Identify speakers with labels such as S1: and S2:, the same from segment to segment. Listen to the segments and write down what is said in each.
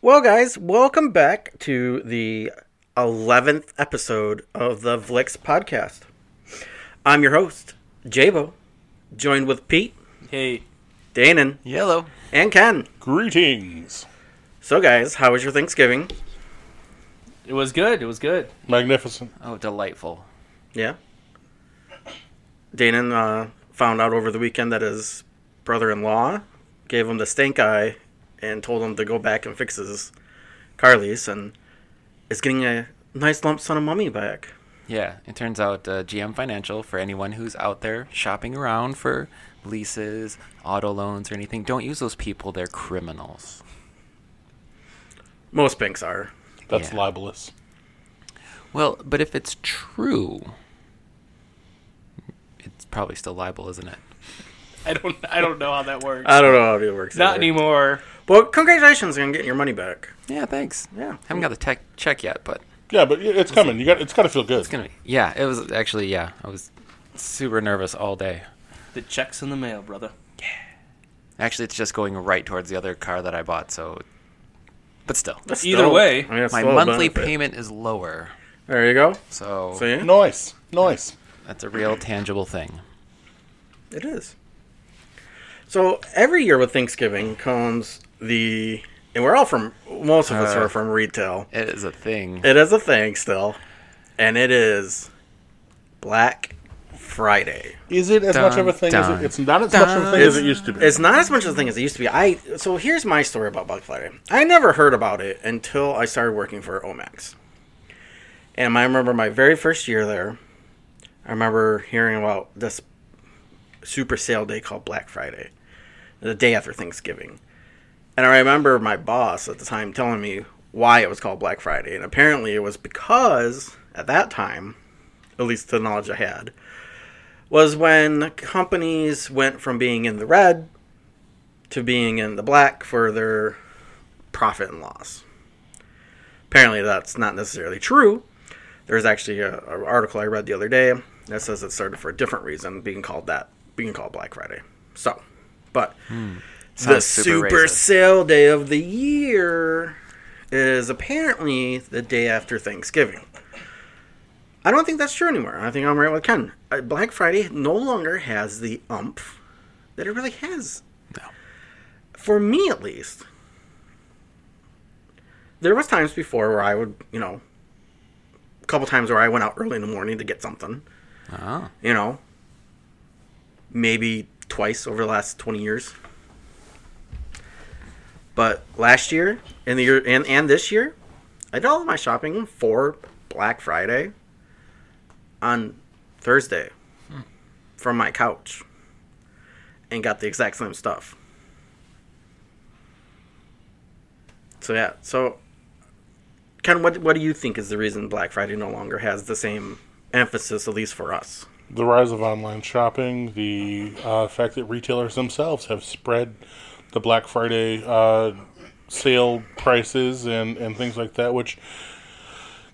S1: Well, guys, welcome back to the 11th episode of the Vlix podcast. I'm your host, Jabo, joined with Pete,
S2: Hey,
S1: Danon,
S2: yellow.
S1: and Ken.
S3: Greetings.
S1: So, guys, how was your Thanksgiving?
S2: It was good. It was good.
S3: Magnificent.
S4: Oh, delightful.
S1: Yeah. Danon uh, found out over the weekend that his brother in law gave him the stink eye and told him to go back and fix his Carly's and is getting a nice lump sum of money back.
S4: Yeah, it turns out uh, GM Financial, for anyone who's out there shopping around for leases, auto loans, or anything, don't use those people. They're criminals.
S1: Most banks are.
S3: That's
S4: Yeah.
S3: libelous.
S4: Well, but if it's true, it's probably still liable, isn't it?
S2: I don't. I don't know how that works.
S1: I don't know how it works.
S2: Not
S1: either.
S2: anymore.
S1: Well, congratulations on getting your money back.
S4: Yeah, thanks.
S1: Yeah.
S4: Haven't got the tech check yet, but
S3: Yeah, but it- it's coming. You got. It's got to feel good.
S4: it's gonna be. Yeah, it was actually. Yeah, I was super nervous all day.
S2: The check's in the mail, brother.
S4: Actually, it's just going right towards the other car that I bought. So, but still,
S1: That's
S2: Either way,
S1: mean, that's
S4: my
S1: still a
S4: monthly
S1: benefit.
S4: payment is lower.
S1: There you go.
S4: So,
S1: See,
S3: Nice. Nice.
S4: That's a real tangible thing.
S1: it is. So every year with Thanksgiving comes the, and we're all from. Most of us
S4: Uh.
S1: are from retail.
S4: It is a thing.
S1: It is a thing still, and it is Black Friday.
S3: Is it as much of a
S4: Dun,
S3: thing as
S4: dun,
S3: it, it's not as much of a thing as it used to be?
S1: It's not as much of a thing as it used to be. I so here's my story about Black Friday. I never heard about it until I started working for Omax. And I remember my very first year there, I remember hearing about this super sale day called Black Friday, the day after Thanksgiving. And I remember my boss at the time telling me why it was called Black Friday. And apparently it was because at that time, at least the knowledge I had, was when companies went from being in the red to being in the black for their profit and loss. Apparently, that's not necessarily true. There's actually a, a article I read the other day that says it started for a different reason, being called that, being called Black Friday. So, but the
S4: Hmm. Sounds
S1: super,
S4: super racist.
S1: sale day of the year is apparently the day after Thanksgiving. I don't think that's true anymore. I think I'm right with Ken. Uh, Black Friday no longer has the umph that it really has.
S4: No.
S1: For me, at least, there was times before where I would, you know, a couple times where I went out early in the morning to get something.
S4: Oh,
S1: You know, maybe twice over the last 20 years. But last year and the year and, and this year, I did all of my shopping for Black Friday on Thursday from my couch and got the exact same stuff. So yeah, so Ken, what what do you think is the reason Black Friday no longer has the same emphasis, at least for us?
S3: the rise of online shopping, the uh, fact that retailers themselves have spread the Black Friday uh, sale prices and, and things like that, which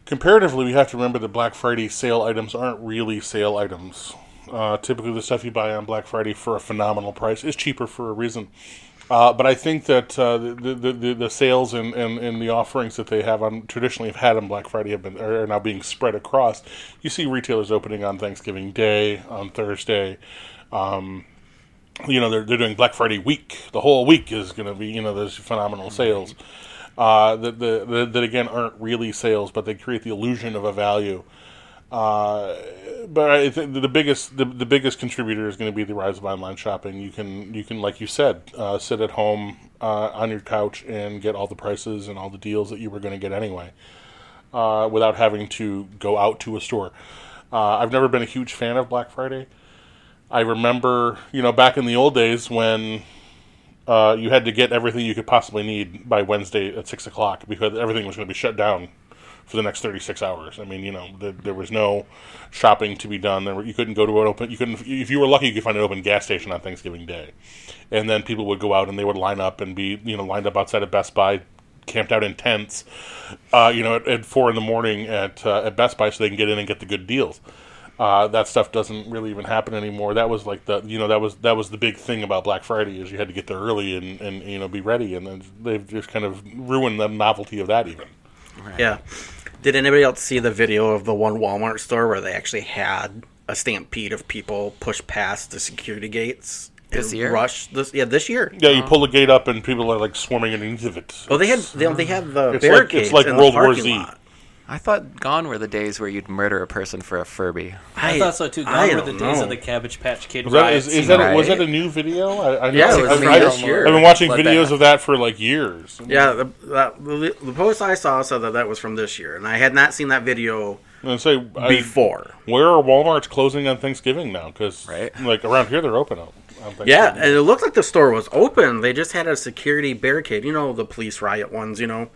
S3: comparatively we have to remember that Black Friday sale items aren't really sale items. Uh, typically, the stuff you buy on Black Friday for a phenomenal price is cheaper for a reason. Uh, but I think that uh, the, the, the, the sales and, and, and the offerings that they have on traditionally have had on Black Friday have been are now being spread across. You see retailers opening on Thanksgiving Day, on Thursday. Um, you know they're, they're doing Black Friday week. The whole week is going to be you know those phenomenal sales uh, that, the, the, that again aren't really sales, but they create the illusion of a value. Uh, but I think the biggest the, the biggest contributor is going to be the rise of online shopping. You can you can like you said, uh, sit at home uh, on your couch and get all the prices and all the deals that you were going to get anyway, uh, without having to go out to a store. Uh, I've never been a huge fan of Black Friday. I remember you know back in the old days when uh, you had to get everything you could possibly need by Wednesday at six o'clock because everything was going to be shut down for the next thirty six hours. I mean, you know, th there was no shopping to be done. There were, you couldn't go to an open. You couldn't. If you were lucky, you could find an open gas station on Thanksgiving Day, and then people would go out and they would line up and be you know lined up outside of Best Buy. Camped out in tents, uh, you know, at, at four in the morning at uh, at Best Buy, so they can get in and get the good deals. Uh, that stuff doesn't really even happen anymore. That was like the you know that was that was the big thing about Black Friday is you had to get there early and, and you know be ready and then they've just kind of ruined the novelty of that even.
S1: Yeah. Did anybody else see the video of the one Walmart store where they actually had a stampede of people push past the security gates?
S4: This
S1: and
S4: year?
S1: Rush this yeah, this year.
S3: Yeah, you pull the gate up and people are like swarming underneath of it.
S1: Oh, they had they, they had the
S3: It's like-
S1: barricades
S3: it's like
S1: in
S3: World
S1: the
S3: War
S1: parking
S3: Z.
S1: lot.
S4: I thought gone were the days where you'd murder a person for a Furby.
S2: I, thought so too. Gone
S1: I
S2: were the
S1: don't
S2: days
S1: know.
S2: of the Cabbage Patch Kid
S3: Was that, is,
S2: riots.
S3: is that was
S4: Right.
S3: that a new video? I, I
S1: Yeah, it was
S3: I've,
S1: new
S3: I've-
S1: this year.
S3: I've been watching
S4: Let that
S3: videos
S4: happen.
S3: of that for like years.
S1: Yeah, the, that, the, the post I saw said that that was from this year, and I had not seen that video
S3: And say I-
S1: before.
S3: where are Walmart's closing on Thanksgiving now? Because
S4: Right.
S3: like around here they're open on, on Thanksgiving.
S1: Yeah, and it looked like the store was open. They just had a security barricade. You know, the police riot ones, you know.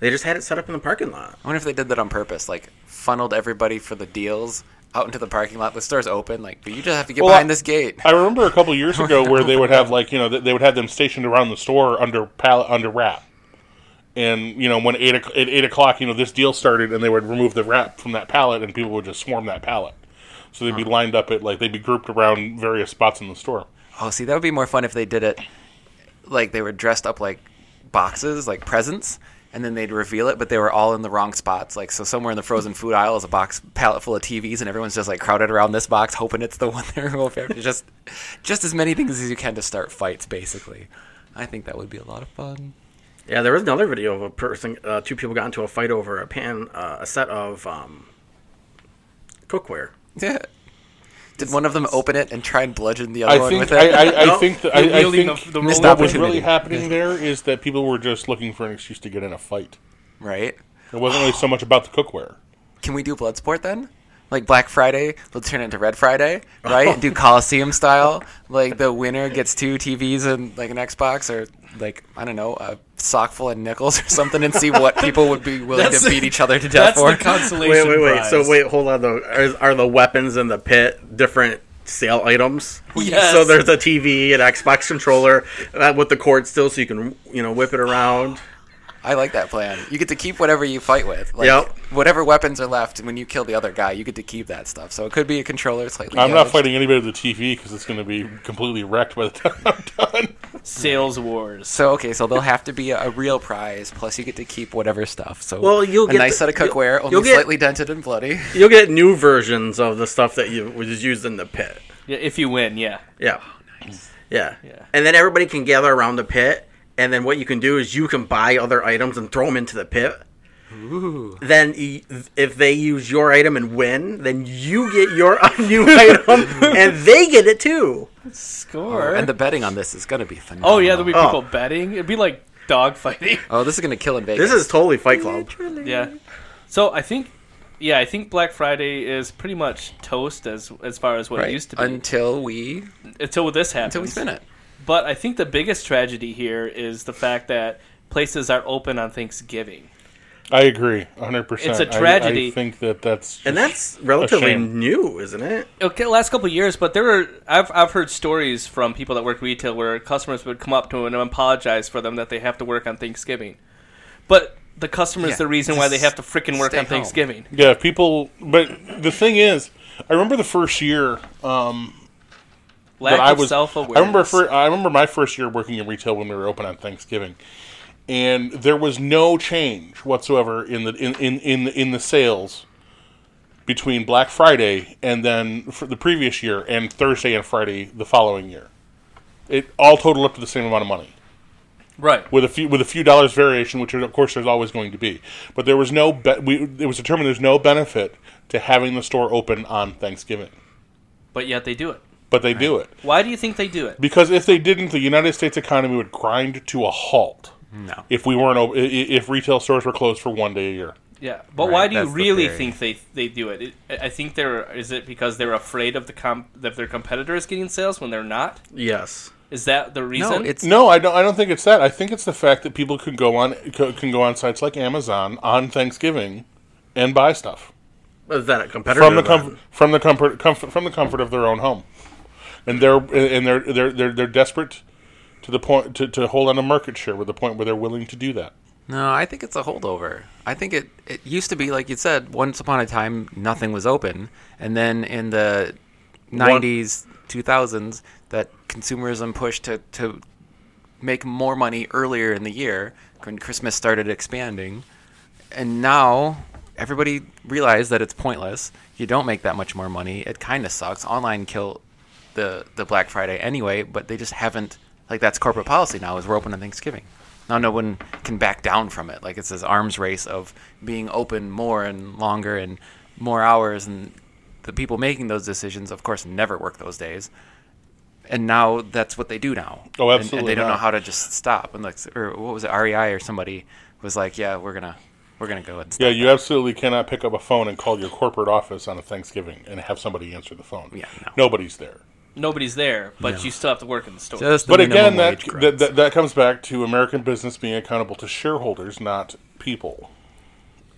S1: They just had it set up in the parking lot.
S4: I wonder if they did that on purpose, like funneled everybody for the deals out into the parking lot. The store's open, like but you just have to get
S3: Well,
S4: behind
S3: I-
S4: this gate.
S3: I remember a couple years ago where they would have like you know they- they would have them stationed around the store under pallet under wrap, and you know when eight o'c- at eight o'clock you know this deal started and they would remove the wrap from that pallet and people would just swarm that pallet, so they'd be lined up at like they'd be grouped around various spots in the store.
S4: Oh, see, that would be more fun if they did it like they were dressed up like boxes, like presents, and then they'd reveal it, but they were all in the wrong spots. Like, so somewhere in the frozen food aisle is a box pallet full of TVs, and everyone's just like crowded around this box, hoping it's the one they're going for. Just, just as many things as you can to start fights, basically. I think that would be a lot of fun.
S1: Yeah, there was another video of a person, uh, two people got into a fight over a pan, uh, a set of um, cookware.
S4: Yeah. Did one of them open it and try and bludgeon the other
S3: I
S4: one
S3: think
S4: with
S3: I,
S4: it?
S3: I, I
S1: No,
S3: think that,
S2: You're
S3: I, I
S2: wielding
S3: think
S2: the, the
S4: Missed
S2: roller-
S3: what was really
S4: opportunity.
S3: happening there is that people were just looking for an excuse to get in a fight.
S4: right?
S3: It wasn't really so much about the cookware.
S4: Can we do Bloodsport then? Like Black Friday, let's turn it into Red Friday, right? And do Coliseum style. Like the winner gets two TVs and like an Xbox or like I don't know, a sock full of nickels or something, and see what people would be willing
S2: That's-
S4: to beat each other to death
S2: That's
S4: for.
S2: the consolation
S1: Wait, wait, wait. So
S2: prize.
S1: wait, hold on though. Are, are the weapons in the pit different sale items?
S2: Yes.
S1: So there's a TV, an Xbox controller uh, with the cord still, so you can you know whip it around.
S4: I like that plan. You get to keep whatever you fight with. Like,
S1: Yep.
S4: Whatever weapons are left when you kill the other guy, you get to keep that stuff. So it could be a controller slightly.
S3: I'm not
S4: damaged.
S3: fighting anybody with the TV because it's going to be completely wrecked by the time I'm done.
S2: sales wars.
S4: So okay, so they'll have to be a, a real prize. Plus, you get to keep whatever stuff. So
S1: Well, you'll
S4: a
S1: get
S4: nice
S1: the-
S4: set of cookware,
S1: you'll-
S4: only
S1: you'll get-
S4: slightly dented and bloody.
S1: You'll get new versions of the stuff that you was used in the pit.
S2: Yeah, if you win, yeah.
S1: Yeah. Yeah.
S2: Yeah.
S1: And then everybody can gather around the pit, and then what you can do is you can buy other items and throw them into the pit. Then y- if they use your item and win, then you get your new item, and they get it too.
S2: Score.
S4: Oh, And the betting on this is going to be phenomenal.
S2: oh yeah, there'll be
S1: Oh.
S2: people betting. It'd be like dog fighting.
S4: Oh, this is going to kill in Vegas.
S1: This is totally Fight Club.
S2: Yeah. So I think, yeah, I think Black Friday is pretty much toast as as far as what
S4: right
S2: it used to be
S4: until we
S2: until this happens.
S4: until we spin it.
S2: But I think the biggest tragedy here is the fact that places are open on Thanksgiving.
S3: I agree, 100. percent
S2: It's a tragedy.
S3: I, think that that's
S1: And
S3: just
S1: that's relatively
S3: shame.
S1: new, isn't it?
S2: Okay, last couple of years, but there were I've I've heard stories from people that work retail where customers would come up to them and apologize for them that they have to work on Thanksgiving, but the customer
S4: Yeah,
S2: is the reason why they have
S4: just
S2: to freaking work
S4: stay
S2: on
S4: home.
S2: Thanksgiving.
S3: yeah. People, but the thing is, I remember the first year uh,
S2: Lack
S3: that I
S2: of
S3: was.
S2: self
S3: I
S2: awareness.
S3: remember. fir- I remember my first year working in retail when we were open on Thanksgiving, and there was no change whatsoever in the in in in, the- in the sales between Black Friday and then for the previous year and Thursday and Friday the following year. It all totaled up to the same amount of money.
S2: right.
S3: with a few with a few dollars variation, which of course there's always going to be. But there was no be- we, it was determined there's no benefit to having the store open on Thanksgiving,
S2: But yet they do it.
S3: but they do it
S2: Why do you think they do it?
S3: because if they didn't, the United States economy would grind to a halt.
S4: No.
S3: If we weren't op- i- i- if retail stores were closed for one day a year,
S2: Yeah, but
S4: Right,
S2: why do you
S4: that's the
S2: really
S4: theory.
S2: think they they do it? it? I I think they're is it because they're afraid of the comp of their competitors getting sales when they're not?
S1: Yes.
S2: Is that the reason?
S4: No, it's
S3: no, I don't. I don't think it's that. I think it's the fact that people can go on c- can go on sites like Amazon on Thanksgiving and buy stuff.
S1: Is that a competitor?
S3: from the
S1: then?
S3: comfort from the comfort, comfort from the comfort of their own home, and they're and they're they're they're, they're desperate to the point to, to hold on to market share with the point where they're willing to do that.
S4: No, I think it's a holdover. I think it, it used to be, like you said, once upon a time, nothing was open. And then in the 90s, 2000s, that consumerism push to, to make more money earlier in the year when Christmas started expanding. And now everybody realized that it's pointless. You don't make that much more money. It kind of sucks. Online kill the, the Black Friday anyway, but they just haven't, like, that's corporate policy now is we're open on Thanksgiving. Now no one can back down from it. Like, it's this arms race of being open more and longer and more hours. And the people making those decisions, of course, never work those days and now that's what they do now.
S3: Oh,
S4: And- And,
S3: absolutely
S4: they don't know
S3: not.
S4: how to just stop. And like, or what was it? REI or somebody was like, "Yeah, we're gonna, we're gonna go and stop."
S3: Yeah, you absolutely cannot pick up a phone and call your corporate office on a Thanksgiving and have somebody answer the phone.
S4: Yeah, no.
S3: Nobody's there.
S2: Nobody's there, but you still have to work in the store.
S4: Just the
S3: but
S4: minimum
S3: again, that,
S4: wage
S3: that,
S4: grunts.
S3: that that comes back to American business being accountable to shareholders, not people.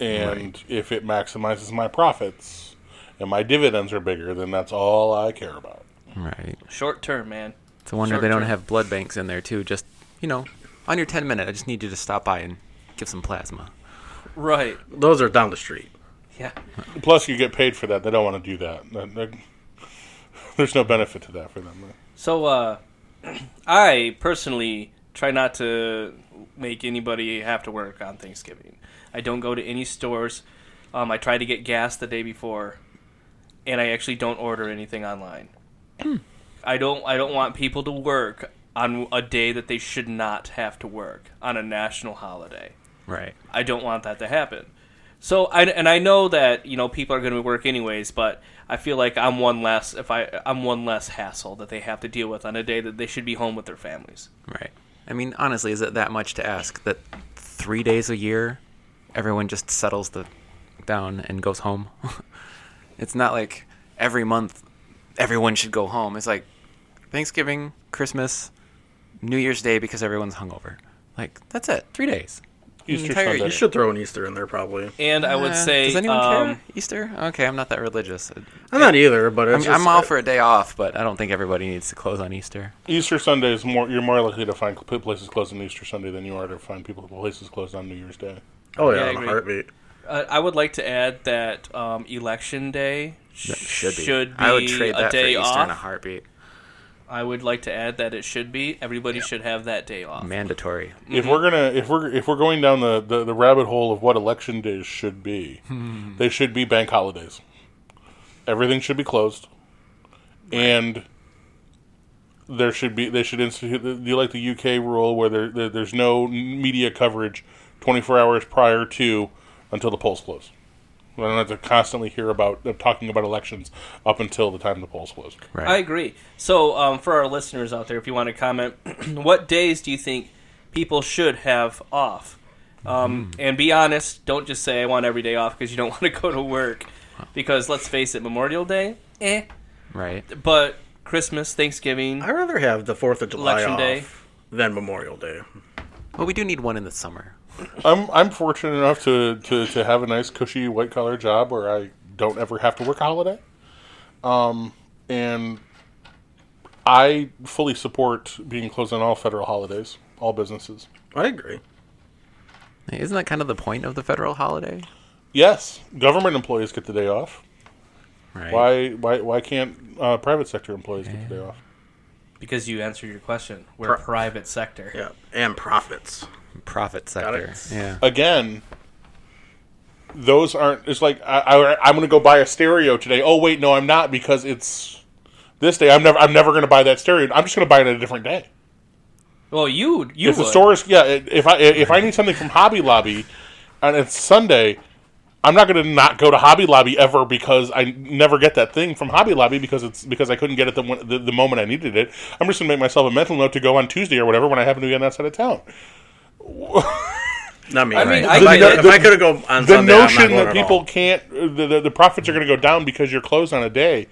S3: And if it maximizes my profits and my dividends are bigger, then that's all I care about.
S4: right.
S2: Short term, man.
S4: It's a wonder
S2: Short
S4: they don't
S2: term.
S4: have blood banks in there too. Just you know, on your ten minute, I just need you to stop by and give some plasma.
S2: Right.
S1: Those are down the street.
S2: Yeah.
S3: Plus, you get paid for that. They don't want to do that. That- that- there's no benefit to that for them.
S2: So, uh, I personally try not to make anybody have to work on Thanksgiving. I don't go to any stores. Um, I try to get gas the day before, and I actually don't order anything online.
S4: Hmm.
S2: I don't. I don't want people to work on a day that they should not have to work on a national holiday.
S4: Right.
S2: I don't want that to happen. So I and I know that you know people are going to work anyways, but I feel like I'm one less if I I'm one less hassle that they have to deal with on a day that they should be home with their families.
S4: Right. I mean, honestly, is it that much to ask that three days a year, everyone just settles the down and goes home? it's not like every month everyone should go home. It's like Thanksgiving, Christmas, New Year's Day because everyone's hungover. Like that's it. Three days.
S3: Easter
S4: Entire-
S3: Sunday.
S4: you
S1: You should throw an Easter in there, probably.
S2: And I would
S4: Uh,
S2: say,
S4: does anyone
S2: um,
S4: care? Easter? Okay, I'm not that religious.
S1: I'm not either, but it's
S4: I'm,
S1: just-
S4: I'm all for a day off, but I don't think everybody needs to close on Easter.
S3: Easter Sunday is more. You're more likely to find cl- places closed on Easter Sunday than you are to find people places closed on New Year's Day.
S1: Oh
S2: Yeah, I
S1: yeah, in
S2: agree.
S1: a heartbeat.
S2: Uh, I would like to add that um, election day sh- should be,
S4: I would trade
S2: a
S4: that for
S2: day
S4: Easter
S2: off.
S4: in a heartbeat.
S2: I would like to add that it should be. Everybody should have that day off.
S4: Mandatory.
S3: If we're gonna, if we're if we're going down the, the, the rabbit hole of what election days should be, they should be bank holidays. Everything should be closed, and there should be they should institute the, the- like the UK rule where there, there there's no media coverage 24 hours prior to until the polls close. We don't have to constantly hear about them talking about elections up until the time the polls close.
S4: Right.
S2: I agree. So, um, for our listeners out there, if you want to comment, what days do you think people should have off? Um,
S1: Hmm.
S2: And be honest. Don't just say I want every day off because you don't want to go to work. Because let's face it, Memorial Day, eh?
S4: right.
S2: But Christmas, Thanksgiving,
S1: I rather have the Fourth of July
S2: Election
S1: off
S2: Day.
S1: than Memorial Day.
S4: Well, we do need one in the summer.
S3: I'm I'm fortunate enough to, to, to have a nice cushy white collar job where I don't ever have to work a holiday. Um, and I fully support being closed on all federal holidays, all businesses.
S1: I agree.
S4: Isn't that kind of the point of the federal holiday?
S3: Yes, government employees get the day off.
S4: Right.
S3: Why why why can't uh, private sector employees get the day off?
S2: because you answered your question, we're
S1: Pro-
S2: private sector.
S1: Yeah, and profits.
S4: Profit sector.
S1: it.
S4: Yeah.
S3: Again, those aren't. It's like I, I I'm going to go buy a stereo today. Oh wait, no, I'm not because it's this day. I'm never I'm never going to buy that stereo. I'm just going to buy it at a different day.
S2: Well, you you
S3: if the
S2: would.
S3: store is yeah, i- if I if I need something from Hobby Lobby, and it's Sunday, I'm not going to not go to Hobby Lobby ever because I never get that thing from Hobby Lobby because it's because I couldn't get it the one- the, the moment I needed it. I'm just going to make myself a mental note to go on Tuesday or whatever when I happen to be on that side of town.
S1: Not me.
S2: I mean,
S1: right?
S2: I
S1: if I,
S2: get it.
S1: could- if I could have gone on
S3: The
S1: Sunday, I'm not
S3: notion
S1: going
S3: that
S1: at all.
S3: people can't uh, the, the, the profits are going to go down because you're closed on a day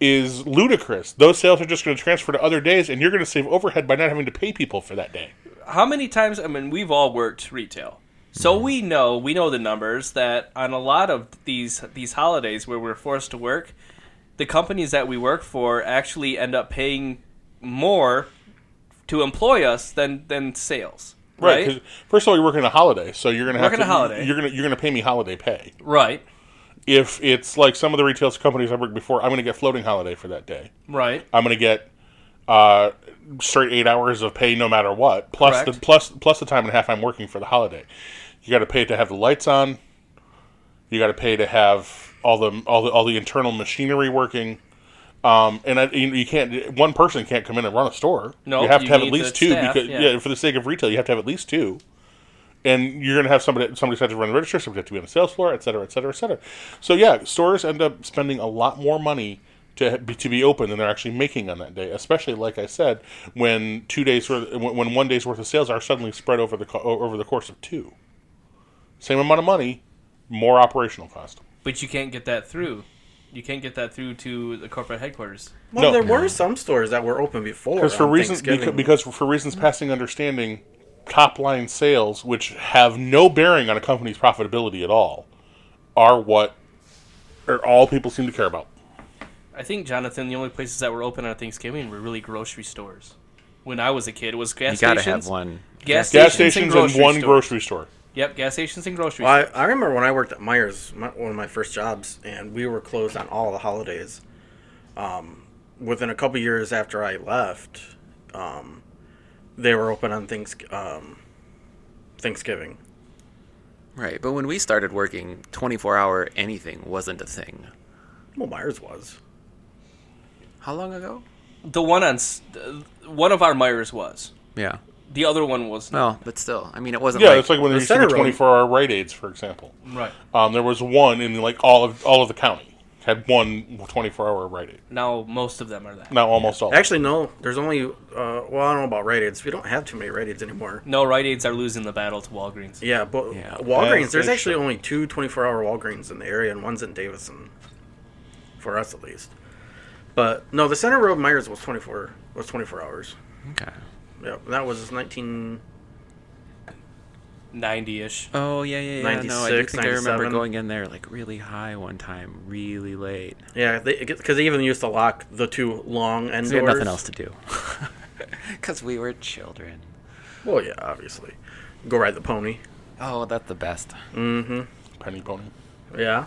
S3: is ludicrous. Those sales are just going to transfer to other days, and you're going to save overhead by not having to pay people for that day.
S2: how many times i mean we've all worked retail so we know we know the numbers that on a lot of these these holidays where we're forced to work the companies that we work for actually end up paying more to employ us than than sales
S3: Right.
S2: Right.
S3: 'cause First of all, you're working a holiday, so you're gonna have
S2: Working
S3: to,
S2: a holiday.
S3: You're gonna you're gonna pay me holiday pay.
S2: Right.
S3: If it's like some of the retail companies I worked before, I'm gonna get floating holiday for that day.
S2: Right.
S3: I'm gonna get uh, straight eight hours of pay no matter what, plus
S2: Correct.
S3: the plus plus the time and a half I'm working for the holiday. You got to pay to have the lights on. You got to pay to have all the all the all the internal machinery working. Um, and I, you, you can't one person can't come in and run a store.
S2: No,
S3: you have to
S2: you
S3: have at
S2: need
S3: least
S2: the
S3: two
S2: staff,
S3: because
S2: yeah.
S3: yeah, for the sake of retail, you have to have at least two and you're going to have somebody somebody's had to run the register, somebody have to be on the sales floor, et cetera, et cetera, et cetera. So yeah, stores end up spending a lot more money to be, to be open than they're actually making on that day. Especially like I said, when two days worth, when when one day's worth of sales are suddenly spread over the co- over the course of two, same amount of money, more operational cost.
S2: But you can't get that through. You can't get that through to the corporate headquarters.
S1: Well,
S3: No.
S1: there were some stores that were open before
S3: because for
S1: on
S3: reasons
S1: Thanksgiving.
S3: beca- because for reasons passing understanding top line sales which have no bearing on a company's profitability at all are what are all people seem to care about
S2: I think Jonathan, the only places that were open on Thanksgiving were really grocery stores. When I was a kid, it was gas
S4: You gotta
S2: stations.
S4: have one.
S2: Gas,
S3: gas
S2: stations,
S3: stations and,
S2: grocery
S3: one
S2: stores.
S3: grocery store
S2: Yep, gas stations and grocery
S1: Well,
S2: stores.
S1: I, I remember when I worked at Myers, my, one of my first jobs, and we were closed on all the holidays. Um, within a couple years after I left, um, they were open on thanks, um, Thanksgiving.
S4: Right, but when we started working, 24 hour anything wasn't a thing.
S1: Well, Myers was.
S4: How long ago?
S2: The one on s- uh, one of our Myers was.
S4: Yeah.
S2: The other one was not.
S4: No, but still, I mean, it wasn't
S3: yeah
S4: like,
S3: it's like when there
S1: the
S3: used to be
S1: center room-
S3: 24 hour Rite aids for example
S2: Right.
S3: um, there was one in like all of all of the county had one 24 hour Rite aid
S2: Now most of them are that.
S3: now almost all
S1: Actually, no. There's only. Uh, well, I don't know about Rite Aids. We don't have too many Rite Aids anymore.
S2: No, Rite Aids are losing the battle to Walgreens.
S1: Yeah, but
S4: Yeah.
S1: Walgreens.
S3: That's
S1: There's
S3: true.
S1: actually only two 24-hour Walgreens in the area, and one's in Davison, for us at least. But no, the Center Road Myers was 24 was 24 hours.
S4: Okay.
S1: Yeah, that was 19.
S2: Ninety-ish.
S4: Oh, yeah, yeah, yeah. No, I do
S1: 96,
S4: think I remember
S1: 97.
S4: going in there like really high one time, really late.
S1: Yeah, because they even used to lock the two long end doors.
S4: 'Cause we had nothing else to do. Because we were children.
S1: Well, yeah, obviously. Go ride the pony.
S4: Oh, that's the best.
S3: penny pony
S1: Yeah.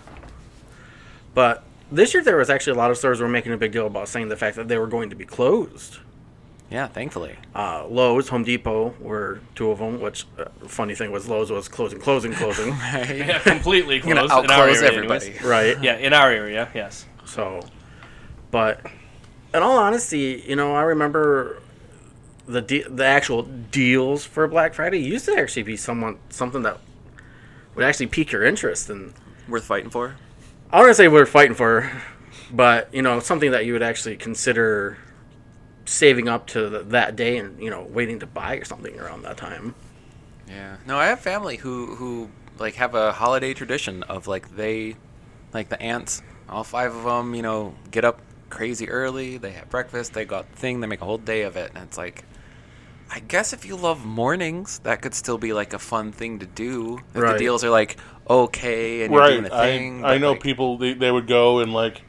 S1: But this year there was actually a lot of stores were making a big deal about saying the fact that they were going to be closed.
S4: Yeah, thankfully.
S1: uh, Lowe's, Home Depot were two of them. Which uh, funny thing was Lowe's was closing, closing, closing.
S4: Oh
S2: Yeah, completely
S4: We're gonna
S2: closed. in our
S4: outclose
S2: area
S4: everybody.
S2: anyways.
S1: right.
S2: Yeah, in our area, yes.
S1: So, but in all honesty, you know, I remember the de- the actual deals for Black Friday used to actually be someone something that would actually pique your interest, and
S4: Worth fighting for?
S1: I want to say we're fighting for, but you know, something that you would actually consider saving up to th- that day and you know waiting to buy or something around that time.
S4: Yeah. No, I have family who who like have a holiday tradition of like they like the aunts, all five of them, you know, get up crazy early, they have breakfast, they got the thing, they make a whole day of it, and it's like I guess if you love mornings, that could still be like a fun thing to do. If
S1: Right.
S4: the deals are like okay and you're doing
S3: right
S4: the thing.
S3: I, I
S4: but,
S3: know
S4: like,
S3: people they, they would go and like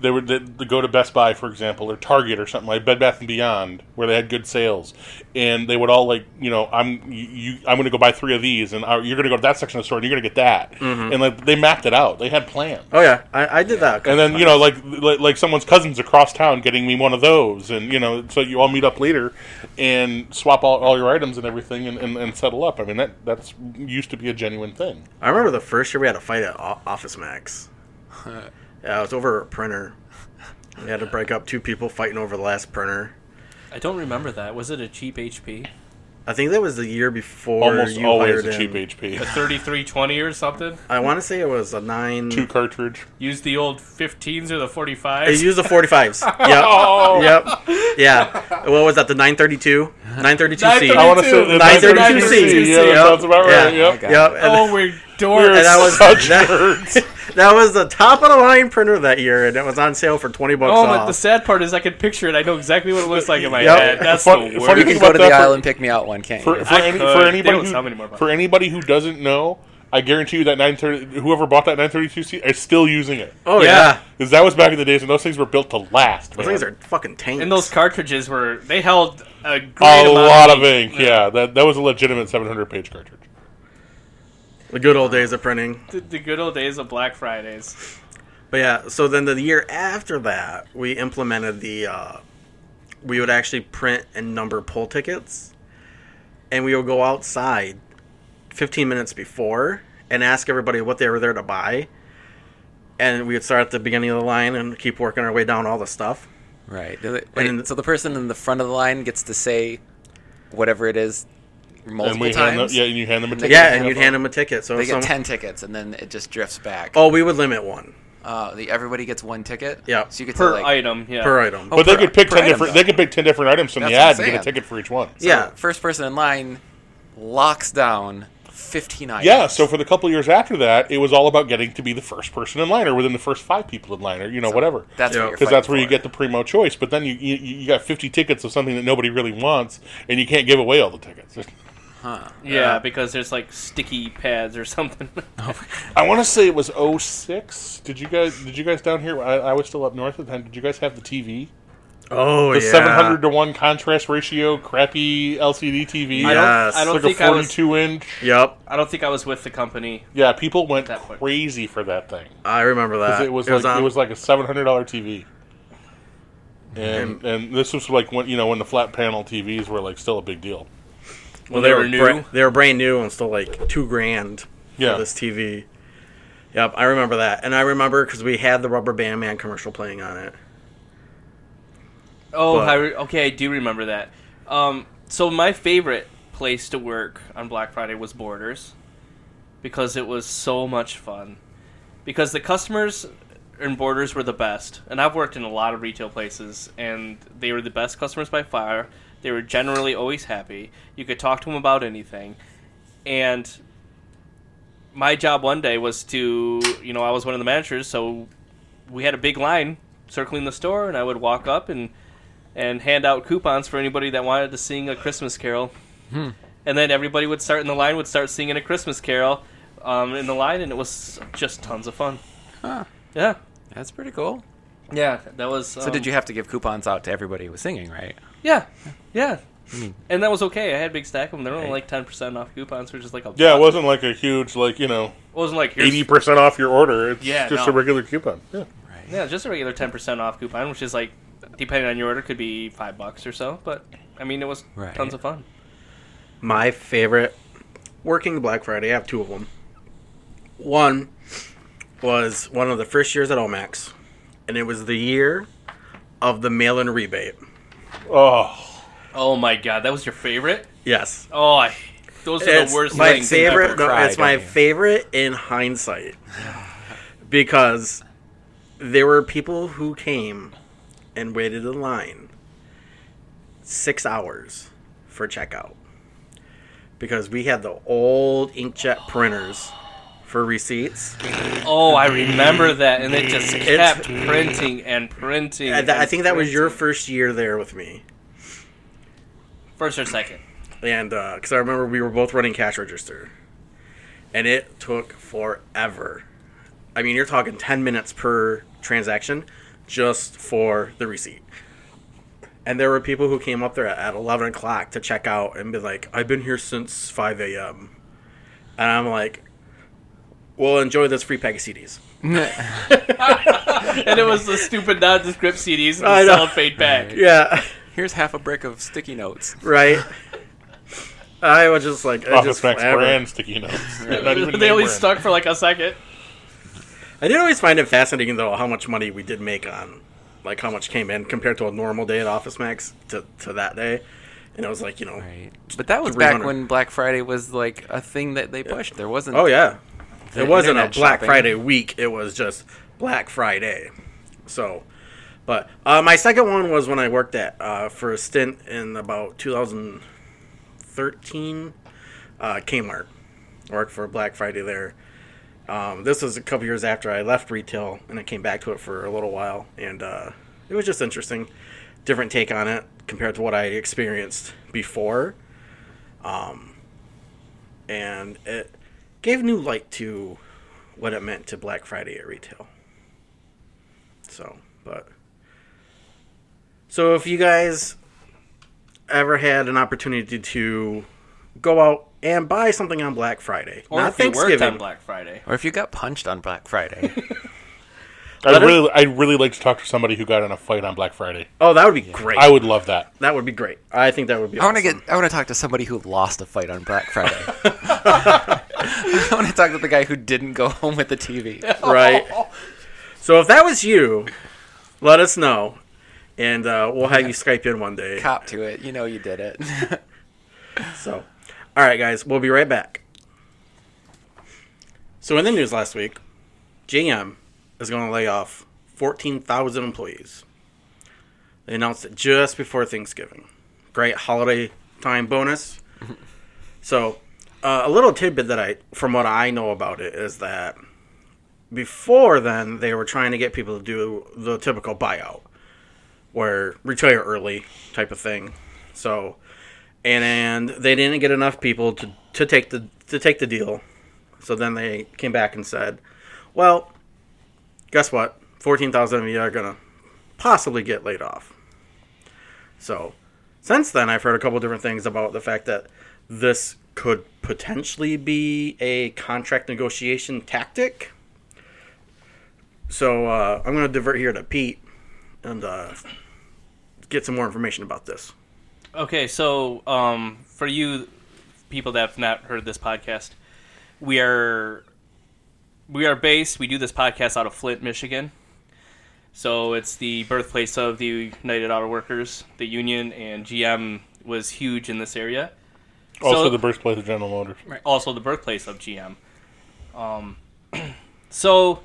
S3: they would they, go to best buy for example or target or something like bed bath and beyond where they had good sales and they would all like you know i'm you, you i'm going to go buy three of these and I, you're going to go to that section of the store and you're going to get that
S4: Mm-hmm.
S3: and like they mapped it out they had plans
S1: Oh yeah, I, I did that. a couple
S3: and then you know like, like like someone's cousins across town getting me one of those and you know so you all meet up later and swap all, all your items and everything and, and, and settle up i mean that that's used to be a genuine thing
S1: I remember the first year we had a fight at O- Office Max. yeah, it was over a printer. We had to break up two people fighting over the last printer.
S2: I don't remember that. Was it a cheap HP?
S1: I think that was the year before
S3: almost
S1: you
S3: always
S1: hired
S3: a cheap
S1: in.
S3: hp
S2: A 3320 or something?
S1: I want to say it was a nine.
S3: two cartridge.
S2: Use the old 15s or the
S1: They
S2: 45s?
S1: used the forty fives. Yep.
S3: Oh.
S1: Oh, Yep. Yeah. What was that? The nine thirty two. Nine thirty two C.
S2: 932.
S3: I want to say
S1: 932
S2: C,
S3: Yeah,
S1: yep.
S3: that sounds about
S1: Yeah.
S3: right. Yep.
S4: Okay.
S1: Yep. And
S2: oh, we're
S3: We were
S2: dorks.
S1: And I was-
S3: such
S1: that-
S3: nerds.
S1: that was the top of the line printer that year, and it was on sale for twenty bucks
S2: Oh, but
S1: off.
S2: the sad part is I can picture it. I know exactly what it looks like in my
S1: Yep.
S2: head. That's
S3: Fun-
S2: the
S3: funny
S2: worst.
S4: you
S3: thing
S4: can go
S3: about
S4: to the
S3: that for-
S4: aisle and pick me out one, can't
S3: For,
S4: you?
S3: for,
S2: I
S3: any,
S2: could.
S3: for
S2: They
S3: anybody
S2: don't sell many
S3: who,
S2: more buttons.
S3: for anybody who doesn't know, I guarantee you that 930, whoever bought that 932 seat is still using it.
S1: Oh
S2: Yeah.
S1: yeah,
S3: Because that was back in the days when those things were built to last.
S1: those
S3: man.
S1: things are fucking tanks.
S2: And those cartridges were they held a great
S3: a
S2: amount
S3: lot of ink. Yeah, that that was a legitimate 700 page cartridge.
S1: the good old days of printing.
S2: The, the good old days of Black Fridays.
S1: But yeah, so then the year after that, we implemented the uh, we would actually print and number poll tickets, and we would go outside 15 minutes before and ask everybody what they were there to buy, and we would start at the beginning of the line and keep working our way down all the stuff.
S4: Right. Do they- wait,
S1: then-
S4: so the person in the front of the line gets to say whatever it is
S3: And
S4: multiple
S3: we hand them,
S4: times.
S3: yeah, and you hand them a ticket.
S4: They get
S1: Yeah, and
S4: a
S1: you'd hand them a ticket. So
S4: They
S1: some-
S4: get ten tickets, and then it just drifts back.
S1: oh, we would limit one
S4: Uh, the, everybody gets one ticket.
S1: Yeah.
S4: So you get
S2: Per
S4: to like,
S2: item, yeah.
S1: per item.
S4: Oh,
S3: but they
S4: per-
S3: could pick
S4: per
S3: ten
S4: item,
S3: different.
S4: though.
S3: They could pick ten different items from the
S4: That's what
S3: ad
S4: I'm
S3: and get a
S4: saying.
S3: ticket for each one.
S1: yeah,
S4: First person in line locks down fifteen items.
S3: Yeah, so for the couple years after that, it was all about getting to be the first person in line, or within the first five people in line, or you know whatever.
S4: that's
S1: Yeah.
S4: what you're
S3: because that's
S4: fighting
S3: where you
S4: for.
S3: get the primo choice. But then you, you you got fifty tickets of something that nobody really wants, and you can't give away all the tickets.
S2: Yeah, because there's like sticky pads or something.
S1: Oh.
S3: I want to say it was 06. Did you guys did you guys down here? I, I was still up north at the time. Did you guys have the TV?
S1: oh
S3: The
S1: yeah,
S3: seven hundred to one contrast ratio, crappy LCD TV.
S2: I don't,
S1: Yes.
S2: I don't
S3: It's like
S2: think
S3: a
S2: I was.
S3: forty-two inch.
S1: Yep,
S2: I don't think I was with the company.
S3: Yeah, people went
S2: That point.
S3: crazy for that thing.
S1: I remember that. um,
S3: it was like
S1: on-
S3: it was like a seven hundred dollar TV. And and this was like when you know when the flat panel TVs were like still a big deal.
S1: Well,
S2: Well,
S1: they,
S2: they
S1: were
S2: were
S1: bra-
S2: new.
S1: they were brand new and still like two grand
S3: Yeah.
S1: for this TV. Yep, I remember that, and I remember because we had the Rubber Band Man commercial playing on it.
S2: Oh,
S1: But-
S2: I re- okay, I do remember that. Um, so my favorite place to work on Black Friday was Borders because it was so much fun. Because the customers in Borders were the best, and I've worked in a lot of retail places, and they were the best customers by far. They were generally always happy. You could talk to them about anything, and my job one day was to, you know, I was one of the managers, so we had a big line circling the store, and I would walk up and and hand out coupons for anybody that wanted to sing a Christmas carol. And then everybody would start in the line would start singing a Christmas carol um, in the line, and it was just tons of fun.
S4: Huh.
S2: Yeah,
S4: That's pretty cool.
S2: yeah, that was. um,
S4: So did you have to give coupons out to everybody who was singing, right?
S2: Yeah, yeah. And that was okay. I had a big stack of them. They were only
S4: Right.
S2: like ten percent off coupons, which is like a
S3: Yeah, it wasn't like a huge like you know
S2: it wasn't like here's-
S3: eighty percent off your order. It's
S2: Yeah,
S3: just
S2: no.
S3: a regular coupon. Yeah.
S4: Right.
S2: Yeah, just a regular ten percent off coupon, which is like, depending on your order, could be five bucks or so. But I mean, it was
S4: Right.
S2: tons of fun.
S1: My favorite working Black Friday, I have two of them. One was one of the first years at Omax, and it was the year of the mail-in rebate.
S3: Oh,
S2: Oh my god, that was your favorite?
S1: Yes,
S2: Oh, I, those are
S1: it's
S2: the worst
S1: my
S2: things.
S1: favorite.
S4: ever
S1: no,
S4: cried,
S1: it's my
S4: don't you?
S1: favorite in hindsight because there were people who came and waited in line six hours for checkout because we had the old inkjet printers for receipts.
S2: Oh, I remember that, and it just
S1: It's-
S2: kept printing and printing.
S1: I, I
S2: and
S1: think that was your
S2: printing.
S1: first year there with me.
S2: first or second.
S1: and because I remember we were both running cash register, and it took forever. I mean, you're talking ten minutes per transaction, just for the receipt. And there were people who came up there at eleven o'clock to check out and be like, "I've been here since five a.m." And I'm like, "Well, enjoy this free pack of CDs."
S2: And it was the stupid nondescript CDs
S1: I
S2: and
S1: know.
S2: the cellophane bag.
S1: Yeah,
S4: Here's half a brick of sticky notes.
S1: right. I was just like, it
S3: Office
S1: just
S3: Max
S1: forever.
S3: brand sticky notes. Not even
S2: They
S3: name
S2: only
S3: brand.
S2: stuck for like a second.
S1: I did always find it fascinating, though, how much money we did make on, like, how much came in compared to a normal day at Office Max to, to that day. And it was like, you know,
S4: Right. But that was back
S1: 300.
S4: when Black Friday was like a thing that they pushed. There wasn't.
S1: oh, yeah.
S4: the
S1: It wasn't a
S4: internet
S1: Black
S4: shopping.
S1: Friday week, it was just Black Friday. So, but uh, my second one was when I worked at, uh, for a stint in about 2013, uh, Kmart. I worked for Black Friday there. Um, this was a couple years after I left retail, and I came back to it for a little while, and uh, it was just interesting, different take on it compared to what I experienced before. Um, and it gave new light to what it meant to Black Friday at retail. So, but so if you guys ever had an opportunity to go out and buy something on Black Friday,
S2: Or
S1: not
S2: if you worked on
S1: Thanksgiving,
S2: Black Friday.
S4: Or if you got punched on Black Friday,
S3: I
S1: Let us-
S3: really, I really like to talk to somebody who got in a fight on Black Friday.
S1: oh, that would be great.
S3: I would love that.
S1: that would be great. I think that would be.
S4: I want to
S1: awesome.
S4: get. I want to talk to somebody who lost a fight on Black Friday. I want to talk to the guy who didn't go home with the TV.
S1: right. So if that was you, let us know, and uh, we'll have you Skype in one day.
S4: Cop to it. You know you did it.
S1: So, all right, guys, we'll be right back. So, in the news last week, GM is going to lay off 14,000 employees. They announced it just before Thanksgiving. Great holiday time bonus. so, uh, a little tidbit that I, from what I know about it, is that before then, they were trying to get people to do the typical buyout, where retire early type of thing. So, and, and they didn't get enough people to, to take the to take the deal. So then they came back and said, "Well, guess what? Fourteen thousand of you are gonna possibly get laid off." So since then, I've heard a couple different things about the fact that this could potentially be a contract negotiation tactic. So uh, I'm going to divert here to Pete and uh, get some more information about this.
S2: Okay, so um, for you people that have not heard this podcast, we are we are based. We do this podcast out of Flint, Michigan. So it's the birthplace of the United Auto Workers, the union, and GM was huge in this area.
S3: Also,
S2: So-
S3: the birthplace of General Motors.
S2: Also, the birthplace of GM. Um, so,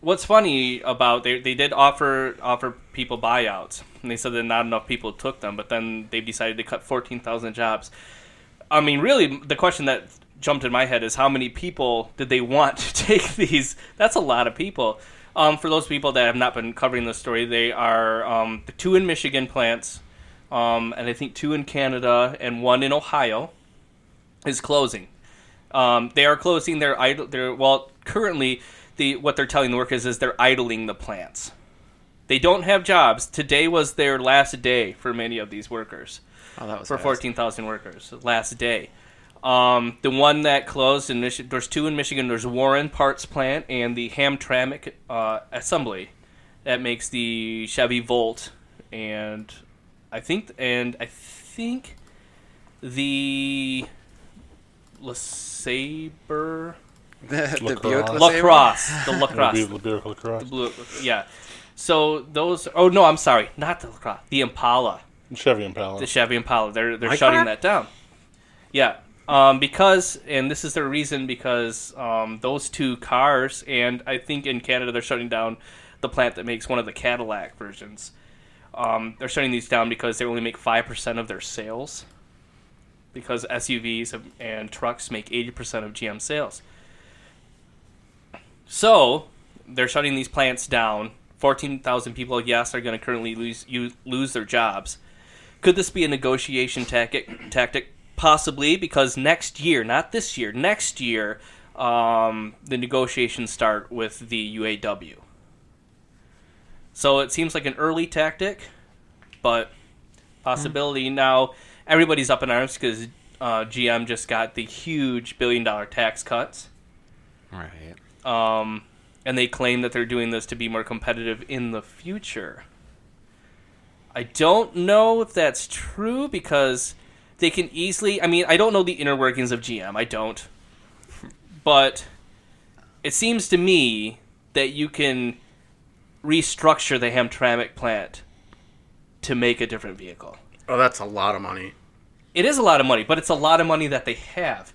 S2: what's funny about they they did offer offer people buyouts, and they said that not enough people took them, but then they decided to cut fourteen thousand jobs. I mean, really, the question that jumped in my head is how many people did they want to take these? That's a lot of people. Um, for those people that have not been covering this story, they are um, the two in Michigan plants, um, and I think two in Canada and one in Ohio is closing. Um, they are closing their idle. Their well, currently the what they're telling the workers is they're idling the plants. They don't have jobs. Today was their last day for many of these workers
S4: Oh, that was
S2: for
S4: fast.
S2: 14,000 workers last day. Um, the one that closed in Michigan, there's two in Michigan. There's Warren Parts Plant and the Hamtramck uh, Assembly that makes the Chevy Volt, and I think and I think the LeSabre
S4: The, the
S3: Lacrosse.
S4: Buick LeSabre?
S2: Lacrosse, the Lacrosse,
S3: It'll be the Buick Lacrosse.
S2: blue, yeah. So those. Oh no, I'm sorry, not the Lacrosse, the Impala.
S3: Chevy Impala.
S2: the Chevy Impala. They're they're
S1: My
S2: shutting
S1: car?
S2: that down. Yeah, um, because and this is their reason because um, those two cars and I think in Canada they're shutting down the plant that makes one of the Cadillac versions. Um, they're shutting these down because they only make five percent of their sales. Because SUVs have- and trucks make eighty percent of GM sales. So they're shutting these plants down. Fourteen thousand people, yes, are going to currently lose you, lose their jobs. Could this be a negotiation tactic? Tactic possibly because next year, not this year, next year, um, the negotiations start with the UAW. So it seems like an early tactic, but possibility now. Everybody's up in arms because uh, GM just got the huge billion dollar tax cuts
S4: Right.
S2: um, and they claim that they're doing this to be more competitive in the future. I don't know if that's true because they can easily. I mean, I don't know the inner workings of GM. I don't. But it seems to me that you can restructure the Hamtramck plant to make a different vehicle.
S1: Oh, that's a lot of money.
S2: It is a lot of money, but it's a lot of money that they have.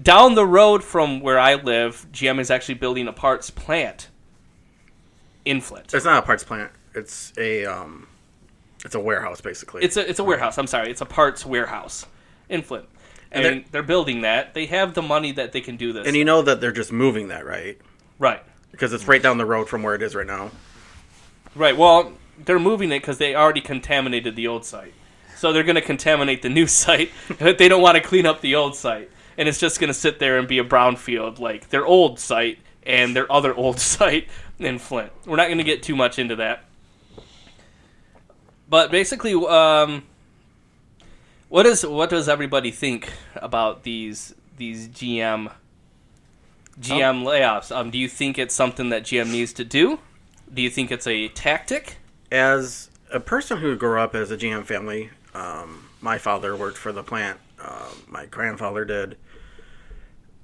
S2: Down the road from where I live, GM is actually building a parts plant in Flint.
S1: It's not a parts plant. It's a um, it's a warehouse basically.
S2: It's a it's a warehouse. I'm sorry, it's a parts warehouse in Flint, and,
S1: And they're-
S2: they're, building that. They have the money that they can do this.
S1: and you know that they're just moving that right
S2: right,
S1: because it's right down the road from where it is right now.
S2: right. Well, they're moving it because they already contaminated the old site, so they're going to contaminate the new site. but they don't want to clean up the old site. and it's just gonna sit there and be a brownfield like their old site and their other old site in Flint. We're not gonna get too much into that, but basically, um, what is what does everybody think about these these GM GM layoffs? Um, do you think it's something that GM needs to do? Do you think it's a tactic?
S1: as a person who grew up as a GM family, um, my father worked for the plant. Um, my grandfather did.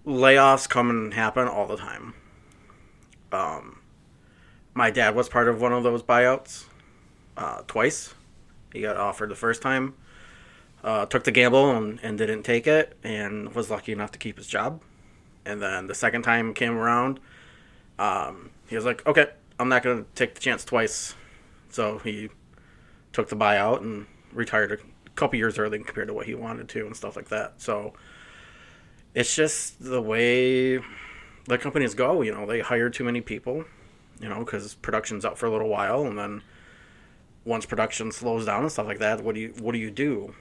S1: Layoffs come and happen all the time. Um, my dad was part of one of those buyouts uh, twice. He got offered the first time, uh, took the gamble and, and didn't take it, and was lucky enough to keep his job. And then the second time came around, um, he was like, "Okay, I'm not going to take the chance twice." So he took the buyout and retired a couple years early compared to what he wanted to and stuff like that. So it's just the way the companies go. You know, they hire too many people, you know, because production's out for a little while, and then once production slows down and stuff like that, what do you what do you do?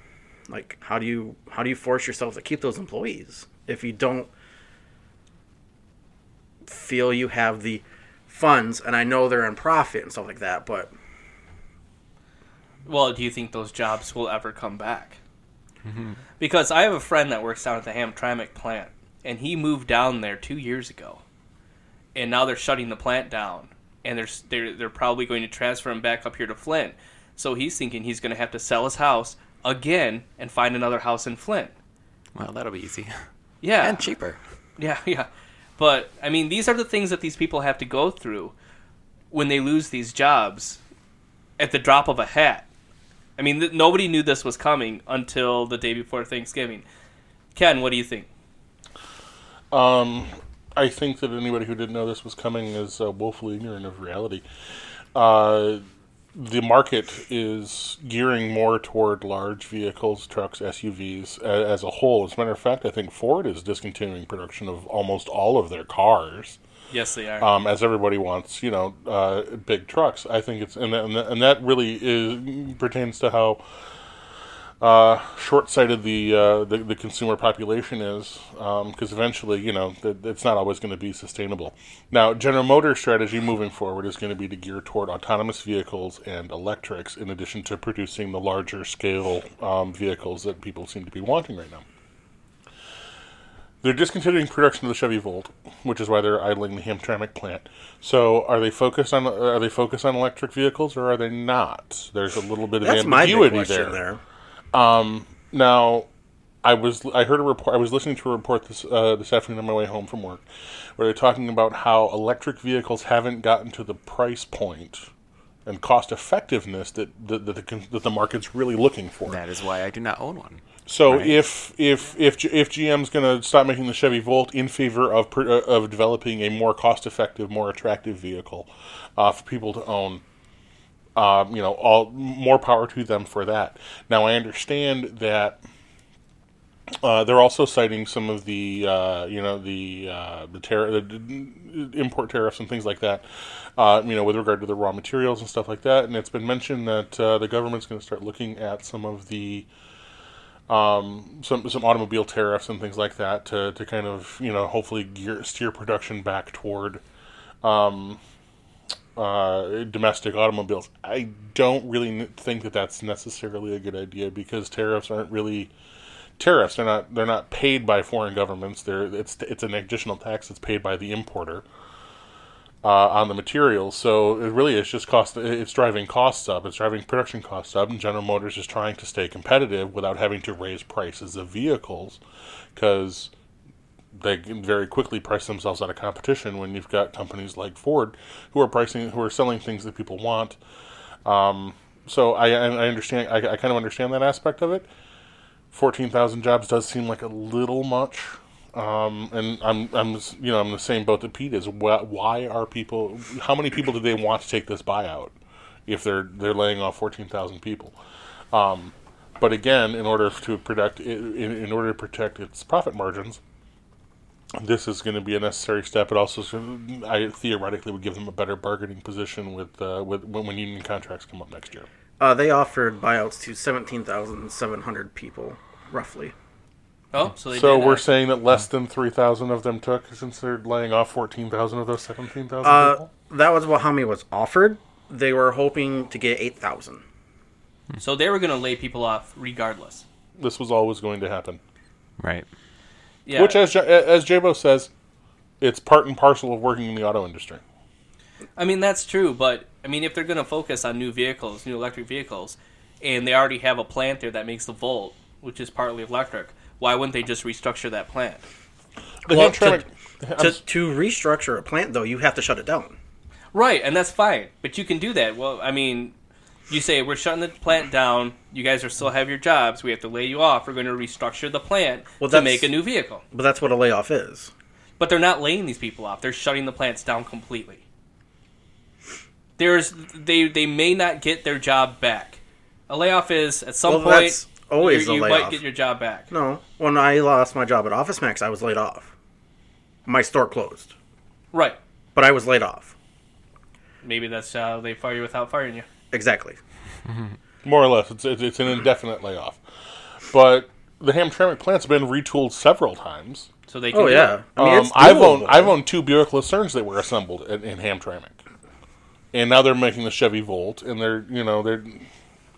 S1: Like, how do you how do you force yourself to keep those employees if you don't feel you have the funds? And I know they're in profit and stuff like that, but
S2: Well, do you think those jobs will ever come back? Because I have a friend that works down at the Hamtramck plant, and he moved down there two years ago, and now they're shutting the plant down, and they're s- they're they're probably going to transfer him back up here to Flint. So he's thinking he's going to have to sell his house again and find another house in Flint.
S4: Well, that'll be easy
S2: Yeah,
S4: and cheaper.
S2: yeah, yeah. But I mean, these are the things that these people have to go through when they lose these jobs at the drop of a hat. I mean, th- nobody knew this was coming until the day before Thanksgiving. Ken, what do you think?
S3: I think that anybody who didn't know this was coming is uh, woefully ignorant of reality. Uh, the market is gearing more toward large vehicles, trucks, SUVs a- as a whole. As a matter of fact, I think Ford is discontinuing production of almost all of their cars
S2: Yes, they are.
S3: um, as everybody wants, you know, uh, big trucks. I think it's and that, and that, and that really is pertains to how uh, short-sighted the, uh, the the consumer population is, because eventually, you know, that it's not always going to be sustainable. Now, General Motors' strategy moving forward is going to be to gear toward autonomous vehicles and electrics, in addition to producing the larger scale um, vehicles that people seem to be wanting right now. They're discontinuing production of the Chevy Volt, which is why they're idling the Hamtramck plant. So, are they focused on are they focused on electric vehicles or are they not? There's a little bit of
S1: that's my big
S3: ambiguity
S1: question
S3: there.
S1: there.
S3: Now, I was I heard a report. I was listening to a report this uh, this afternoon on my way home from work, where they're talking about how electric vehicles haven't gotten to the price point and cost effectiveness that that, that, the, con- that the market's really looking for.
S4: That is why I do not own one.
S3: So if if if G- if GM's going to stop making the Chevy Volt in favor of pr- uh, of developing a more cost-effective, more attractive vehicle uh, for people to own, um, you know, all more power to them for that. Now I understand that uh, they're also citing some of the uh, you know the uh, the, tar- the d- import tariffs and things like that. Uh, you know, with regard to the raw materials and stuff like that, and it's been mentioned that uh, the government's going to start looking at some of the some some automobile tariffs and things like that to, to kind of you know hopefully gear, steer production back toward um, uh, domestic automobiles. I don't really n- think that that's necessarily a good idea because tariffs aren't really tariffs. They're not they're not paid by foreign governments. They're it's it's an additional tax that's paid by the importer. Uh, on the materials, so it really is just cost. It's driving costs up. It's driving production costs up, and General Motors is trying to stay competitive without having to raise prices of vehicles, because they can very quickly price themselves out of competition when you've got companies like Ford who are pricing who are selling things that people want. Um, so I, I I understand I, I kind of understand that aspect of it. Fourteen thousand jobs does seem like a little much, um, and I'm I'm s- you know I'm in the same boat that Pete is. Why, why are people? How many people do they want to take this buyout if they're they're laying off fourteen thousand people? Um, but again, in order to protect in, in order to protect its profit margins, this is going to be a necessary step. It also, sort of- I theoretically would give them a better bargaining position with uh, with when, when union contracts come up next year.
S1: Uh, they offered buyouts to 17,700 people, roughly.
S2: Oh, so they
S3: So
S2: did,
S3: we're
S2: uh,
S3: saying that less than three thousand of them took, since they're laying off fourteen thousand of those seventeen thousand
S1: Uh,
S3: people.
S1: that was what how many was offered. They were hoping to get eight thousand.
S2: so they were going to lay people off regardless.
S3: This was always going to happen.
S4: Right.
S2: Yeah,
S3: Which, as J- as Jabo says, it's part and parcel of working in the auto industry.
S2: I mean that's true, but I mean if they're going to focus on new vehicles, new electric vehicles, and they already have a plant there that makes the Volt, which is partly electric, why wouldn't they just restructure that plant?
S3: The
S1: Well,
S3: Hamtramck-
S1: To, to restructure a plant, though, you have to shut it down.
S2: Right, and that's fine. But you can do that. Well, I mean, you say we're shutting the plant down. You guys are still have your jobs. We have to lay you off. We're going to restructure the plant
S1: Well,
S2: to
S1: that's-
S2: make a new vehicle.
S1: But that's what a layoff is.
S2: But they're not laying these people off. They're shutting the plants down completely. There's they they may not get their job back. A layoff is at some
S1: Well,
S2: point
S1: that's always
S2: you,
S1: a
S2: you might
S1: layoff.
S2: get your job back.
S1: No, when I lost my job at Office Max, I was laid off. My store closed,
S2: Right.
S1: but I was laid off.
S2: Maybe that's how they fire you without firing you.
S1: Exactly.
S3: more or less. It's it's, it's an indefinite layoff. But the Hamtramck plant's been retooled several times.
S2: So they can
S1: Oh
S2: do
S1: yeah.
S2: it.
S1: I mean,
S3: um,
S1: it's
S3: I've
S1: doable.
S3: owned I've owned two Buick Lucernes that were assembled in, in Hamtramck, and now they're making the Chevy Volt, and they're you know they're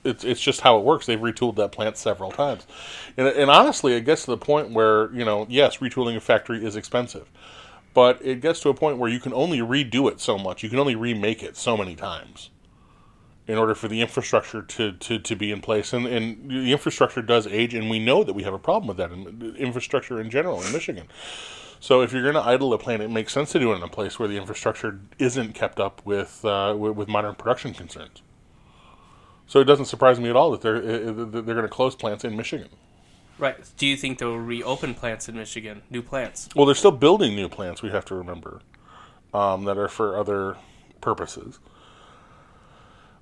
S3: it's it's just how it works. They've retooled that plant several times, and and honestly, it gets to the point where you know yes, retooling a factory is expensive, but it gets to a point where you can only redo it so much. You can only remake it so many times. In order for the infrastructure to, to, to be in place, and, and the infrastructure does age, and we know that we have a problem with that in infrastructure in general in Michigan. So if you're going to idle a plant, it makes sense to do it in a place where the infrastructure isn't kept up with uh, with, with modern production concerns. So it doesn't surprise me at all that they're uh, uh, that they're going to close plants in Michigan.
S2: Right. Do you think they'll reopen plants in Michigan? New plants.
S3: Well, they're still building new plants. We have to remember um, that are for other purposes.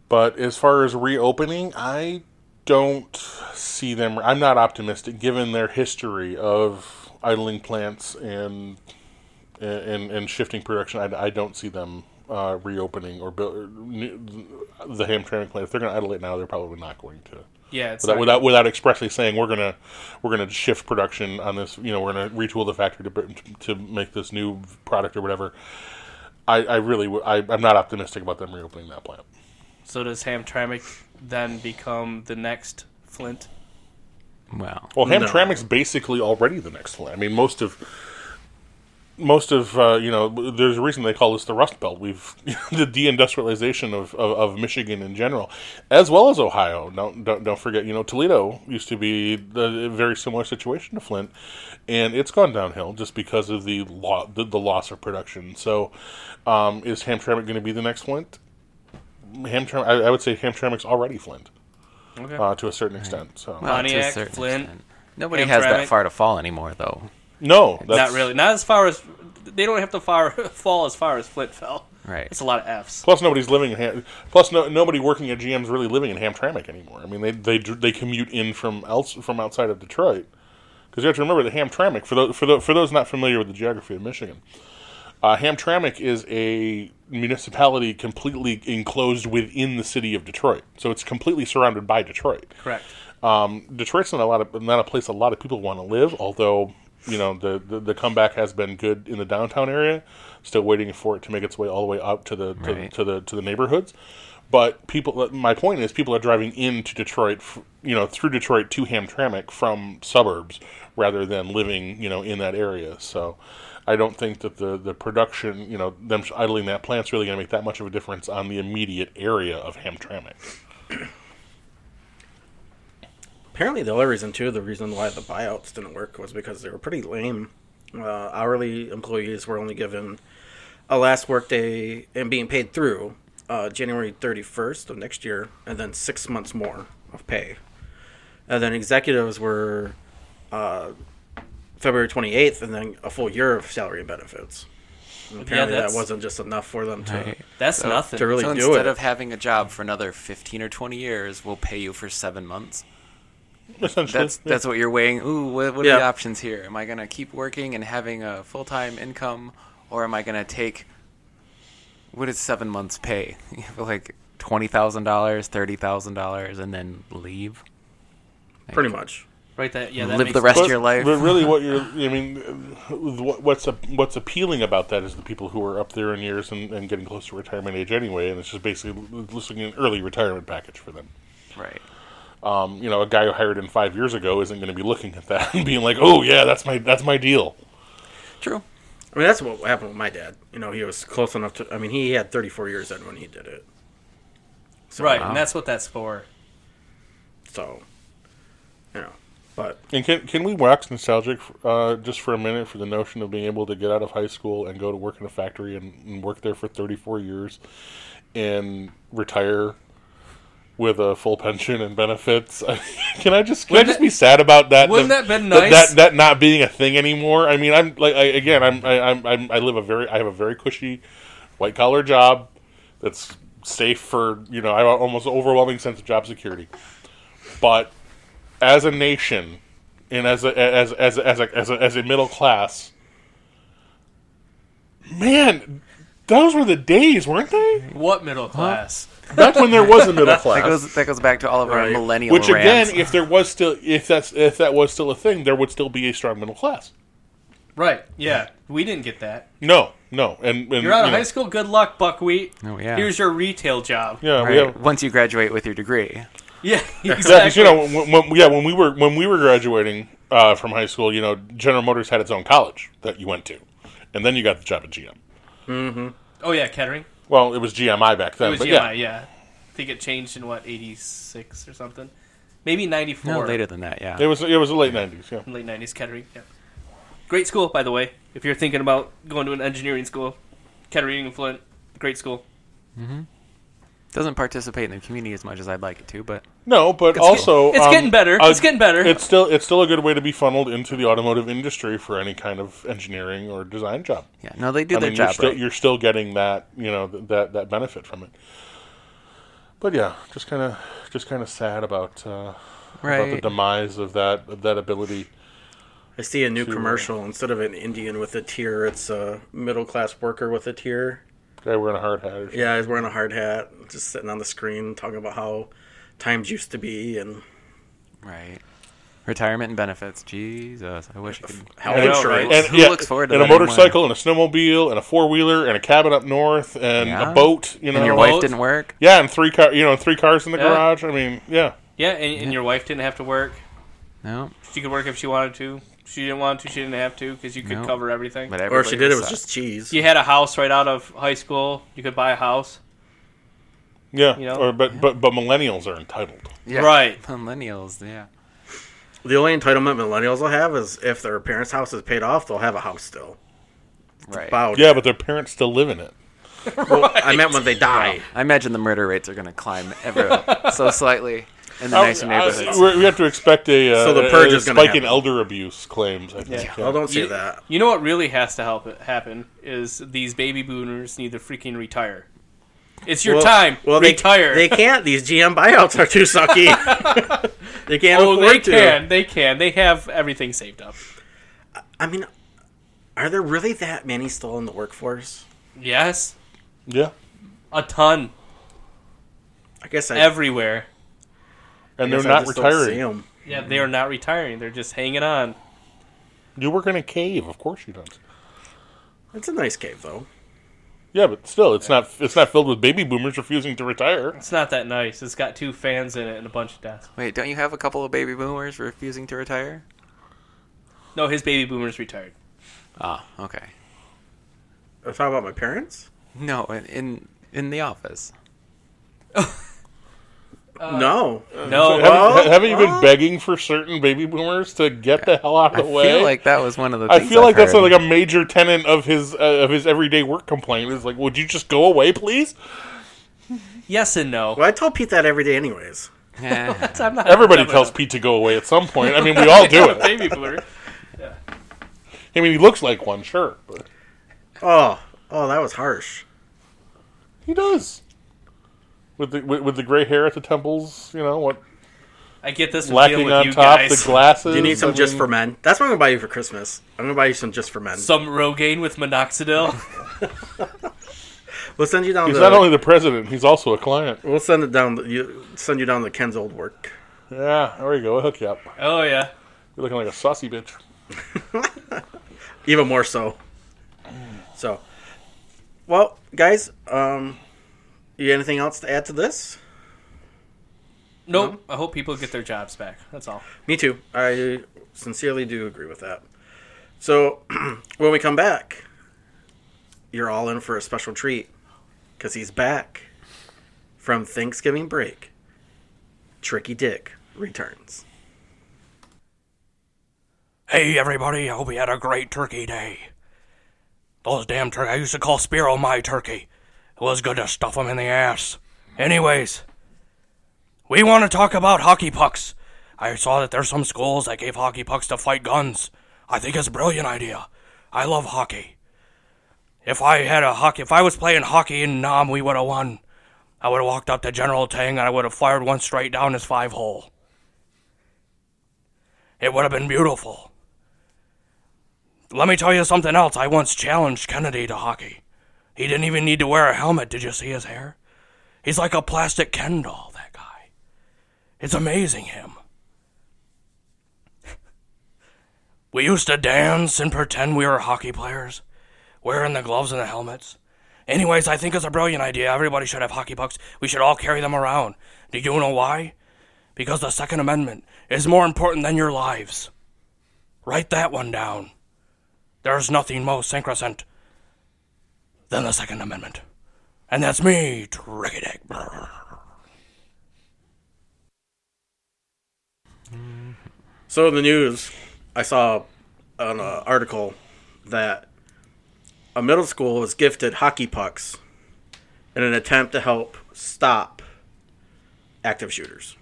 S3: But as far as reopening, I don't see them. I'm not optimistic given their history of idling plants and and and shifting production. I, I don't see them uh, reopening or build the Hamtramck plant. If they're going to idle it now, they're probably not going to
S2: Yeah, it's
S3: without,
S2: not-
S3: without without expressly saying we're gonna we're gonna shift production on this. You know, we're gonna retool the factory to br- to make this new product or whatever. I, I really w- I, am not optimistic about them reopening that plant.
S2: So does Hamtramck then become the next Flint?
S4: Well.
S3: Well, Hamtramck's basically already the next plant. I mean, most of most of uh, you know, there's a reason they call this the Rust Belt. We've the deindustrialization of, of, of Michigan in general, as well as Ohio. Don't, don't don't forget, you know, Toledo used to be the a very similar situation to Flint, and it's gone downhill just because of the lo- the, the loss of production. So, um, is Hamtramck going to be the next Flint? Hamtramck, I, I would say Hamtramck's already Flint
S2: Okay.
S3: uh, to a certain extent. So
S4: Well, to a
S2: Pontiac,
S4: certain
S2: Flint,
S4: extent. Nobody has
S2: Hamtramck.
S4: that far to fall anymore, though.
S3: no,
S2: Not
S3: that's,
S2: really. Not as far as they don't have to far, fall as far as Flint fell.
S4: Right.
S2: It's a lot of Fs.
S3: Plus, nobody's living in Ham. Plus, no, nobody working at GM's really living in Hamtramck anymore. I mean, they they dr- they commute in from else from outside of Detroit because you have to remember that Hamtramck for those for those for those not familiar with the geography of Michigan, uh, Hamtramck is a municipality completely enclosed within the city of Detroit, so it's completely surrounded by Detroit.
S2: Correct.
S3: Um, Detroit's not a lot of not a place a lot of people want to live. Although you know the, the the comeback has been good in the downtown area. Still waiting for it to make its way all the way up to the to,
S4: Right.
S3: to the to the neighborhoods. But people, uh, my point is, people are driving into Detroit, f- you know, through Detroit to Hamtramck from suburbs, rather than living, you know, in that area. So, I don't think that the the production, you know, them idling that plant's really going to make that much of a difference on the immediate area of Hamtramck.
S1: Apparently, the other reason too, the reason why the buyouts didn't work was because they were pretty lame. Uh, hourly employees were only given a last workday and being paid through uh, January 31st of next year, and then six months more of pay. And then executives were uh, February 28th, and then a full year of salary and benefits. And apparently, that
S2: that's-
S1: wasn't just enough for them to
S4: Right.
S2: That's nothing.
S1: to really
S4: so
S1: do
S4: instead
S1: it.
S4: of having a job for another 15 or 20 years, we'll pay you for seven months.
S3: Essentially,
S4: That's that's what you're weighing. Ooh, what, what are the
S1: Yeah.
S4: options here? Am I going to keep working and having a full time income, or am I going to take what is seven months' pay, like twenty thousand dollars, thirty thousand dollars, and then leave?
S1: pretty much.
S2: Right. That yeah. That
S4: Live
S2: makes,
S4: the rest
S3: But,
S4: of your life.
S3: but really, what you're, I mean, what- what's a, what's appealing about that is the people who are up there in years and, and getting close to retirement age anyway, and it's just basically listing an early retirement package for them.
S4: Right.
S3: Um, you know, a guy who hired in five years ago isn't going to be looking at that and being like, "Oh yeah, that's my that's my deal."
S4: True.
S1: I mean, that's what happened with my dad. You know, he was close enough to. I mean, he had 34 years then when he did it. So,
S2: Right,
S4: Wow.
S2: and that's what that's for.
S1: So, you know, but
S3: And can can we wax nostalgic uh, just for a minute for the notion of being able to get out of high school and go to work in a factory and, and work there for thirty four years, and retire with a full pension and benefits? can I just can I
S2: Wouldn't that-
S3: just be sad about that?
S2: wouldn't
S3: th-
S2: that been nice?
S3: th- That, that not being a thing anymore. I mean, I'm like I, again, I'm I, I'm I'm- I live a very I have a very cushy white collar job that's safe for you know I have an almost overwhelming sense of job security, but as a nation and as a as as as a, as a, as a middle class, man, those were the days, weren't they?
S2: What middle class?
S3: Back when there was a middle class.
S4: That goes that goes back to all of our
S1: Right.
S4: millennial
S3: Which again,
S4: rants.
S3: if there was still if that's if that was still a thing, there would still be a strong middle class.
S2: Right. Yeah. We didn't get that.
S3: No, no, and, and
S2: You're out of
S3: you know,
S2: high school. Good luck, buckwheat.
S4: Oh, yeah.
S2: Here's your retail job.
S3: Yeah, we
S4: Right.
S3: have.
S4: Once you graduate with your degree,
S2: Yeah.
S3: Yeah, 'cause,
S2: Exactly.
S3: you know, when, when, yeah, when we were when we were graduating uh, from high school, you know, General Motors had its own college that you went to, and then you got the job at GM.
S2: oh yeah, Kettering.
S3: Well, it was GMI back then,
S2: It was
S3: but
S2: GMI.
S3: yeah,
S2: Yeah. I think it changed in what 86 or something, maybe 94.
S4: no later than that. Yeah.
S3: it was it was the late nineties. Yeah,
S2: Late 90s, Kettering. Yeah. Great school, by the way. If you're thinking about going to an engineering school, Kettering and Flint, great school.
S4: Doesn't participate in the community as much as I'd like it to, but
S3: no, but
S2: It's
S3: also
S2: get- it's
S3: um,
S2: getting better.
S3: uh,
S2: It's getting better.
S3: It's still it's still a good way to be funneled into the automotive industry for any kind of engineering or design job.
S4: yeah, no, they do
S3: I
S4: their
S3: mean,
S4: job
S3: you're still
S4: right.
S3: you're still getting that you know th- that that benefit from it. But yeah, just kind of just kind of sad about uh, about the
S4: Right.
S3: demise of that of that ability.
S1: I see a new commercial. Instead of an Indian with a tear, it's a middle class worker with a tear.
S3: Guy wearing a hard hat. Or
S1: Yeah, he's wearing a hard hat, just sitting on the screen talking about how times used to be and
S4: Right. Retirement and benefits. Jesus, I wish I could.
S1: health
S2: I know,
S1: insurance.
S2: right?
S3: and
S4: Who
S3: yeah,
S4: looks forward to
S3: and
S4: that
S3: a
S4: anymore?
S3: motorcycle and a snowmobile and a four wheeler and a cabin up north and
S4: Yeah.
S3: a boat. You know,
S4: And your
S2: Well,
S4: wife didn't work.
S3: yeah, and three car. You know, three cars in the
S2: Yeah.
S3: garage. I mean, yeah,
S2: Yeah, and, and your wife didn't have to work.
S4: No,
S2: She could work if she wanted to. She didn't want to. She didn't have to because you could
S4: No.
S2: cover everything.
S4: but
S1: Or if she
S4: everybody
S1: did, it was
S4: sucked.
S1: just cheese.
S2: you had a house right out of high school. You could buy a house.
S3: yeah.
S2: You know?
S3: or but but but millennials are entitled.
S4: Yeah.
S2: Right.
S4: millennials. Yeah,
S1: The only entitlement millennials will have is if their parents' house is paid off, they'll have a house still.
S4: right.
S1: Wow.
S3: Yeah, but their parents still live in it.
S1: Well, I meant when they die.
S4: I imagine the murder rates are going to climb ever so slightly in the
S1: Oh,
S4: nicer
S3: I- I-
S4: neighborhoods.
S3: we're- we have to expect a uh,
S1: So the
S3: a-
S1: purge
S3: a
S1: is gonna
S3: spike in
S1: happen.
S3: elder abuse claims. I think.
S1: Well, don't say that.
S2: You know what really has to help it happen is these baby boomers need to freaking retire. It's your
S1: Well-
S2: time.
S1: Well, they,
S2: retire.
S1: They can't. These GM buyouts are too sucky. they can't
S2: oh,
S1: afford
S2: they
S1: to.
S2: can. They can. They have everything saved up.
S1: I mean, are there really that many still in the workforce?
S2: Yes,
S3: Yeah.
S2: a ton
S1: I guess I.
S2: everywhere.
S1: I
S3: And
S1: guess
S3: they're
S1: I
S3: not
S1: just don't see
S3: retiring.
S1: 'em.
S2: Yeah, they are not retiring. They're just hanging on.
S3: You work in a cave, of course you don't.
S1: It's a nice cave, though.
S3: Yeah, but still, it's not it's not filled with baby boomers refusing to retire.
S2: It's not that nice. It's got two fans in it and a bunch of desks.
S4: Wait, don't you have a couple of baby boomers refusing to retire?
S2: No, his baby boomers retired.
S4: Ah, okay.
S1: I'm talking Uh, about my parents.
S4: No, in in, in the office.
S1: no,
S2: No,
S1: well,
S3: haven't, haven't you
S1: well.
S3: been begging for certain baby boomers to get the hell out
S4: I
S3: of the way?
S4: feel like that was one of the.
S3: I
S4: Things
S3: feel like that's
S4: heard.
S3: like a major tenant of his uh, of his everyday work complaint is like, would you just go away, please?
S2: yes and no.
S1: well, I tell Pete that every day, anyways.
S4: Yeah.
S2: I'm not
S3: Everybody
S2: I'm not
S3: tells Pete to go away at some point. I mean, we all do
S2: a
S3: it.
S2: baby boomer.
S3: I mean, he looks like one, sure, but
S1: Oh, oh, that was harsh.
S3: he does. With the with, with the gray hair at the temples, you know what,
S2: I get this from dealing
S3: lacking
S2: with
S3: on
S2: you
S3: top,
S2: guys.
S3: the glasses.
S1: Do you need some
S3: I
S1: just
S3: mean,
S1: for men? That's what I'm gonna buy you for Christmas. I'm gonna buy you some just for men.
S2: Some Rogaine with minoxidil.
S1: we'll send you down.
S3: He's
S1: the,
S3: not only the president; he's also a client.
S1: we'll send it down. The, you send you down to Ken's old work.
S3: Yeah, there you go. We'll hook you up.
S2: oh yeah.
S3: You're looking like a saucy bitch.
S1: even more so. So, well, guys, um, you got anything else to add to this?
S2: Nope. I hope people get their jobs back. That's all.
S1: Me too. I sincerely do agree with that. So, when we come back, you're all in for a special treat because he's back from Thanksgiving break. Tricky Dick returns.
S5: Hey everybody, I hope you had a great turkey day. Those damn turkey, I used to call Spiro my turkey. It was good to stuff him in the ass. Anyways, we want to talk about hockey pucks. I saw that there's some schools that gave hockey pucks to fight guns. I think it's a brilliant idea. I love hockey. If I had a hockey, if I was playing hockey in Nam, we would have won. I would have walked up to General Tang and I would have fired one straight down his five hole. It would have been beautiful. Let me tell you something else. I once challenged Kennedy to hockey. He didn't even need to wear a helmet. Did you see his hair? He's like a plastic Ken doll, that guy. It's amazing him. we used to dance and pretend we were hockey players, wearing the gloves and the helmets. Anyways, I think it's a brilliant idea. Everybody should have hockey pucks. We should all carry them around. Do you know why? Because the Second Amendment is more important than your lives. Write that one down. There's nothing more sacrosanct than the Second Amendment. And that's me, Tricky Dick.
S1: So in the news, I saw an uh, article that a middle school was gifted hockey pucks in an attempt to help stop active shooters.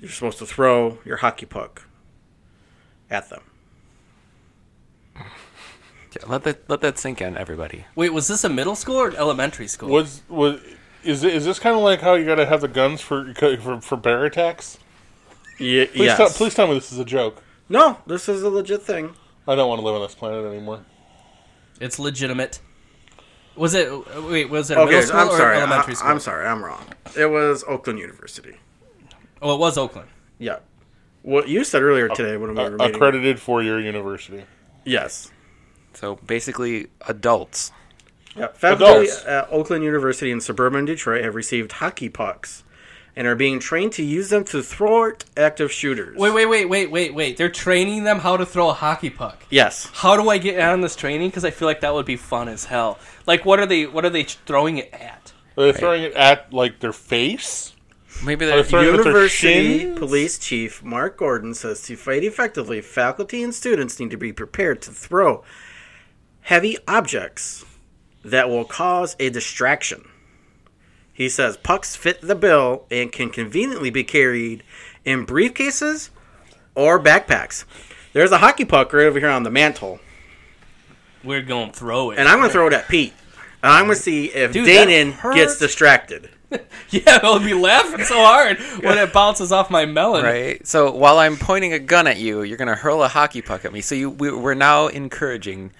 S1: You're supposed to throw your hockey puck at them.
S4: Yeah, let that let that sink in, everybody.
S2: Wait, was this a middle school or elementary school?
S3: Was was is it- is this kind of like how you got to have the guns for for, for bear attacks?
S1: Yeah,
S3: Please, tell, please tell me this is a joke.
S1: No, this is a legit thing.
S3: I don't want to live on this planet anymore.
S2: It's legitimate. Was it? Wait, was it a
S1: Okay,
S2: middle school
S1: I'm
S2: or
S1: sorry. I,
S2: elementary school?
S1: I'm sorry. I'm wrong. It was Oakland University.
S2: Oh, it was Oakland.
S1: Yeah. What you said earlier today would have been
S3: A-
S1: remaining-
S3: Uh, accredited four-year university.
S1: Yes.
S4: So basically, adults.
S1: Yeah, faculty
S3: Adults.
S1: at Oakland University in suburban Detroit have received hockey pucks and are being trained to use them to thwart active shooters.
S2: Wait, wait, wait, wait, wait, wait. They're training them how to throw a hockey puck.
S1: Yes.
S2: How do I get in on this training? Because I feel like that would be fun as hell. Like, what are they? What are they throwing it at?
S3: Are they throwing it at like their face?
S4: Maybe
S3: Are
S4: they're
S3: they throwing it at their
S1: University
S3: shins?
S1: Police Chief Mark Gordon says to fight effectively, faculty and students need to be prepared to throw heavy objects that will cause a distraction. He says pucks fit the bill and can conveniently be carried in briefcases or backpacks. There's a hockey puck right over here on the mantle,
S2: We're gonna throw it.
S1: and I'm going to throw it at Pete. And I'm going to see if
S2: Dude, that
S1: Danon
S2: hurt.
S1: gets distracted.
S2: yeah, they'll be laughing so hard when it bounces off my melon.
S4: right. So while I'm pointing a gun at you, you're gonna hurl a hockey puck at me. So you, we, we're now encouraging,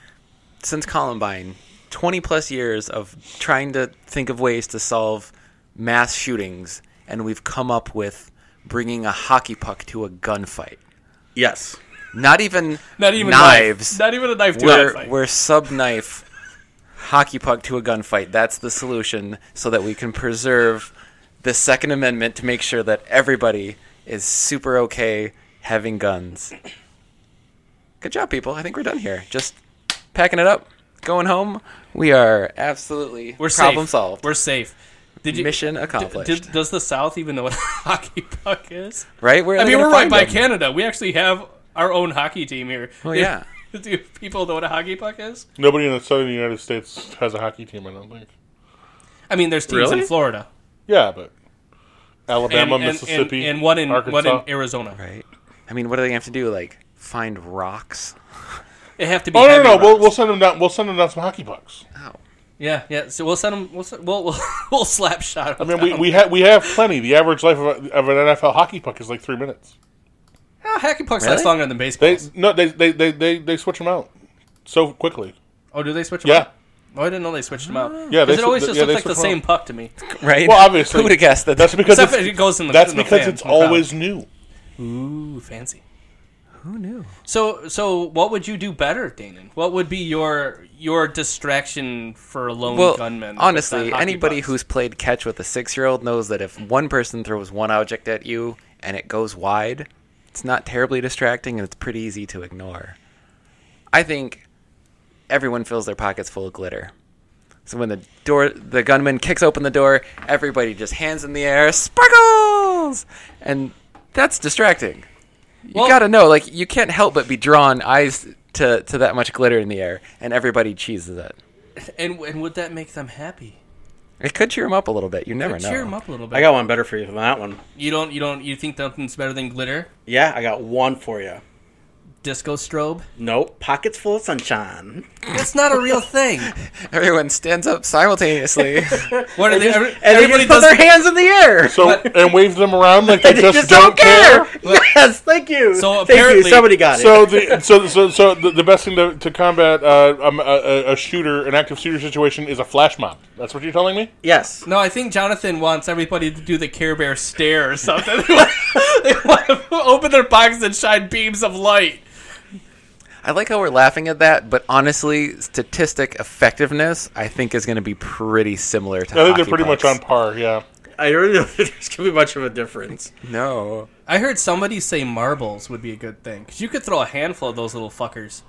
S4: since Columbine, 20 plus years of trying to think of ways to solve mass shootings, and we've come up with bringing a hockey puck to a gunfight.
S1: Yes.
S4: Not even
S2: Not even
S4: knives.
S2: Knife. Not even a knife to
S4: we're,
S2: it. Like,
S4: we're sub knife hockey puck to a gunfight. That's the solution so that we can preserve the Second Amendment to make sure that everybody is super okay having guns. Good job, people. I think we're done here. Just packing it up, going home. We are absolutely
S2: We're
S4: problem
S2: safe.
S4: solved.
S2: We're safe. Did you,
S4: Mission accomplished.
S2: Did, does the South even know what a hockey puck is?
S4: right? Where are
S2: I
S4: they
S2: mean,
S4: gonna
S2: we're right
S4: find
S2: by
S4: them?
S2: Canada. We actually have our own hockey team here.
S4: Well,
S2: Do-
S4: yeah.
S2: Do people know what a hockey puck is?
S3: Nobody in the southern United States has a hockey team. I don't think.
S2: I mean, there's teams
S1: Really?
S2: in Florida,
S3: Yeah, but Alabama,
S2: and, and-
S3: Mississippi,
S2: and, and one in
S3: Arkansas.
S2: one in Arizona.
S4: Right. I mean, what are they going to have to do? Like, find rocks?
S2: It have to be.
S3: Oh no,
S2: heavy
S3: no, no. We'll,
S2: rods.
S3: we'll send them down. We'll send them down some hockey pucks.
S4: Oh.
S2: yeah, yeah. So we'll send them. We'll se- we'll we'll, we'll slap shot.
S3: I mean, we, we have we have plenty. The average life of, a, of an NFL hockey puck is like three minutes.
S2: hockey Oh, pucks
S4: Really?
S2: last longer than
S3: They
S2: baseball.
S3: no, they they they they, they switch them out so quickly.
S2: Oh, do they switch them?
S3: Yeah,
S2: Out? Oh, I didn't know they switched them out.
S3: Yeah, they
S2: because it always
S3: sw-
S2: just
S3: yeah, they
S2: looks like the
S3: switch 'em
S2: same puck to me.
S4: Right?
S3: Well, obviously.
S4: Who would have guessed that?
S3: that's because
S2: Except
S3: it's,
S2: it goes in the.
S3: that's
S2: in the
S3: because
S2: fan,
S3: it's
S2: in the crowd.
S3: always new.
S2: ooh fancy.
S4: Who knew?
S2: So so what would you do better, Danon? What would be your your distraction for a lone
S4: Well,
S2: gunman? that's
S4: honestly,
S2: not hockey
S4: anybody
S2: pucks?
S4: who's played catch with a six-year-old knows that if one person throws one object at you and it goes wide, it's not terribly distracting and it's pretty easy to ignore. I think everyone fills their pockets full of glitter. So when the door, the gunman kicks open the door, everybody just hands in the air, sparkles, and that's distracting. You
S2: Well-
S4: gotta know, like you can't help but be drawn eyes to to that much glitter in the air, and everybody cheeses it.
S2: and and would that make them happy?
S4: It could cheer him up a little bit. You never know.
S2: Cheer them up a little bit.
S1: I got one better for you than that one.
S2: you don't you don't you think something's better than glitter?
S1: Yeah, I got one for you.
S2: Disco strobe?
S1: Nope, pockets full of sunshine.
S2: That's not a real thing.
S4: Everyone stands up simultaneously. and
S2: What are they? every-
S4: they
S2: everybody
S4: just put
S2: does.
S4: their hands in the air.
S3: So and wave them around like they,
S1: They
S3: just, don't care.
S1: Yes, thank you.
S2: So
S1: thank
S2: apparently-
S1: you. somebody got it.
S3: So the so so so the, the best thing to, to combat uh, um, a, a, a shooter, an active shooter situation, is a flash mob. That's what you're telling me.
S1: Yes.
S2: No, I think Jonathan wants everybody to do the Care Bear stare or something. they want- they want to open their pockets and shine beams of light.
S4: I like how we're laughing at that, but honestly, statistic effectiveness I think is going to be pretty similar to.
S3: I think they're
S4: hockey
S3: pretty
S4: pucks.
S3: much on par. Yeah.
S1: I don't know if there's going to be much of a difference.
S4: No,
S2: I heard somebody say marbles would be a good thing 'cause you could throw a handful of those little fuckers.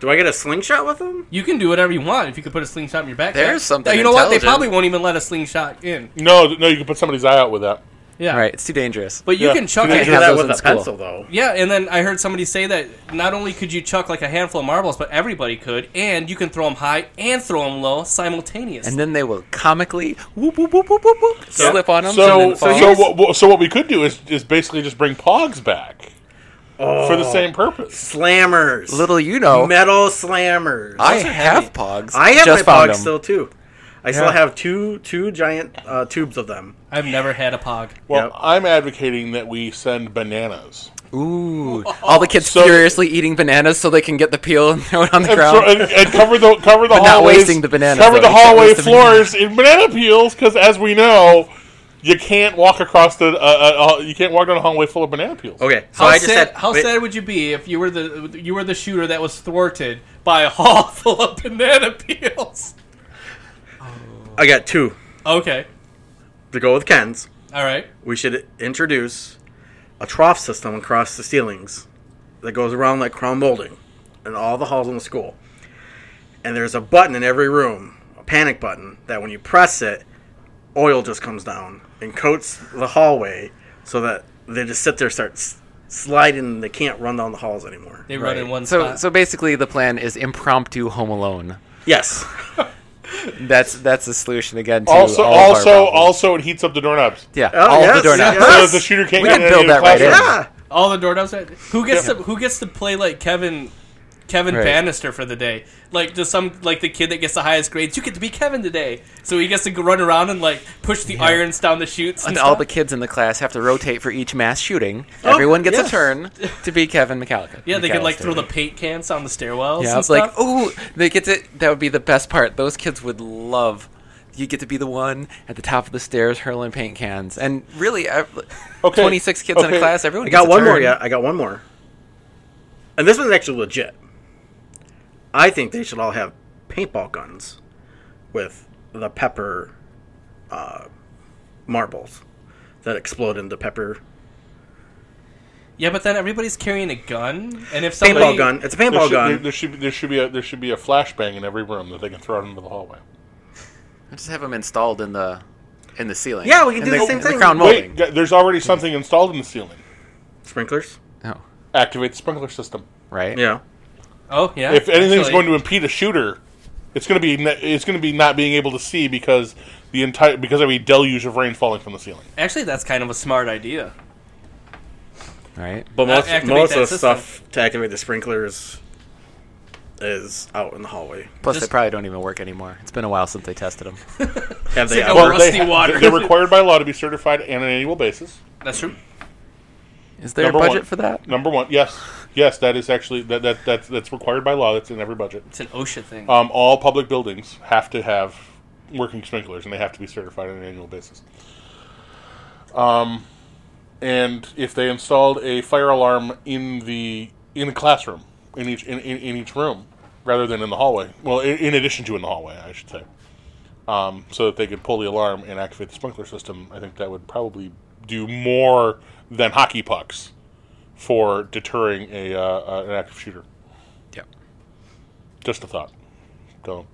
S1: Do I get a slingshot with them?
S2: You can do whatever you want if you could put a slingshot in your backpack.
S4: There's something
S2: You know what? They
S4: intelligent.
S2: probably won't even let a slingshot in.
S3: No, th- no, you can put somebody's eye out with that.
S2: Yeah,
S4: all right, it's too dangerous.
S2: But you
S3: Yeah.
S2: can chuck
S3: Can
S1: I
S3: you
S2: it.
S1: do
S4: have
S1: that
S4: those
S1: with
S4: in
S1: a
S4: school.
S1: pencil, though.
S2: Yeah, and then I heard somebody say that not only could you chuck like a handful of marbles, but everybody could, and you can throw them high and throw them low simultaneously.
S4: and then they will comically whoop whoop whoop whoop whoop, whoop slip on them. and
S3: So
S4: then fall.
S3: so, what, what- so what we could do is is basically just bring Pogs back for the same purpose.
S1: Slammers.
S4: little you know,
S1: metal slammers.
S4: I
S2: are
S4: have
S2: heavy.
S4: pogs.
S1: I have
S4: just
S1: my
S4: found
S1: pogs
S4: 'em.
S1: still too. I still
S4: Yeah.
S1: have two two giant uh, tubes of them.
S2: I've never had a pog.
S3: Well,
S1: Yep.
S3: I'm advocating that we send bananas.
S4: Ooh, all the kids
S3: So-
S4: furiously eating bananas so they can get the peel and throw it on the
S3: and,
S4: ground.
S3: throw- and, and cover the cover the
S4: But not
S3: hallways,
S4: wasting the bananas,
S3: cover
S4: though.
S3: the
S4: You can't
S3: hallway
S4: waste the
S3: floors in banana peels because, as we know, you can't walk across the uh, uh, uh, you can't walk down a hallway full of banana peels.
S1: Okay, so
S2: How,
S1: I just
S2: sad,
S1: had,
S2: how
S1: wait,
S2: sad would you be if you were the you were the shooter that was thwarted by a hall full of banana peels?
S1: I got two
S2: Okay,
S1: to go with Ken's.
S2: all right.
S1: We should introduce a trough system across the ceilings that goes around like crown molding in all the halls in the school. And there's a button in every room, a panic button, that when you press it, oil just comes down and coats the hallway so that they just sit there, start s- sliding, and they can't run down the halls anymore.
S2: They
S4: Right.
S2: run in one
S4: so,
S1: Uh,
S2: spot.
S4: so basically, the plan is impromptu Home Alone.
S1: Yes.
S4: That's that's the solution again. To
S3: Also,
S4: all of our
S3: also,
S4: problems.
S3: also, it heats up the doorknobs.
S4: yeah,
S1: Oh,
S4: all
S1: yes,
S4: of the doorknobs.
S1: yes.
S3: So that the shooter can't
S4: We
S3: get
S4: can
S3: in
S4: build
S3: any of
S4: that right
S3: the
S4: in.
S3: classrooms.
S1: yeah.
S2: All the doorknobs. Who gets to who gets to play like Kevin Kevin
S4: Right.
S2: Bannister for the day? Like does some like the kid that gets the highest grades? You get to be Kevin today, so he gets to go run around and like push the irons down the chutes. And
S4: And all the
S2: stuff.
S4: kids in the class have to rotate for each mass shooting. Everyone gets
S1: yes.
S4: a turn to be Kevin McCallican.
S2: yeah, they can like throw the paint cans down the stairwells.
S4: Yeah,
S2: and
S4: it's like
S2: stuff.
S4: oh, they get to. That would be the best part. Those kids would love. You get to be the one at the top of the stairs hurling paint cans, and really, ev-
S3: Okay,
S4: twenty-six kids in a
S3: okay.
S4: class. Everyone
S1: I got
S4: gets a
S1: one more.
S4: turn.
S1: Yeah, I got one more. And this one's actually legit. I think they should all have paintball guns with the pepper uh, marbles that explode into pepper
S2: yeah, but then everybody's carrying a gun, and if somebody
S1: paintball gun. It's a
S3: There
S1: paintball
S3: should, there,
S1: gun.
S3: there should be there should be a there should be a flashbang in every room that they can throw out into the hallway.
S4: Just have them installed in the in the ceiling.
S1: Yeah, we can
S4: In
S1: do the same
S4: in
S1: thing.
S4: crown molding.
S3: Wait, gu- there's already something installed in the ceiling.
S1: Sprinklers.
S4: Oh,
S3: Activate the sprinkler system.
S4: right.
S1: Yeah.
S2: Oh yeah.
S3: If anything's
S2: Actually,
S3: going to impede a shooter, it's going to be ne- it's going to be not being able to see because the entire because of a deluge of rain falling from the ceiling.
S2: actually, that's kind of a smart idea.
S4: Right.
S1: But most,
S2: activate
S1: most
S2: that
S1: of the
S2: system.
S1: stuff to activate the sprinklers is out in the hallway.
S4: Plus,
S2: Just-
S4: they probably don't even work anymore. It's been a while since they tested them.
S1: Have they
S2: like a
S1: ever-
S2: rusty
S3: they,
S2: water.
S3: They're required by law to be certified on an annual basis.
S2: That's true.
S4: Is there a
S3: Number
S4: budget
S3: one.
S4: for that?
S3: Number one, yes, yes, that is actually that that that's that's required by law. That's in every budget.
S2: It's an OSHA thing.
S3: Um, all public buildings have to have working sprinklers, and they have to be certified on an annual basis. Um, and if they installed a fire alarm in the in the classroom in each in, in, in each room rather than in the hallway. Well, in, in addition to in the hallway, I should say, um, so that they could pull the alarm and activate the sprinkler system. I think that would probably do more than hockey pucks for deterring a uh, uh, an active shooter.
S4: Yep.
S3: Just a thought. Don't.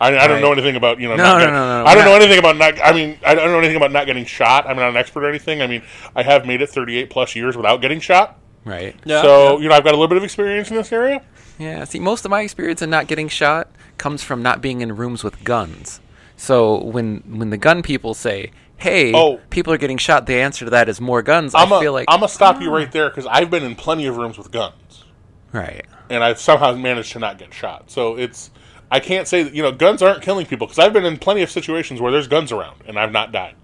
S3: I, I don't know anything about you know.
S4: Hmm. No,
S3: not
S4: no,
S3: getting-
S4: no, no,
S3: I
S4: we're
S3: don't know
S4: not-
S3: anything about not. I mean, I don't know anything about not getting shot. I'm not an expert or anything. I mean, I have made it 38 plus years without getting shot.
S4: Right.
S2: Yeah,
S3: so you know, I've got a little bit of experience in this area.
S4: Yeah. See, most of my experience in not getting shot comes from not being in rooms with guns. So when when the gun people say, "Hey,
S3: Oh.
S4: people are getting shot," the answer to that is more guns.
S3: I'm
S4: I
S3: a,
S4: feel like
S3: I'm gonna stop
S2: Ah.
S3: you right there because I've been in plenty of rooms with guns,
S4: right.
S3: and I've somehow managed to not get shot. So it's I can't say that you know guns aren't killing people because I've been in plenty of situations where there's guns around and I've not died.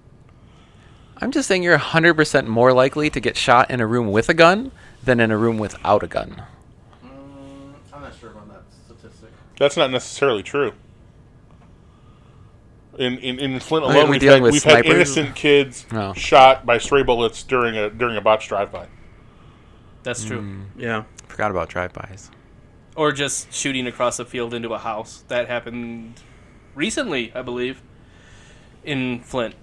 S4: I'm just saying you're 100% more likely to get shot in a room with a gun than in a room without a gun.
S1: I'm not sure about that statistic.
S3: That's not necessarily true. In in, in Flint
S4: mean,
S3: alone,
S4: we're
S3: we've,
S4: dealing with
S3: had, we've had
S4: snipers.
S3: innocent kids
S4: No.
S3: shot by stray bullets during a during a botched drive by.
S2: that's true.
S1: Yeah.
S4: Forgot about drive-bys.
S2: Or just shooting across the field into a house. That happened recently, I believe, in Flint.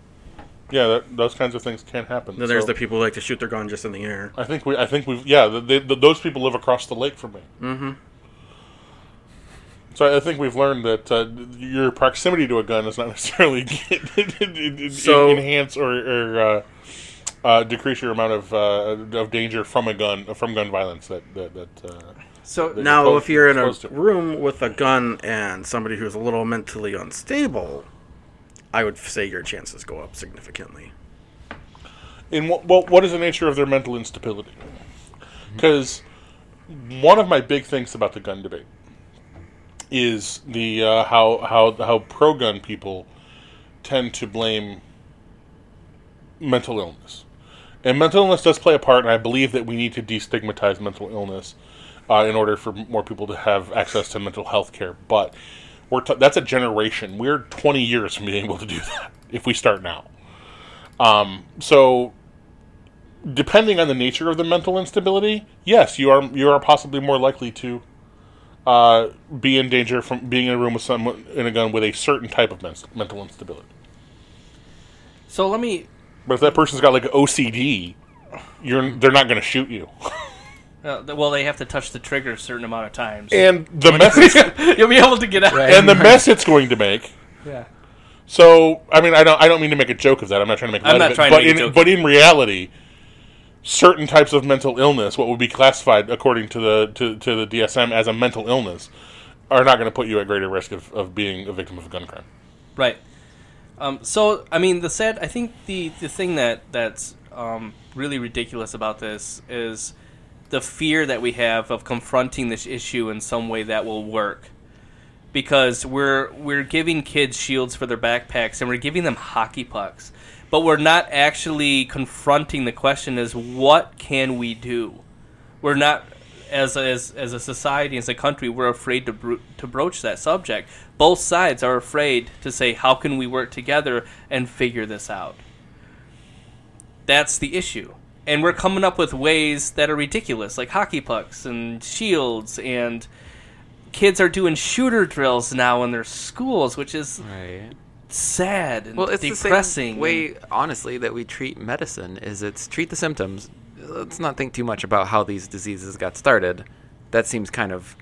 S3: Yeah, that, those kinds of things can happen.
S1: Then there's
S3: So
S1: the people who like to shoot their gun just in the air.
S3: I think we I think we've yeah th th th those people live across the lake from me. Mm-hmm. So I think we've learned that uh, your proximity to a gun does not necessarily
S1: So-
S3: enhance or, or uh, uh, decrease your amount of uh, of danger from a gun from gun violence. That that, that uh,
S2: So
S3: They-
S1: Now,
S3: Supposed
S1: if you're in a
S3: supposed to.
S1: room with a gun and somebody who's a little mentally unstable, I would say your chances go up significantly.
S3: in what, well, what is the nature of their mental instability? Because one of my big things about the gun debate is the uh, how how how pro gun people tend to blame mental illness, and mental illness does play a part. And I believe that we need to destigmatize mental illness uh, in order for more people to have access to mental health care. But we're t- that's a generation. We're twenty years from being able to do that if we start now. Um, so, depending on the nature of the mental instability, yes, you are you are possibly more likely to uh, be in danger from being in a room with someone in a gun with a certain type of men- mental instability.
S2: so let me
S3: But if that person's got like OCD, you're they're not going to shoot you.
S2: Uh, th- well, they have to touch the trigger a certain amount of times.
S3: And the message
S2: You'll be able to get out.
S4: Right.
S3: and the mess it's going to make.
S2: Yeah.
S3: So I mean, I don't I don't mean to make a joke of that. I'm not trying to make
S2: I'm
S3: light
S2: not
S3: of
S2: trying
S3: it.
S2: to
S3: But
S2: make a
S3: in
S2: joke.
S3: but in reality, certain types of mental illness, what would be classified according to the to, to the DSM as a mental illness, are not going to put you at greater risk of, of being a victim of a gun crime.
S2: Right. Um, so, I mean, the sad. I think the the thing that that's um, really ridiculous about this is the fear that we have of confronting this issue in some way that will work, because we're we're giving kids shields for their backpacks and we're giving them hockey pucks, but we're not actually confronting the question: is what can we do? we're not as as as a society as a country we're afraid to bro- to broach that subject both sides are afraid to say how can we work together and figure this out that's the issue and we're coming up with ways that are ridiculous like hockey pucks and shields and kids are doing shooter drills now in their schools which is
S4: Right.
S2: sad and
S4: Well, it's
S2: depressing
S4: the same way, honestly, that we treat medicine is it's treat the symptoms. Let's not think too much about how these diseases got started. That seems kind of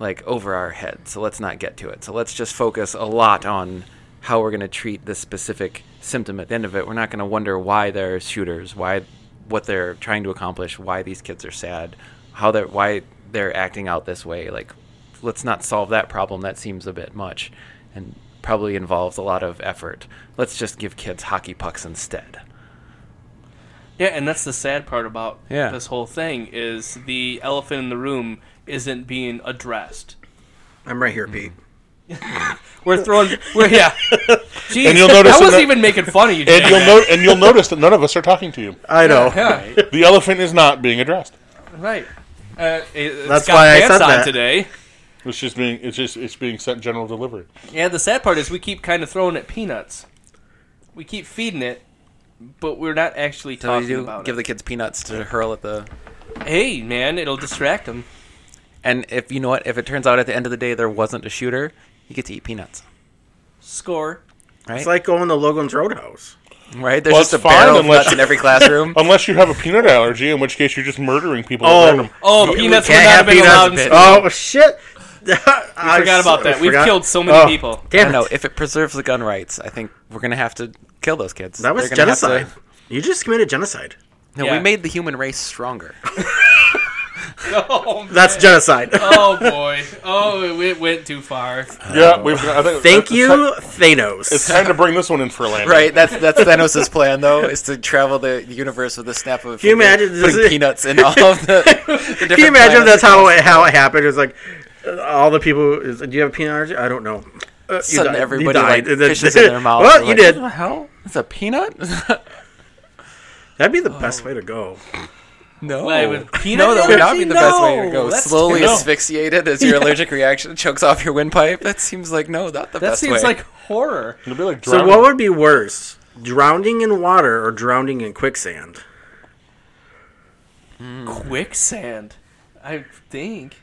S4: like over our head. So let's not get to it. So let's just focus a lot on how we're going to treat this specific symptom at the end of it. We're not going to wonder why they're shooters, why what they're trying to accomplish, why these kids are sad, how they're why they're acting out this way. Like let's not solve that problem. That seems a bit much and probably involves a lot of effort. Let's just give kids hockey pucks instead.
S2: Yeah, and that's the sad part about
S4: Yeah.
S2: this whole thing is the elephant in the room isn't being addressed.
S1: I'm right here, Pete.
S2: We're throwing, we're yeah. Jeez,
S3: And you'll notice
S2: I
S3: in
S2: wasn't
S3: the-
S2: even making fun of you.
S3: And
S2: Jay.
S3: you'll no- and you'll notice that none of us are talking to you.
S1: I know.
S2: yeah,
S3: The elephant is not being addressed.
S2: right. Uh, it,
S1: That's
S2: has got
S1: why I
S2: pants
S1: said
S2: on
S1: that.
S2: today.
S3: It's just being it's just it's being sent general delivery.
S2: Yeah, the sad part is we keep kind of throwing it peanuts. We keep feeding it, but we're not actually
S4: So
S2: talking
S4: you do
S2: about it.
S4: give the kids peanuts to hurl at the.
S2: hey, man, it'll distract them.
S4: And if you know what, if it turns out at the end of the day there wasn't a shooter, you get to eat peanuts,
S2: Score.
S4: right?
S1: It's like going to Logan's Roadhouse.
S4: right? There's
S3: Well,
S4: just a
S3: it's fine
S4: barrel of
S3: unless
S4: nuts
S3: you-
S4: in
S3: Oh,
S4: every classroom.
S3: Unless you have a peanut allergy, in which case you're just murdering people. at
S1: Oh.
S3: random.
S2: Oh, peanuts would
S4: can't
S2: not
S4: have
S2: have been
S4: peanuts,
S2: allowed in
S4: bitch.
S2: school.
S1: Oh shit! I
S2: I forgot about that. We've
S1: forgot.
S2: killed so many
S1: Oh,
S2: people.
S4: I
S1: Damn
S4: don't know
S1: it!
S4: if it preserves the gun rights. I think we're gonna have to kill those kids.
S1: That was
S4: They're gonna have
S1: genocide.
S4: To,
S1: You just committed genocide.
S4: no,
S2: Yeah.
S4: we made the human race stronger.
S2: Oh,
S1: That's genocide.
S2: oh boy. Oh, it went too far.
S3: yeah, we've. I think,
S1: Thank
S3: it's
S1: you,
S3: ti- It's
S1: Thanos.
S3: time to bring this one in for a landing.
S4: right? That's that's Thanos' plan though, is to travel the universe with the snap of a
S1: you
S4: finger,
S1: imagine this
S4: putting
S1: is-
S4: peanuts in all of the, the
S1: Can you imagine if that's how it, how it happened? It was like uh, all the people. Is, do you have a peanut allergy? I don't know. Uh, you
S4: sudden
S1: died- you
S4: everybody like,
S1: died. And then-
S4: fishes in their mouth?
S1: Well,
S4: They're
S1: you
S4: like,
S1: did.
S4: What the hell? It's a peanut?
S1: That'd be the
S4: Oh.
S1: best way to go.
S4: no.
S2: Like, with peanut
S4: Oh. no, that would not
S2: allergy?
S4: be the best way to
S2: No,
S4: go.
S2: that's-
S4: Slowly
S3: No.
S4: asphyxiated as your allergic reaction chokes off your windpipe. That seems like no, not the
S2: That
S4: best
S2: seems
S4: way.
S2: like horror.
S3: It'd be like
S1: So,
S3: drowning.
S1: what would be worse, drowning in water or drowning in quicksand?
S4: Hmm.
S2: Quicksand. I think.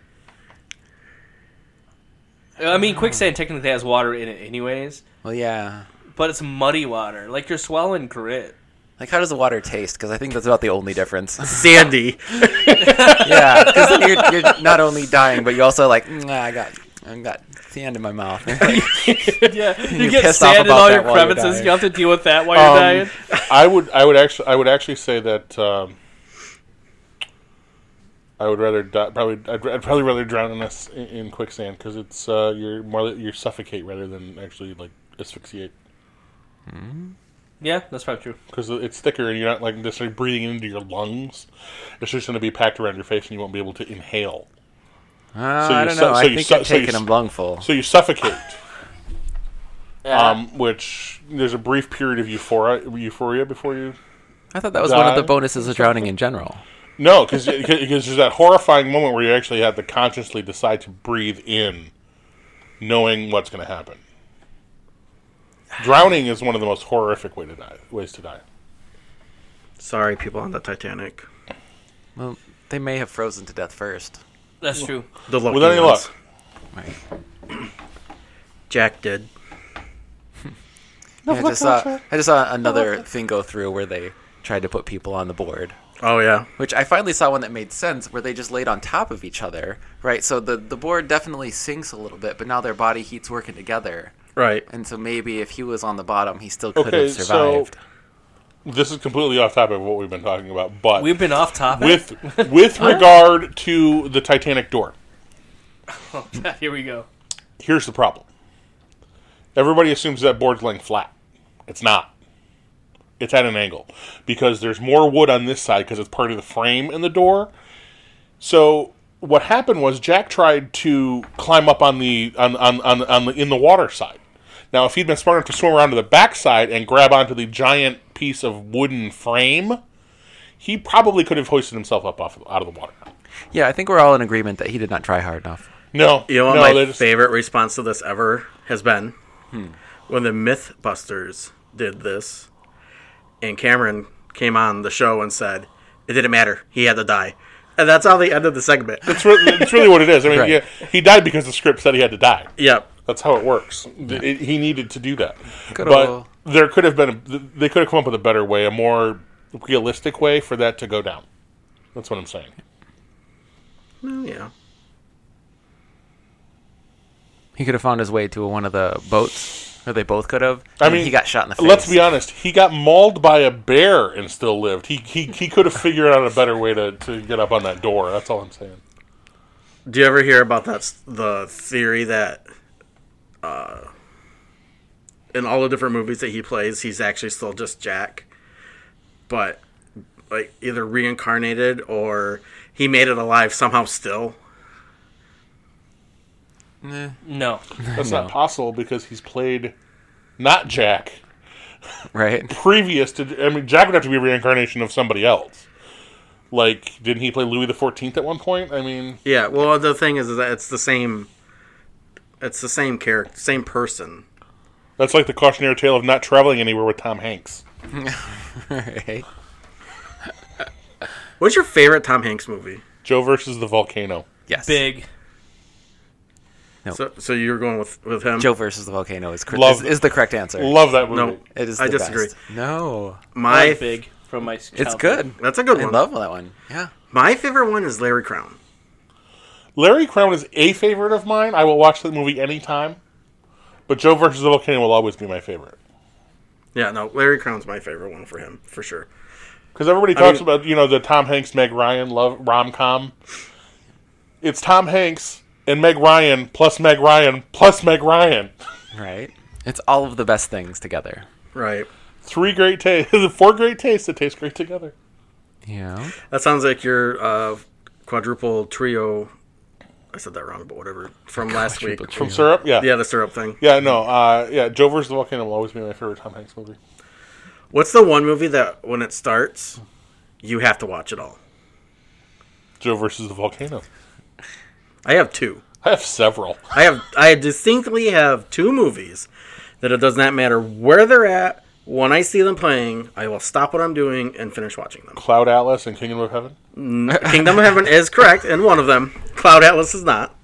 S2: I mean, quicksand technically has water in it, anyways,
S4: well, yeah.
S2: but it's muddy water. Like you're swallowing grit.
S4: Like, how does the water taste? Because I think that's about the only difference.
S1: Sandy.
S4: Yeah, because then you're, you're not only dying, but you also like, "Mm, I got, I got sand in my mouth.
S2: Yeah, you,
S4: you're
S2: get
S4: pissed off
S2: sand in
S4: about
S2: all
S4: that
S2: your
S4: while you're
S2: crevices.
S4: dying.
S2: You have to deal with that while
S3: Um,
S2: you're dying.
S3: I would. I would actually. I would actually say that. Um, I would rather die, probably. I'd, I'd probably rather drown in us in, in quicksand because it's uh, you're more li- you suffocate rather than actually like asphyxiate
S2: Yeah, that's probably true.
S3: because it's thicker and you're not like necessarily breathing into your lungs. It's just going to be packed around your face and you won't be able to inhale.
S4: Uh,
S3: So
S4: I
S3: you
S4: don't
S3: su-
S4: know.
S3: so
S4: I
S3: you
S4: think
S3: su-
S4: I'm
S3: so you
S4: taking a
S3: su-
S4: lungful.
S3: So you suffocate. Um, which there's a brief period of euphoria, euphoria before you
S4: I thought that was one of the
S3: die.
S4: bonuses of drowning in general.
S3: No, because there's that horrifying moment where you actually have to consciously decide to breathe in, knowing what's going to happen. Drowning is one of the most horrific way to die, ways to die.
S1: Sorry, people on the Titanic.
S4: Well, they may have frozen to death first.
S2: That's true.
S1: The lucky
S3: With any
S1: ones.
S3: luck,
S4: Right.
S1: Jack did.
S4: I just saw I just saw another thing go through where they tried to put people on the board,
S1: Oh yeah.
S4: which I finally saw one that made sense where they just laid on top of each other, right? So the the board definitely sinks a little bit, but now their body heat's working together,
S1: Right.
S4: and so maybe if he was on the bottom, he still could
S3: Okay,
S4: have survived.
S3: this is completely off topic of what we've been talking about, but
S2: We've been off topic.
S3: with with regard to the Titanic door,
S2: Here we go.
S3: here's the problem. Everybody assumes that board's laying flat. It's not. It's at an angle because there's more wood on this side because it's part of the frame and the door. So what happened was Jack tried to climb up on the on on, on, on the in the water side. Now, if he'd been smart enough to swim around to the backside and grab onto the giant piece of wooden frame, he probably could have hoisted himself up off out of the water.
S4: Yeah, I think we're all in agreement that he did not try hard enough.
S3: No,
S1: You know what
S3: no,
S1: my
S3: they just-
S1: favorite response to this ever has been? When the Mythbusters did this and Cameron came on the show and said, It didn't matter, he had to die. And that's how they ended the segment.
S3: It's really, it's really what it is. I mean,
S4: Right.
S3: yeah, he died because the script said he had to die.
S1: yep.
S3: That's how it works. Th- it- he needed to do that.
S4: Good
S3: but
S4: ol'-
S3: there could have been. A, th- they could have come up with a better way, a more realistic way for that to go down. That's what I'm saying.
S1: Mm, Yeah.
S4: He could have found his way to one of the boats, or they both could have.
S3: I
S4: and
S3: mean,
S4: he got shot in the face.
S3: Let's be honest. He got mauled by a bear and still lived. He he, he could have figured out a better way to, to get up on that door. That's all I'm saying.
S1: Do you ever hear about that s- the theory that uh, in all the different movies that he plays, he's actually still just Jack, but like either reincarnated or he made it alive somehow still.
S2: No.
S3: That's not possible because he's played not Jack
S4: right.
S3: previous to. I mean, Jack would have to be a reincarnation of somebody else. Like, didn't he play Louis the Fourteenth at one point? I mean,
S1: Yeah. Well, the thing is, is that it's the same. It's the same character, same person.
S3: That's like the cautionary tale of not traveling anywhere with Tom Hanks.
S4: Right.
S1: What's your favorite Tom Hanks movie?
S3: Joe versus the volcano.
S4: Yes.
S2: Big.
S1: So, so you're going with with him?
S4: Joe versus the volcano is, cor-
S3: Love
S4: is,
S3: it.
S4: is the correct answer.
S3: Love that movie.
S1: No,
S4: it is.
S1: I
S4: the
S1: disagree.
S4: best. No,
S1: My
S2: Love big from my.
S4: it's
S2: childhood.
S4: good.
S1: That's a good
S4: I
S1: one.
S4: love that one. Yeah.
S1: My favorite one is Larry Crown.
S3: Larry Crown is a favorite of mine. I will watch that movie anytime. But Joe versus the volcano will always be my favorite.
S1: Yeah, no, Larry Crown's my favorite one for him for sure.
S3: Because everybody talks
S1: mean-
S3: about you know the Tom Hanks Meg Ryan love rom com. It's Tom Hanks and Meg Ryan plus Meg Ryan plus Meg Ryan.
S4: Right. It's all of the best things together.
S1: Right.
S3: Three great tastes, four great tastes that taste great together.
S4: Yeah.
S1: That sounds like your uh, quadruple trio. I said that wrong, but whatever. From last week.
S3: From syrup, yeah,
S1: Yeah, the syrup thing.
S3: yeah, no, uh, yeah. Joe versus the volcano will always be my favorite Tom Hanks movie.
S1: What's the one movie that when it starts, you have to watch it all?
S3: Joe versus the volcano.
S1: I have two.
S3: I have several.
S1: I have I distinctly have two movies that it does not matter where they're at. When I see them playing, I will stop what I'm doing and finish watching them.
S3: Cloud Atlas and Kingdom of Heaven.
S1: Kingdom of Heaven is correct in one of them. Cloud Atlas is not.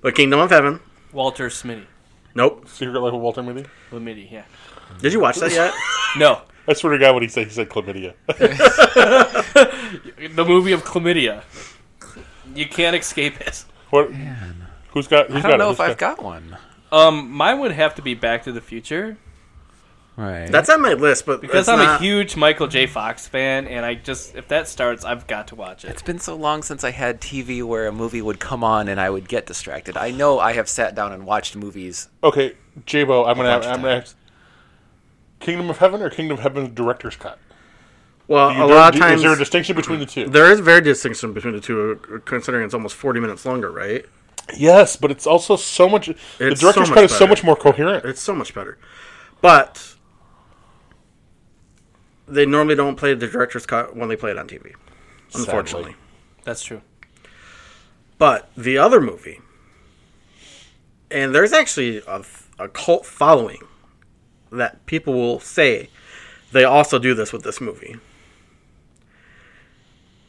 S1: But Kingdom of Heaven,
S2: Walter Smitty.
S1: nope.
S3: Secret Life of Walter Mitty.
S2: Lamidi, yeah.
S1: Did you watch that yet?
S2: No,
S3: I swear to God, what he said, he said chlamydia.
S2: the movie of chlamydia. You can't escape it.
S3: what? Who's got? Who's
S4: I don't
S3: got
S4: know
S3: it?
S4: if
S3: Who's
S4: I've got one.
S2: Um, mine would have to be Back to the Future
S4: Right.
S1: That's on my list, but
S2: because
S1: it's
S2: I'm
S1: not-
S2: a huge Michael J. Fox fan, and I just if that starts, I've got to watch it.
S4: It's been so long since I had TV where a movie would come on and I would get distracted. I know I have sat down and watched movies.
S3: Okay, Jabo, I'm gonna,
S4: bunch of
S3: I'm gonna ask Kingdom of Heaven or Kingdom of Heaven director's cut.
S1: well.
S3: Do
S1: a
S3: do-
S1: lot of
S3: do-
S1: times
S3: is there a distinction between the two?
S1: there is very distinction between the two, uh, considering it's almost 40 minutes longer, right?
S3: Yes, but it's also so much. the
S1: It's
S3: director's
S1: so much
S3: cut is so
S1: better.
S3: much more coherent.
S1: It's so much better. But they normally don't play the director's cut when they play it on TV, unfortunately.
S2: That's true.
S1: But the other movie, and there's actually a, a cult following that people will say they also do this with this movie.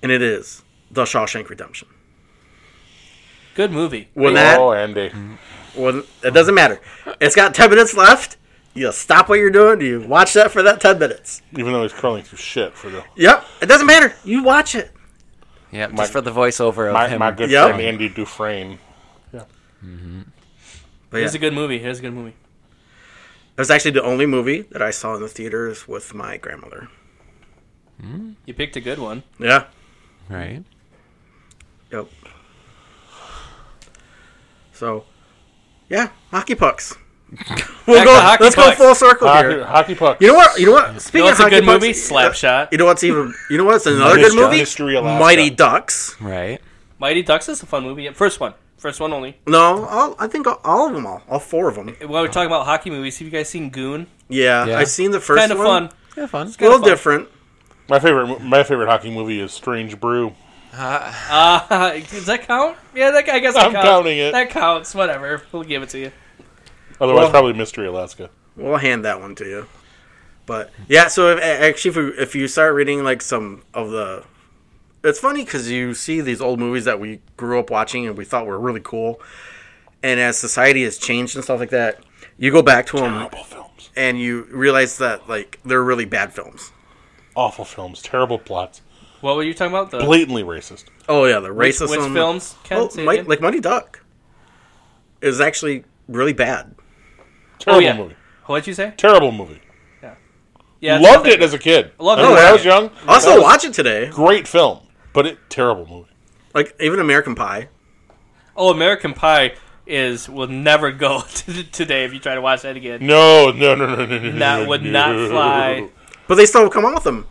S1: And it is The Shawshank Redemption.
S2: Good movie.
S1: When that
S3: Oh, Andy,
S1: Well, it doesn't matter. It's got 10 minutes left. You stop what you're doing. You watch that for that 10 minutes.
S3: even though he's crawling through shit for the
S1: Yep. It doesn't matter. You watch it.
S4: Yeah, just for the voiceover of
S3: my,
S4: him.
S3: my good
S1: Yep.
S3: friend Andy Dufresne.
S1: But yeah,
S2: Here's a good movie. Here's a good movie.
S1: it was actually the only movie that I saw in the theaters with my grandmother.
S2: You picked a good one.
S1: Yeah.
S4: right.
S1: Yep. So, yeah, hockey pucks. We'll
S2: Back to
S1: go.
S2: hockey
S1: let's
S2: pucks.
S1: go full circle
S3: Hockey,
S1: here.
S3: hockey puck.
S1: You know what? You know what? Speaking
S2: what's
S1: of
S2: a
S1: hockey
S2: good
S1: pucks,
S2: movie? Slapshot.
S1: You know what's even? You know what's another
S3: Mighty
S1: good movie?
S3: Mystery Alaska.
S1: Mighty Ducks.
S4: Right.
S2: Mighty Ducks is a fun movie. Yeah, First one. First one only.
S1: No, all, I think all, all of them, all, all four of them.
S2: While we're talking about hockey movies, have you guys seen Goon?
S1: Yeah,
S4: Yeah.
S1: I've seen the first
S2: Kind of
S1: one.
S2: fun.
S4: Yeah, fun.
S1: A little
S2: fun.
S1: different.
S3: My favorite, mo- my favorite hockey movie is Strange Brew.
S2: Uh, does that count? Yeah, that, I guess that
S3: I'm
S2: counts.
S3: counting it.
S2: That counts. Whatever. We'll give it to you.
S3: Otherwise,
S1: Well-
S3: probably Mystery Alaska.
S1: We'll hand that one to you. But yeah, so if, a- actually, if, you- if you start reading like some of the, it's funny because you see these old movies that we grew up watching and we thought were really cool, and as society has changed and stuff like that, you go back to them
S3: Terrible films,
S1: and you realize that like they're really bad films.
S3: awful films, terrible plots,
S2: What were you talking about? The
S3: blatantly racist.
S1: Oh yeah, the
S2: which,
S1: racism.
S2: which films? Ken,
S1: Oh,
S2: say it
S1: Mi-
S2: again?
S1: like Mighty Duck is actually really bad.
S3: Terrible
S2: Oh, yeah.
S3: movie.
S2: What'd you say?
S3: Terrible movie.
S2: Yeah, it's
S3: Loved
S2: nothing.
S3: it as a kid.
S2: Loved
S3: I
S2: it
S3: remember
S2: as
S3: When
S2: a
S3: I was
S2: kid.
S3: young,
S1: I'll
S3: that
S1: still
S3: was
S1: watch it today.
S3: Great film, but it terrible movie.
S1: Like even American Pie.
S2: Oh, American Pie is will never go to today if you try to watch that again.
S3: No, no, no, no, no, no.
S2: That would not fly.
S1: But they still come out with them.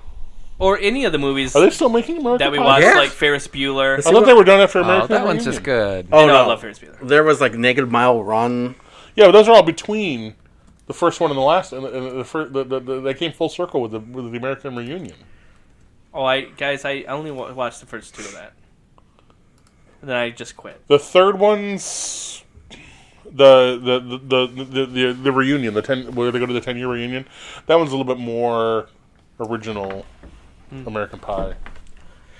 S2: Or any of the movies
S3: Are they still making American
S2: that we
S3: Pie?
S2: watched,
S1: Yeah.
S2: like Ferris Bueller.
S3: I thought they were done after American.
S4: Oh, that one's
S3: Reunion.
S4: just good.
S1: Oh
S2: no, I love Ferris Bueller.
S1: There was like Naked Mile Run.
S3: Yeah, but those are all between the first one and the last, and the, and the, fir- the, the, the they came full circle with the with the American reunion.
S2: Oh, I guys, I only wa- watched the first two of that. And then I just quit.
S3: The third one's the the the the the, the, the reunion, the ten where they go to the ten year reunion. That one's a little bit more original American Pie.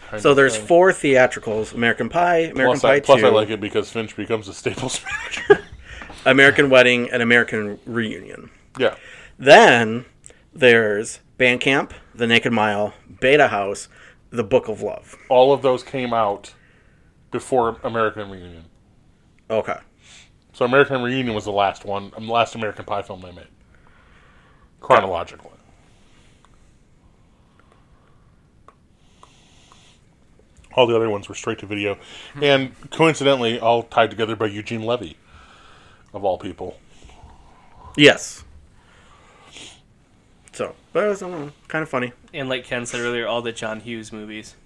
S3: kind
S1: So
S3: of
S1: there's
S3: thing.
S1: four theatricals: American Pie, American
S3: Plus,
S1: Pie
S3: I, plus
S1: Two,
S3: I like it because Finch becomes a Staples manager.
S1: American Wedding, and American Reunion.
S3: yeah.
S1: Then there's Bandcamp, The Naked Mile, Beta House, The Book of Love.
S3: All of those came out before American Reunion.
S1: Okay.
S3: So American Reunion was the last one, um, the last American Pie film they made. Chronologically. All the other ones were straight to video.
S2: Hmm.
S3: And coincidentally, all tied together by Eugene Levy, of all people.
S1: Yes. So, but it was uh, kind of funny.
S2: And like Ken said earlier, all the John Hughes movies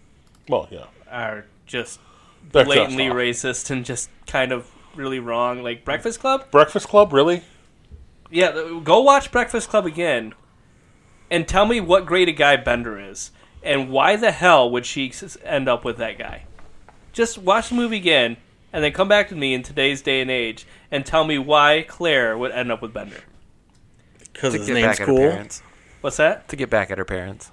S3: Well, yeah.
S2: are just
S3: They're just
S2: blatantly
S3: off.
S2: racist and just kind of really wrong. Like Breakfast Club?
S3: Breakfast Club, really?
S2: Yeah, th- go watch Breakfast Club again and tell me what grade a guy Bender is and why the hell would she s- end up with that guy. Just watch the movie again and then come back to me in today's day and age and tell me why Claire would end up with Bender.
S1: Because
S4: to
S1: his
S4: get
S1: name's
S4: back at her
S1: cool.
S4: parents.
S2: What's that?
S4: To get back at her parents.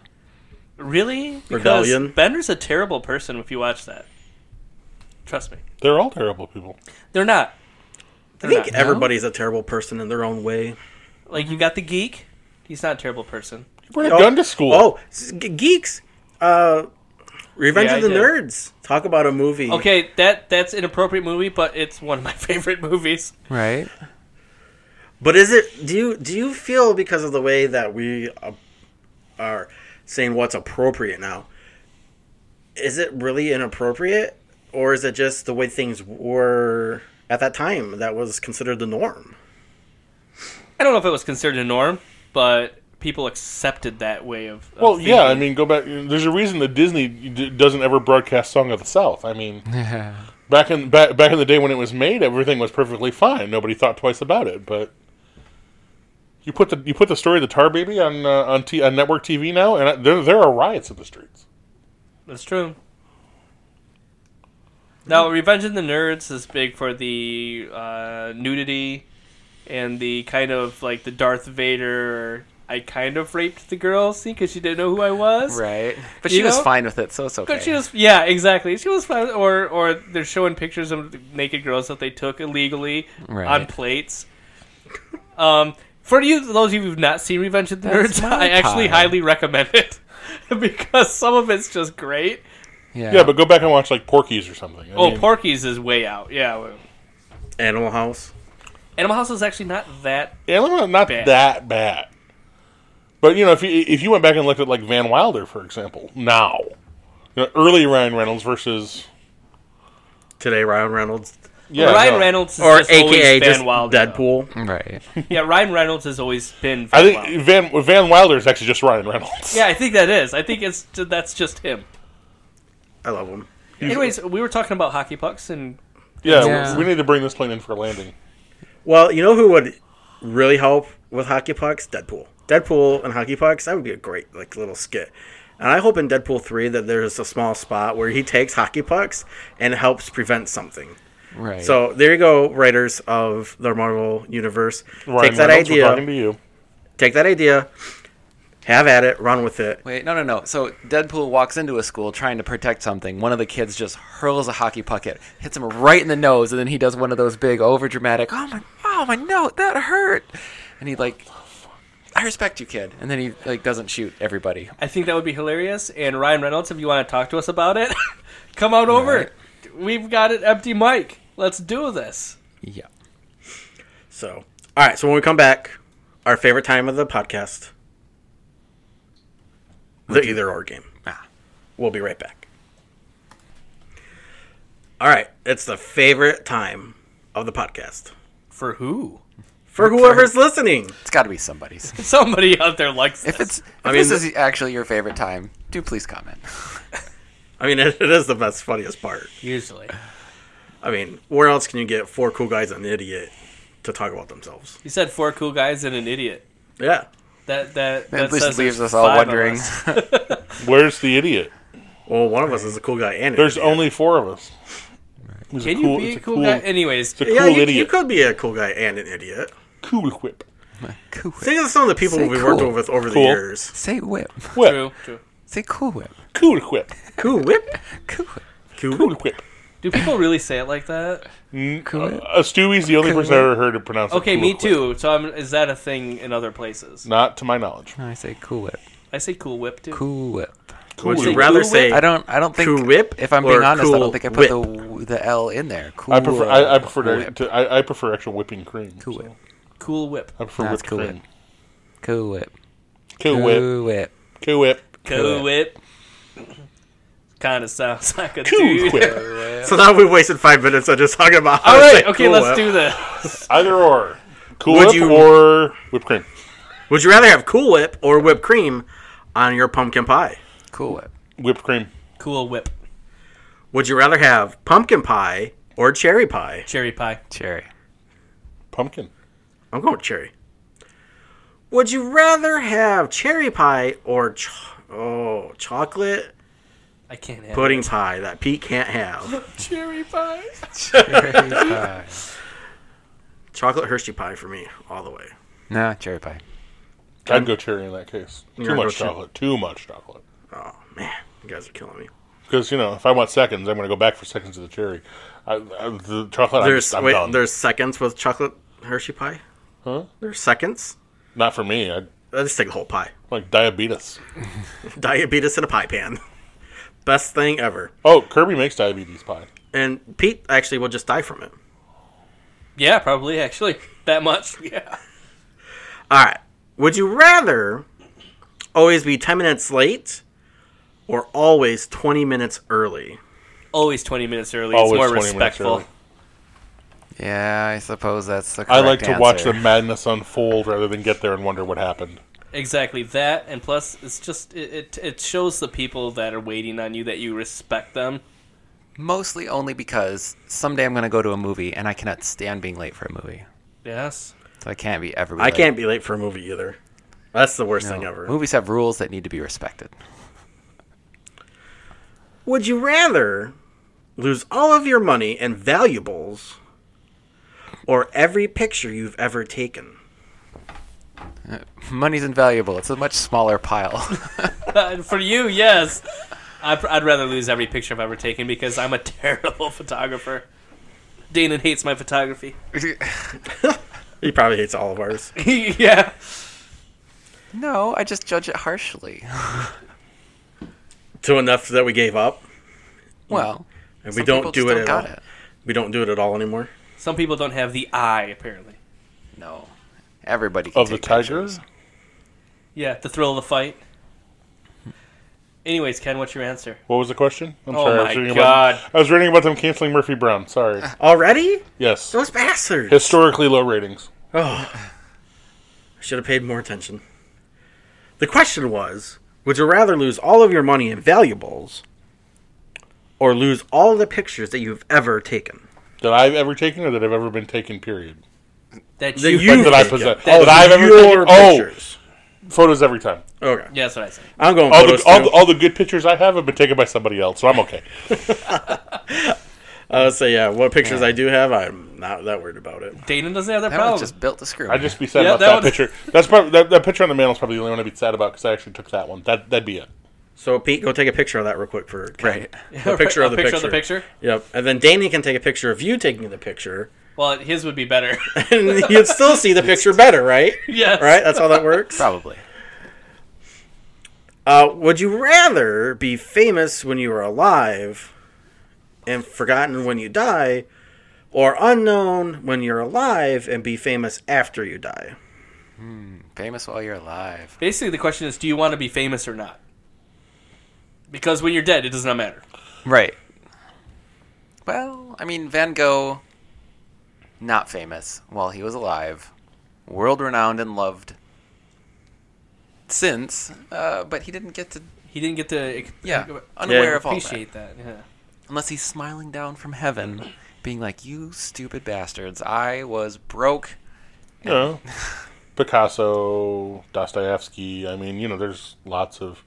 S2: Really? Because
S1: Rebellion.
S2: Bender's a terrible person if you watch that. Trust me.
S3: They're all terrible people.
S2: They're not.
S1: I
S2: They're
S1: think
S2: not.
S1: everybody's a terrible person in their own way.
S2: Like you got the geek. He's not a terrible person.
S3: You bring a gun to school.
S1: Oh, s- g- geeks. Uh, Revenge
S2: Yeah,
S1: of
S2: I
S1: the
S2: did.
S1: Nerds. Talk about a movie.
S2: Okay, that that's an appropriate movie, but it's one of my favorite movies.
S4: Right.
S1: But is it? Do you do you feel because of the way that we uh, are saying what's appropriate now? Is it really inappropriate, or is it just the way things were at that time that was considered the norm?
S2: I don't know if it was considered a norm, but people accepted that way of. of
S3: Well, yeah, I
S2: thinking.
S3: mean, go back. There's a reason that Disney d- doesn't ever broadcast "Song of the South." I mean, back in back, back in the day when it was made, everything was perfectly fine. Nobody thought twice about it. But you put the you put the story of the Tar Baby on uh, on, t- on network TV now, and I, there there are riots in the streets.
S2: that's true. Now, Revenge of the Nerds is big for the uh, nudity and the kind of like the Darth Vader. I kind of raped the girl, see, because she didn't know who I was.
S4: Right. But
S2: You
S4: she was
S2: know?
S4: fine with it, so it's okay.
S2: But she was, yeah, exactly. She was fine. Or, or they're showing pictures of naked girls that they took illegally
S4: Right.
S2: on plates. Um, for you, those of you who've not seen Revenge of the
S4: That's
S2: Nerds,
S4: my
S2: I actually
S4: pie.
S2: highly recommend it because some of it's just great.
S4: yeah.
S3: Yeah, but go back and watch like Porky's or something. I
S2: Oh,
S3: mean,
S2: Porky's is way out. Yeah, well,
S1: Animal House.
S2: Animal House is actually not that.
S3: Animal not
S2: Bad.
S3: that bad. But you know, if you if you went back and looked at like Van Wilder, for example, now, you know, early Ryan Reynolds versus
S1: Today, Ryan Reynolds,
S3: yeah,
S2: Ryan
S3: no.
S2: Reynolds is
S1: or
S2: just
S1: AKA
S2: always Van
S1: just
S2: Wilder.
S1: Deadpool.
S4: right.
S2: Yeah, Ryan Reynolds has always been. Van
S3: I think
S2: Wilder.
S3: Van Van Wilder is actually just Ryan Reynolds.
S2: Yeah, I think that is. I think it's that's just him.
S1: I love him.
S2: Anyways, we were talking about hockey pucks and
S3: yeah.
S4: Yeah.
S3: We, we need to bring this plane in for a landing.
S1: Well, you know who would really help with hockey pucks? Deadpool. Deadpool and hockey pucks. That would be a great like little skit. And I hope in Deadpool three that there's a small spot where he takes hockey pucks and helps prevent something.
S4: Right.
S1: So there you go, writers of the Marvel universe.
S3: Ryan
S1: take that
S3: Reynolds, we're
S1: idea.
S3: talking to you.
S1: Take that idea. Have at it. Run with it.
S4: Wait, no, no, no. So Deadpool walks into a school trying to protect something. One of the kids just hurls a hockey puck at, hits him right in the nose, and then he does one of those big, over dramatic. Oh my, oh my, no, that hurt. And he like, I respect you, kid. And then he like doesn't shoot everybody.
S2: I think that would be hilarious. And Ryan Reynolds, if you want to talk to us about it, come on over. We've got an empty mic. Let's do this.
S4: Yeah.
S1: So all right. So when we come back, our favorite time of the podcast, the either or game.
S4: Ah.
S1: We'll be right back. All right, it's the favorite time of the podcast
S2: For who?
S1: for whoever's listening.
S4: It's got to be somebody's.
S2: Somebody out there likes
S4: If
S2: this.
S4: it's, if
S1: I
S4: this
S1: mean,
S4: is actually your favorite time, do please comment.
S1: I mean, it, it is the best, funniest part.
S2: Usually.
S1: I mean, where else can you get four cool guys and an idiot to talk about themselves?
S2: You said four cool guys and an idiot.
S1: Yeah.
S2: That that, that
S4: At least
S2: says
S4: leaves
S2: there's
S4: us all
S2: five of
S4: wondering.
S2: us.
S3: Where's the idiot?
S1: Well, one of us is a cool guy, and an
S3: There's
S1: idiot.
S3: only four of us. He's
S2: Can you be
S3: it's
S2: a cool, guy? Anyways,
S3: It's a
S1: yeah,
S3: cool
S1: you, you
S3: idiot.
S1: could be a cool guy and an idiot.
S3: cool whip.
S4: Cool whip.
S1: Think of some of the people
S4: Say
S1: we've
S4: cool.
S1: worked with over
S3: Cool.
S1: the years.
S4: Say whip.
S3: Whip.
S2: True, true.
S4: Say cool whip.
S3: Cool whip.
S1: Cool whip.
S4: Cool whip.
S1: Cool
S3: Cool
S1: whip.
S3: whip.
S2: Do people really say it like that?
S4: Cool whip.
S3: Uh, Stewie's the only
S4: Cool
S3: person I've ever heard it pronounced.
S2: Okay,
S3: cool
S2: me
S3: whip.
S2: too. So I'm, is that a thing in other places?
S3: Not to my knowledge.
S4: No, I say cool whip.
S2: I say cool whip too.
S4: Cool whip.
S1: Would
S3: Cool
S1: you
S3: whip.
S1: rather
S2: cool
S1: say
S2: whip?
S4: I don't. I don't think.
S1: Cool whip
S4: If I'm
S1: or
S4: being honest, I
S1: cool
S4: don't think I put
S1: whip?
S4: the the L in there. Cool.
S3: I prefer. I, I prefer to,
S4: whip.
S3: to- I, I prefer extra whipping cream.
S4: Cool
S3: so
S4: whip.
S2: Cool whip.
S3: I prefer
S4: No, it's
S3: whipped
S4: cool
S3: cream.
S4: whip. Cool whip.
S3: Cool whip.
S4: Cool whip.
S3: Cool whip.
S2: Cool
S4: Cool
S2: whip. Kind of sounds like a
S3: Cool
S2: dude.
S3: whip.
S1: So now we wasted five minutes on just talking about. how
S2: All
S1: to
S2: right,
S1: say
S2: okay,
S1: cool
S2: let's
S1: whip.
S2: do this.
S3: Either or. Cool
S1: Would
S3: whip
S1: you-
S3: or whipped cream.
S1: Would you rather have Cool Whip or whipped cream on your pumpkin pie?
S4: Cool whip.
S3: Whipped cream.
S2: Cool whip.
S1: Would you rather have pumpkin pie or cherry pie?
S2: Cherry pie.
S4: Cherry.
S3: Pumpkin.
S1: I'm going with cherry. Would you rather have cherry pie or ch- oh chocolate
S2: I can't have
S1: pudding pie that Pete can't have?
S2: cherry pie.
S4: Cherry pie.
S1: Chocolate Hershey pie for me all the way.
S4: No, cherry pie.
S3: I'd go cherry in that case. Too
S1: I'd go
S3: much
S1: cherry.
S3: chocolate. Too much chocolate.
S1: Oh man, you guys are killing me.
S3: Because you know, if I want seconds, I'm going to go back for seconds of the cherry. I, I, the chocolate, I'm,
S1: There's
S3: just, I'm
S1: wait,
S3: done.
S1: there's seconds with chocolate Hershey pie.
S3: Huh?
S1: There's seconds.
S3: Not for me. I
S1: I just take a whole pie.
S3: like diabetes.
S1: Diabetes in a pie pan. Best thing ever.
S3: Oh, Kirby makes diabetes pie.
S1: And Pete actually will just die from it.
S2: Yeah, probably actually that much. Yeah.
S1: All right. Would you rather always be 10 minutes late or always 20 minutes early?
S2: Always 20 minutes early.
S3: Always
S2: it's more
S3: 20 minutes
S2: respectful.
S3: early.
S4: Yeah, I suppose that's the correct
S3: I like to watch
S4: answer.
S3: the madness unfold rather than get there and wonder what happened.
S2: Exactly that, and plus, it's just it, it it shows the people that are waiting on you that you respect them.
S4: Mostly only because someday I'm going to go to a movie and I cannot stand being late for a movie.
S2: Yes.
S4: So I can't be ever.
S1: I can't be late for a movie either. That's the worst thing ever.
S4: Movies have rules that need to be respected.
S1: Would you rather lose all of your money and valuables or every picture you've ever taken?
S4: Money's invaluable. It's a much smaller pile.
S2: Uh, For you, yes. I'd, I'd rather lose every picture I've ever taken because I'm a terrible photographer. Dana hates my photography.
S1: He probably hates all of ours.
S2: yeah.
S4: no, I just judge it harshly.
S1: to enough that we gave up.
S4: Well,
S1: And
S4: some
S1: we don't
S4: people
S1: do
S4: just
S1: it at
S4: got
S1: all. We don't do it at all anymore.
S2: Some people don't have the eye, apparently.
S4: No, everybody can
S3: Of the
S4: take
S3: tiger,
S4: pictures.
S2: Yeah, the thrill of the fight. Anyways, Ken, what's your answer?
S3: what was the question? I'm
S2: Oh
S3: I
S2: my
S3: was reading
S2: God.
S3: About, I was reading about them canceling Murphy Brown. Sorry.
S4: Uh,
S1: Already?
S3: Yes.
S1: Those bastards.
S3: Historically low ratings.
S1: Oh. I should have paid more attention. The question was Would you rather lose all of your money and valuables or lose all the pictures that you've ever taken?
S3: That I've ever taken or that I've ever been taken, period.
S2: That
S1: That
S2: you.
S1: you-
S3: Like that I
S1: taken.
S3: possess.
S2: That
S3: That, I've ever
S1: Your
S3: taken. Oh,
S1: pictures.
S3: photos every time.
S1: Okay.
S2: yeah, that's what I said.
S1: I'm going
S3: All
S1: photos
S3: the, all,
S1: too.
S3: the, all the good pictures I have have been taken by somebody else, so I'm okay.
S1: I would say, yeah, what pictures I do have, I'm not that worried about it.
S2: Dana doesn't have that,
S4: That
S2: problem.
S4: one's just built to screw.
S3: I'd just be sad
S2: Yeah,
S3: about
S2: that
S3: that,
S2: one-
S3: picture. That's probably that, that picture on the mantle is probably the only one I'd be sad about because I actually took that one. That that'd be it.
S1: So, Pete, go take a picture of that real quick for Ken.
S4: right.
S1: A picture
S2: A
S1: of the
S2: picture
S1: picture.
S2: of the picture?
S1: Yep. And then Danny can take a picture of you taking the picture.
S2: Well, his would be better.
S1: and you'd still see the picture better, right?
S2: yes.
S1: Right? That's how that works.
S4: Probably.
S1: Uh, would you rather be famous when you are alive and forgotten when you die, or unknown when you're alive and be famous after you die?
S4: Famous while you're alive.
S2: Basically, the question is, do you want to be famous or not? Because when you're dead, it does not matter.
S4: Right. Well, I mean, Van Gogh, not famous while he was alive, world renowned and loved since, uh, but he didn't get to,
S2: He didn't get to e-
S4: yeah, unaware
S1: Yeah.
S4: of all that.
S2: appreciate that. Yeah.
S4: Unless he's smiling down from heaven, being like, you stupid bastards, I was broke.
S3: You know, Picasso, Dostoevsky. I mean, you know, there's lots of.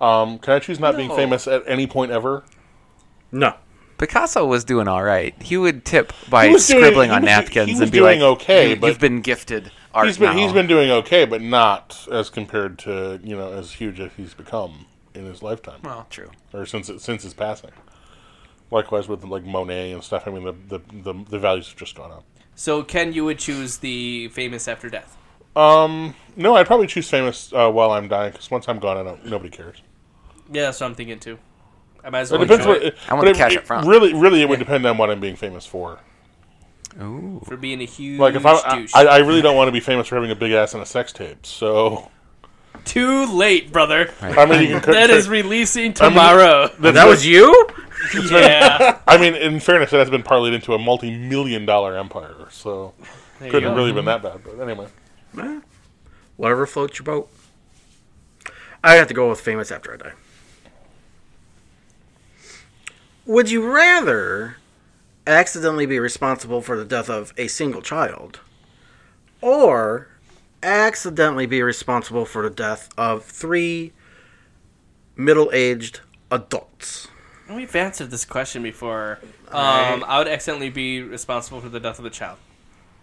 S3: Um, can I choose not being
S4: No.
S3: famous at any point ever?
S1: No.
S4: Picasso was doing all right. He would tip by
S3: was doing-
S4: scribbling
S3: he
S4: on
S3: was- he
S4: napkins
S3: was
S4: and be
S3: doing
S4: like,
S3: okay,
S4: "You-
S3: but-
S4: "You've been gifted art
S3: he's been
S4: now.
S3: he's been doing okay, but not as compared to you know as huge as he's become in his lifetime
S4: well, true.
S3: or since since his passing. Likewise with like Monet and stuff. I mean the the the, the values have just gone up.
S2: So Ken, you would choose the famous after death.
S3: No, I'd probably choose famous uh, while I'm dying because once I'm gone, I don't nobody cares.
S2: Yeah, that's what I'm thinking too. I might as
S3: It
S2: well
S3: depends
S2: enjoy
S3: what
S2: it
S3: it-
S4: I want
S3: but
S4: the
S3: it-
S4: cash
S3: it
S4: up front.
S3: Really, really, it would depend on what I'm being famous for.
S4: Ooh,
S2: for being a huge
S3: Like if I, I,
S2: douche.
S3: I I really don't want to be famous for having a big ass and a sex tape. So
S2: Too late, brother.
S3: I mean, you can.
S2: That is releasing tomorrow.
S1: that was you?
S2: yeah.
S3: I mean, in fairness, that has been parlayed into a multi-million-dollar empire. So
S2: There you
S3: couldn't have
S2: go.
S3: really been that bad. But anyway,
S1: Whatever floats your boat. I have to go with famous after I die. Would you rather accidentally be responsible for the death of a single child or accidentally be responsible for the death of three middle aged adults?
S2: We've answered this question before. Um, I would accidentally be responsible for the death of a child.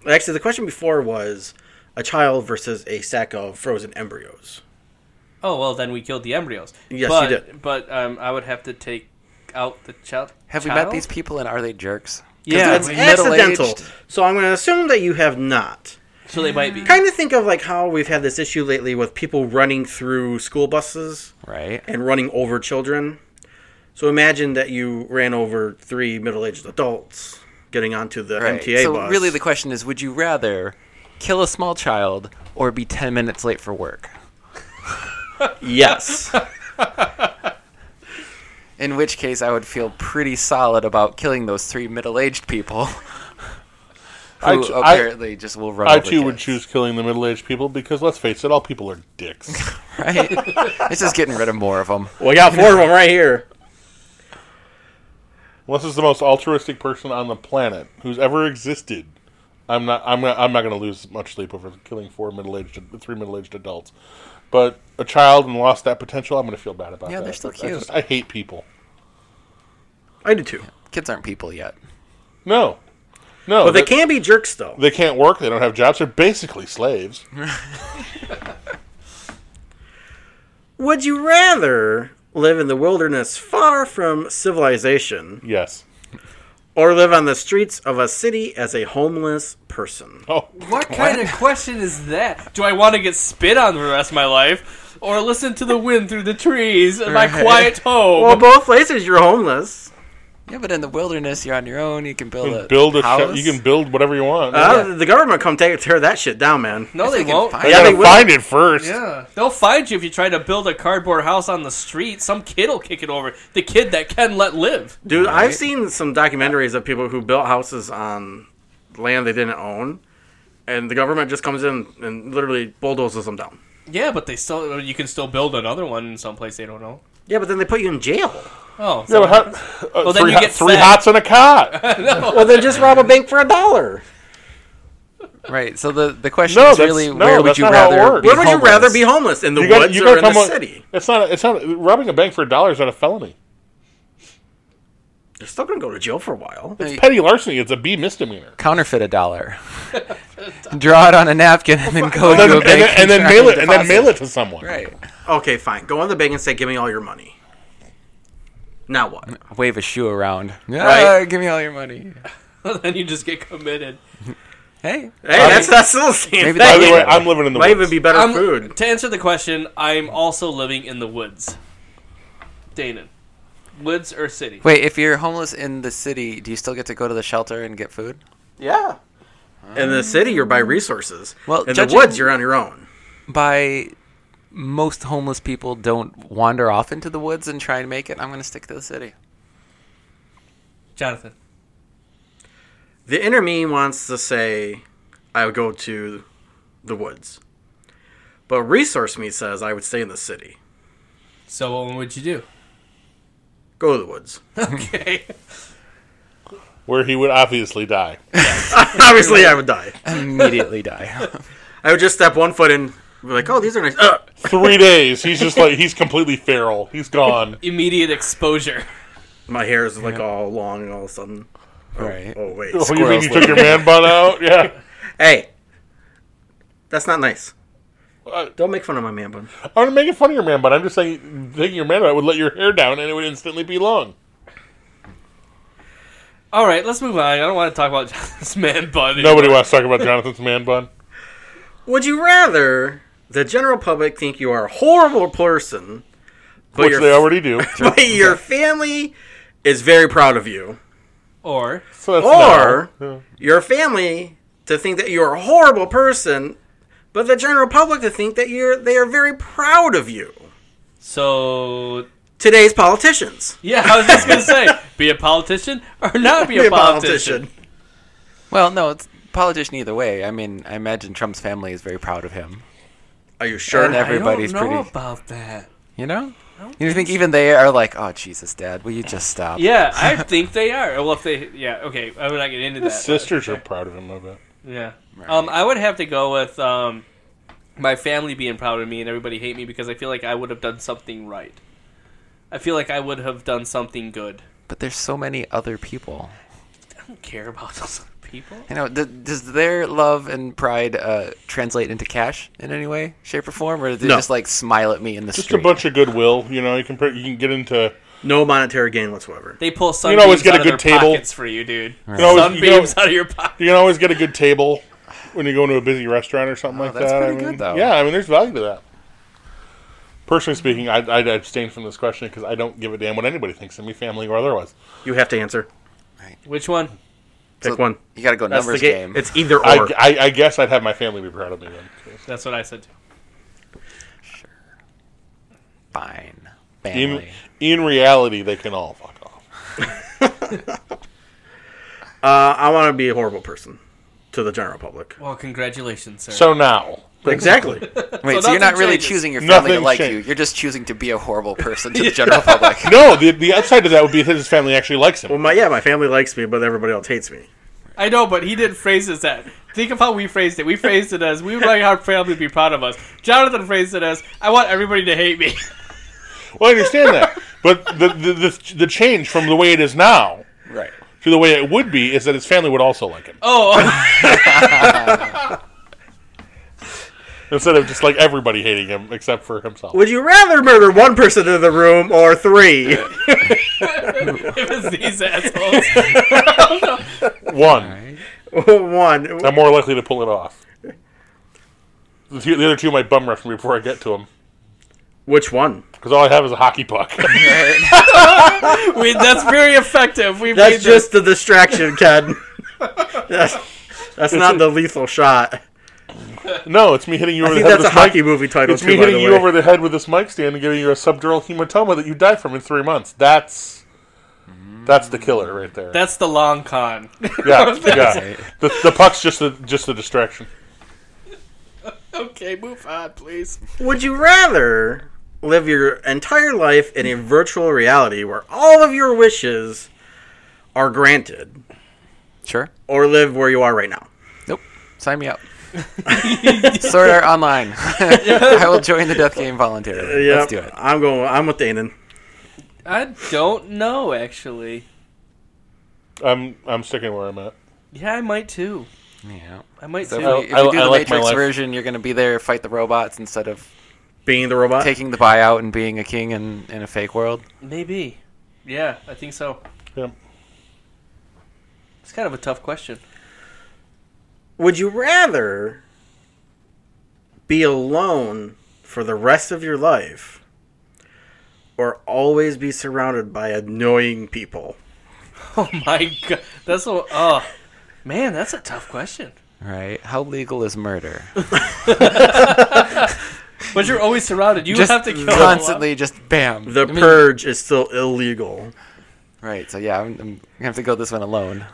S1: Actually, the question before was a child versus a sack of frozen embryos.
S2: Oh well, then we killed the embryos.
S1: Yes, you
S2: but,
S1: did.
S2: But um, I would have to take out the child.
S4: have we
S2: child?
S4: met these people and are they jerks?
S2: Yeah,
S4: that's-
S2: we-
S1: Accidental.
S4: middle-aged.
S1: So I'm going to assume that you have not.
S2: so they might be.
S1: kind of think of like how we've had this issue lately with people running through school buses
S4: Right.
S1: and running over children. So imagine that you ran over three middle-aged adults getting onto the
S4: Right.
S1: MTA
S4: so
S1: bus.
S4: really, the question is: Would you rather kill a small child or be ten minutes late for work?
S1: yes,
S4: In which case, I would feel pretty solid about killing those three middle-aged people who
S3: I ch- I-
S4: apparently just will run.
S3: I
S4: over
S3: too would
S4: kids,
S3: choose killing the middle-aged people because let's face it, all people are dicks.
S4: Right? it's just getting rid of more of them.
S1: we got four of them right here.
S3: Unless it's the most altruistic person on the planet who's ever existed. I'm not. I'm. Not, I'm not going to lose much sleep over killing four middle-aged, three middle-aged adults, but a child and lost that potential. I'm going to feel bad about
S4: Yeah,
S3: that.
S4: they're still
S3: I,
S4: cute.
S3: just, I hate people.
S1: I do too,
S4: Kids aren't people yet.
S3: No, no.
S1: but they
S3: that-
S1: can be jerks though.
S3: They can't work. They don't have jobs. They're basically slaves.
S1: Would you rather live in the wilderness far from civilization
S3: yes.
S1: or live on the streets of a city as a homeless person?
S3: Oh,
S2: What kind of question is that? Do I want to get spit on for the rest of my life, or listen to the wind through the trees in my
S4: Right.
S2: quiet home?
S1: Well, both places you're homeless.
S4: Yeah, but in the wilderness, you're on your own. You can build a
S3: build a.
S4: house.
S3: Sh- you can build whatever you want.
S1: Uh, The government come take tear that shit down, man.
S2: no,
S4: If
S2: they
S4: they can
S2: won't.
S4: find
S3: I
S1: yeah,
S3: gotta
S1: they will.
S3: find it first.
S2: Yeah, they'll find you if you try to build a cardboard house on the street. Some kid will kick it over. The kid that Ken let live.
S1: Dude, I've seen some documentaries of people who built houses on land they didn't own, and the government just comes in and literally bulldozes them down.
S2: Yeah, but they still. You can still build another one in some place they don't know.
S1: Yeah, but then they put you in jail.
S2: Oh,
S3: Yeah,
S2: so-
S3: but how, uh,
S2: then
S3: three,
S2: you
S3: hot-
S2: get
S3: three
S2: fed.
S3: hots and a cot.
S1: Well, then just rob a bank for a dollar.
S4: Right. So the, the question
S3: No,
S4: is
S3: that's-
S4: really
S3: no,
S4: where would
S3: that's
S4: you
S3: not how it
S4: rather
S3: works.
S4: be
S1: Where would you
S4: homeless?
S1: rather be homeless? In the
S3: You gotta-
S1: woods
S3: you
S1: or
S3: gotta
S1: in the
S3: come up-
S1: city?
S3: It's not. It's not. Robbing a bank for a dollar is not a felony.
S1: You're still going to go to jail for a while.
S4: Hey,
S3: Petty larceny. It's a B misdemeanor.
S4: counterfeit a dollar? Draw it on a napkin and then go
S3: And then,
S4: to a
S3: and then,
S4: bank
S3: and then
S4: try
S3: mail it. And then
S4: deposit.
S3: mail it to someone.
S4: Right.
S1: Okay, fine. Go in the bank and say, give me all your money. Now what?
S4: Wave a shoe around. Yeah.
S1: Right.
S4: Give me all your money.
S2: then you just get committed.
S4: Hey.
S1: Hey, that's, that's still the same
S4: Maybe
S3: By the
S1: thing.
S3: way, I'm living in the
S1: Might even
S3: woods.
S1: be better
S2: I'm-
S1: food.
S2: Um, To answer the question, I'm also living in the woods. Danon, woods or city?
S4: Wait, if you're homeless in the city, do you still get to go to the shelter and get food?
S1: Yeah. In the city, you're by resources.
S4: Well,
S1: in the
S4: judging-
S1: woods, you're on your own.
S4: By most homeless people don't wander off into the woods and try and make it. I'm going to stick to the city.
S2: Jonathan.
S1: The inner me wants to say, I would go to the woods. But resource me says I would stay in the city.
S2: So what would you do?
S1: Go to the woods.
S2: Okay.
S3: Where he would obviously die.
S1: Obviously, I would die.
S4: Immediately die.
S1: I would just step one foot in, be like, oh, these are nice. Uh,
S3: Three days. He's just like he's completely feral. He's gone.
S2: Immediate exposure.
S1: my hair is like all long and all of a sudden.
S4: right.
S1: Oh, wait.
S3: Oh, you mean
S4: Squirrels
S3: you took your man bun out? Yeah.
S1: Hey, That's not nice.
S3: Uh,
S1: Don't make fun of my man bun.
S3: I'm not making fun of your man bun. I'm just saying, taking your man bun would let your hair down and it would instantly be long.
S2: All right, let's move on. I don't want to talk about this man bun. anymore.
S3: Nobody wants to talk about Jonathan's man bun.
S1: Would you rather the general public think you are a horrible person, but,
S3: Which
S1: your,
S3: they already do.
S1: but your family is very proud of you,
S2: Or
S3: So that's
S1: or
S3: no. Yeah.
S1: your family to think that you're a horrible person, but the general public to think that you're they are very proud of you?
S2: so
S1: Today's politicians.
S2: yeah, I was just gonna say, be a politician or not be a, politician.
S4: Well, no, it's politician either way. I mean, I imagine Trump's family is very proud of him.
S1: Are you sure?
S4: And uh, everybody's
S2: I don't know
S4: pretty.
S2: about that.
S4: You know? You think even they are like, oh Jesus, Dad, will you just stop?
S2: Yeah, I think they are. Well, if they, yeah, okay, I'm not getting into that.
S3: His sisters are proud of him, I bet.
S2: Yeah. Um, I would have to go with um, my family being proud of me and everybody hate me because I feel like I would have done something right. I feel like I would have done something good.
S4: But there's so many other people.
S2: I don't care about those other people.
S4: You know, th- does their love and pride uh, translate into cash in any way, shape, or form, or do they
S1: No.
S4: just like smile at me in the
S3: Just
S4: street?
S3: a bunch of goodwill, you know. You can pr- you can get into
S1: No monetary gain whatsoever.
S2: They pull
S3: can
S2: sunbeams
S3: always get
S2: out
S3: a
S2: of
S3: good
S2: their
S3: table.
S2: pockets for you, dude.
S3: can always- you can
S2: sunbeams
S3: always-
S2: out of your pocket.
S3: you can always get a good table when you go into a busy restaurant or something like
S4: Oh, that's
S3: that.
S4: pretty
S3: I
S4: good,
S3: mean,
S4: though.
S3: Yeah, I mean, there's value to that. Personally speaking, I'd, I'd abstain from this question because I don't give a damn what anybody thinks of me, family or otherwise.
S1: You have to answer.
S2: Which one?
S1: Pick
S4: So-
S1: one.
S4: you got to go
S1: That's
S4: numbers
S1: the ga-
S4: game.
S1: It's either or.
S3: I, I, I guess I'd have my family be proud of me then.
S2: That's what I said. Too.
S4: fine.
S3: In,
S4: Family.
S3: in reality, they can all fuck off.
S1: Uh, I want to be a horrible person to the general public.
S2: Well, congratulations, sir.
S3: So now,
S1: Exactly.
S4: Wait, so,
S2: so
S4: you're not
S2: nothing
S4: really
S2: changes.
S4: choosing your family to
S3: Nothing
S4: like you.
S3: changes.
S4: You're just choosing to be a horrible person to the general public.
S3: no, the, the upside of that would be that his family actually likes him.
S1: well, my yeah, my family likes me, but everybody else hates me.
S2: I know, but he didn't phrase it that. Think of how we phrased it. We phrased it as we would like our family to be proud of us. Jonathan phrased it as I want everybody to hate me.
S3: Well, I understand that, but the, the the the change from the way it is now
S4: right.
S3: to the way it would be is that his family would also like him
S2: Oh,
S3: instead of just like everybody hating him except for himself.
S1: Would you rather murder one person in the room or three?
S2: it was these assholes.
S3: One,
S1: one.
S3: I'm more likely to pull it off. The two- the other two might bum rush me before I get to them
S1: Which one?
S3: because all I have is a hockey puck.
S2: We, that's very effective. We made
S1: That's
S2: this.
S1: just the distraction, Ken. that's that's not the lethal shot.
S3: no, it's me hitting
S1: I
S3: you over
S1: think
S3: the head
S1: that's a
S3: with this
S1: hockey
S3: mic.
S1: movie title
S3: It's
S1: too,
S3: me
S1: by the
S3: hitting you
S1: way.
S3: over the head with this mic stand and giving you a subdural hematoma that you die from in three months. That's that's the killer right there.
S2: That's the long con.
S3: yeah, yeah. The, the puck's just a, just a distraction.
S2: okay, move on, please.
S1: Would you rather live your entire life in a virtual reality where all of your wishes are granted,
S4: Sure.
S1: or live where you are right now?
S4: Nope. Sign me up. Sword Art Online. I will join the death game
S3: Uh,
S4: voluntarily. Let's do it.
S1: I'm going. I'm with Danon.
S2: I don't know, actually.
S3: I'm I'm sticking where I'm at.
S2: Yeah, I might too.
S4: Yeah.
S2: I might
S4: So if,
S2: too.
S4: you, if you
S3: I-
S4: do
S3: I
S4: the
S3: like my
S4: Matrix
S3: life.
S4: version, you're going to be there, fight the robots instead of
S1: Being the
S2: Uh.
S1: robot.
S4: taking the buyout and being a king in, in a fake world.
S2: Maybe. Yeah, I think so.
S3: Yeah.
S2: It's kind of a tough question.
S1: Would you rather be alone for the rest of your life or always be surrounded by annoying people?
S2: Oh my god, that's a oh man, that's a tough question.
S4: Right? How legal is murder?
S2: But you're always surrounded. You
S4: just
S2: have to kill a lot.
S4: constantly, just bam.
S1: The
S4: I mean-
S1: purge is still illegal.
S4: Right. So yeah, I'm, I'm going to have to go this one alone.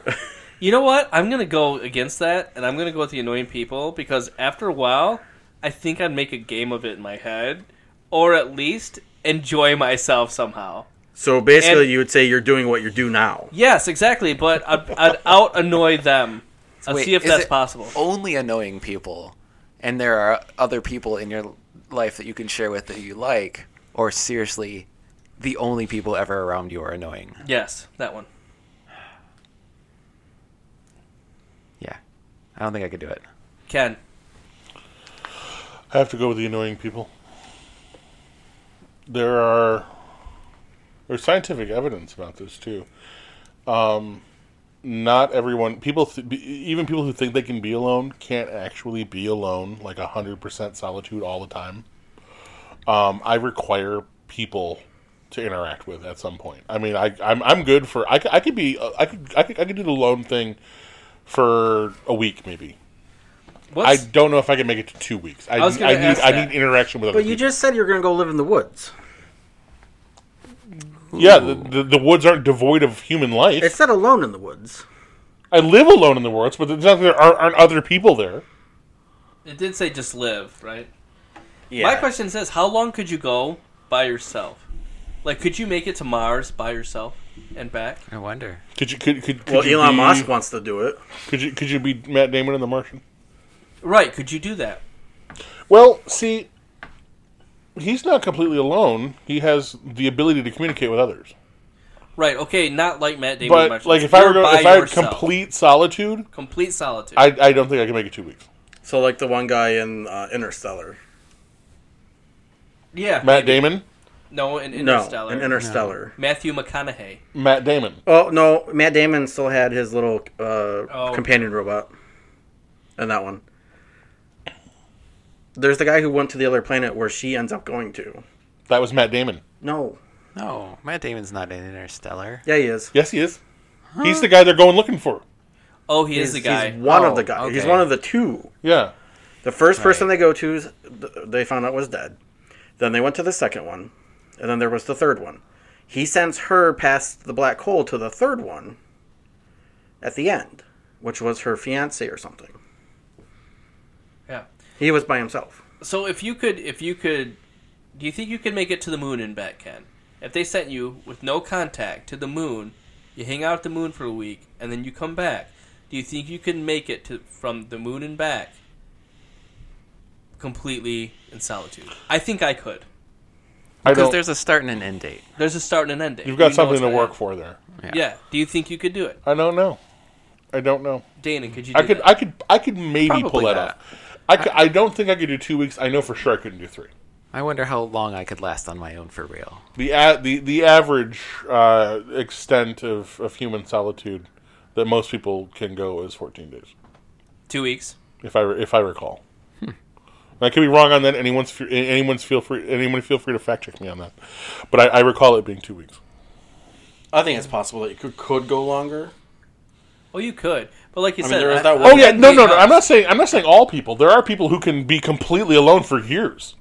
S2: You know what? I'm gonna go against that, and I'm gonna go with the annoying people because after a while, I think I'd make a game of it in my head, or at least enjoy myself somehow.
S1: So basically,
S2: And-
S1: you would say you're doing what you do now.
S2: Yes, exactly. But I'd, I'd out annoy them. I'd
S4: Wait,
S2: see if
S4: is
S2: that's
S4: it Oh.
S2: possible.
S4: Only annoying people, and there are other people in your life that you can share with that you like, or seriously, the only people ever around you are annoying.
S2: Yes, that one.
S4: Yeah, I don't think I could do it.
S2: Ken,
S3: I have to go with the annoying people. There are there's scientific evidence about this too. Um, not everyone, people, th- be- even people who think they can be alone, can't actually be alone like hundred percent solitude all the time. Um, I require people to interact with at some point. I mean, I I'm, I'm good for I, c- I could be uh, I could, I could I could do the alone thing for a week maybe. I
S2: What's,
S3: don't know if I can make it to two weeks. I,
S2: was
S3: need-
S2: gonna
S3: I need
S2: ask
S3: I
S2: that.
S3: need interaction with other
S1: But you
S3: people.
S1: just said you were going to go live in the woods.
S3: yeah, the, the, the woods aren't devoid of human life.
S1: It said alone in the woods.
S3: I live alone in the woods, but there's not, there aren't, aren't other people there.
S2: it did say just live, right?
S1: Yeah.
S2: My question says, how long could you go by yourself? Like, could you make it to Mars by yourself and back?
S4: I wonder.
S3: Could you could could, could
S1: well,
S3: you
S1: Elon
S3: be,
S1: Musk wants to do it.
S3: Could you could you be Matt Damon in The Martian?
S2: Right? Could you do that?
S3: Well, see, he's not completely alone. He has the ability to communicate with others.
S2: Right? Okay, not like Matt Damon.
S3: But
S2: much.
S3: like, if I were
S2: You're
S3: going,
S2: by
S3: if I had
S2: yourself.
S3: complete solitude,
S2: complete solitude.
S3: I I don't think I can make it two weeks.
S1: So, like the one guy in uh, Interstellar.
S2: yeah,
S3: Matt Damon,
S2: no, in
S1: No,
S2: Interstellar.
S1: in Interstellar.
S2: Matthew McConaughey.
S3: Matt Damon.
S1: Oh no, Matt Damon still had his little uh,
S2: Oh.
S1: companion robot, and that one. There's the guy who went to the other planet where she ends up going to.
S3: That was Matt Damon.
S1: No,
S4: No, Matt Damon's not in Interstellar.
S1: yeah, he is.
S3: Yes, he is. He's the guy they're going looking for.
S2: Oh, he is the
S1: He's-
S2: guy.
S1: He's one
S4: Oh,
S1: of the guys. He's
S4: okay.
S1: one of the two.
S3: Yeah.
S1: The first person they go to, is- th- they found out was dead. Then they went to the second one, and then there was the third one. He sends her past the black hole to the third one. At the end, which was her fiance or something.
S2: Yeah.
S1: He was by himself.
S2: So if you could, if you could, do you think you could make it to the moon and back, Ken? If they sent you with no contact to the moon, you hang out at the moon for a week, and then you come back. Do you think you can make it to from the moon and back completely in solitude? I think I could.
S3: I
S4: Because
S3: don't.
S4: there's a start and an end date.
S2: There's a start and an end date.
S3: You've
S2: You
S3: got
S2: know
S3: something
S2: it's
S3: to
S2: gonna
S3: work
S2: end.
S3: for there.
S4: Yeah.
S2: Yeah. Do you think you could do it,
S3: I don't know. I don't know.
S2: Dana? Could you? Do
S3: I could.
S2: that?
S3: I could. I could maybe pull
S4: Probably
S3: that
S4: not.
S3: off. I, cou- I don't think I could do two weeks. I know for sure I couldn't do three.
S4: I wonder how long I could last on my own for real.
S3: The a, the the average uh, extent of, of human solitude that most people can go is fourteen days,
S2: Two weeks.
S3: if I re- if I recall. I could be wrong on that. Anyone's fe- anyone's feel free anyone feel free to fact check me on that, but I, I recall it being two weeks.
S1: I think it's possible that you could, could go longer.
S2: Oh, you could. But like you
S1: I mean,
S2: said,
S1: there is
S2: I-
S1: that
S2: I-
S1: one-
S3: Oh yeah, no, no, no.
S2: I-
S3: I'm not saying I'm not saying all people. There are people who can be completely alone for years.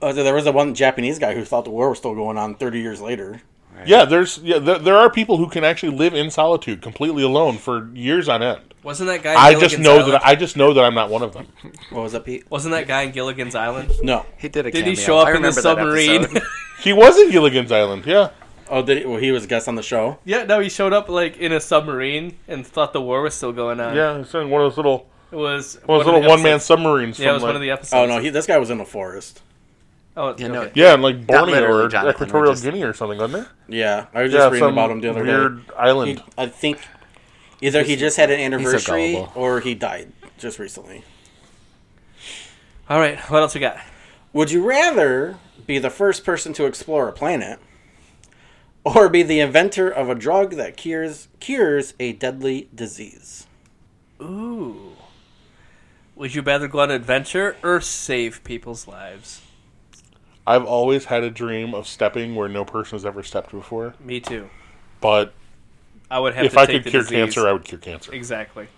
S1: Uh, there was the one Japanese guy who thought the war was still going on 30 years later.
S3: Yeah, there's yeah, there, there are people who can actually live in solitude completely alone for years on end.
S2: Wasn't that guy? in
S3: I just
S2: Gilligan's
S3: know
S2: Island?
S3: that I just know that I'm not one of them.
S1: What was that, Pete?
S2: Wasn't that guy in Gilligan's Island?
S1: No.
S4: He did a
S2: Did he
S4: cameo.
S2: show
S4: I
S2: up in a
S4: remember that
S2: submarine?
S4: episode.
S3: He was in Gilligan's Island, yeah.
S1: Oh, did he, well, he was a guest on the show.
S2: yeah, no, he showed up like in a submarine and thought the war was still going on.
S3: Yeah, he's in one of those little
S2: it was
S3: one of
S2: of the
S3: those little one man
S2: episodes-
S3: submarines
S2: Yeah, it was
S3: from
S2: one of the
S3: like,
S2: episodes.
S1: Oh no, he, this guy was in a forest.
S2: Oh
S4: Yeah, no,
S2: okay.
S3: Yeah, in like Borneo
S4: literally,
S3: or
S4: Jonathan, we're
S3: Equatorial
S4: just-
S3: Guinea or something, wasn't it?
S1: Yeah, I was just
S3: Yeah,
S1: reading
S3: some
S1: about him the other day.
S3: weird island.
S1: He- I think either he just had an anniversary
S4: gullible.
S1: or he died just recently.
S2: All right, what else we got?
S1: Would you rather be the first person to explore a planet, or be the inventor of a drug that cures cures a deadly disease?
S2: Ooh, would you rather go on an adventure or save people's lives?
S3: I've always had a dream of stepping where no person has ever stepped before,
S2: Me too.
S3: but
S2: I would have
S3: if
S2: to
S3: I
S2: take
S3: could
S2: the
S3: cure
S2: disease.
S3: cancer, I would cure cancer.
S2: exactly,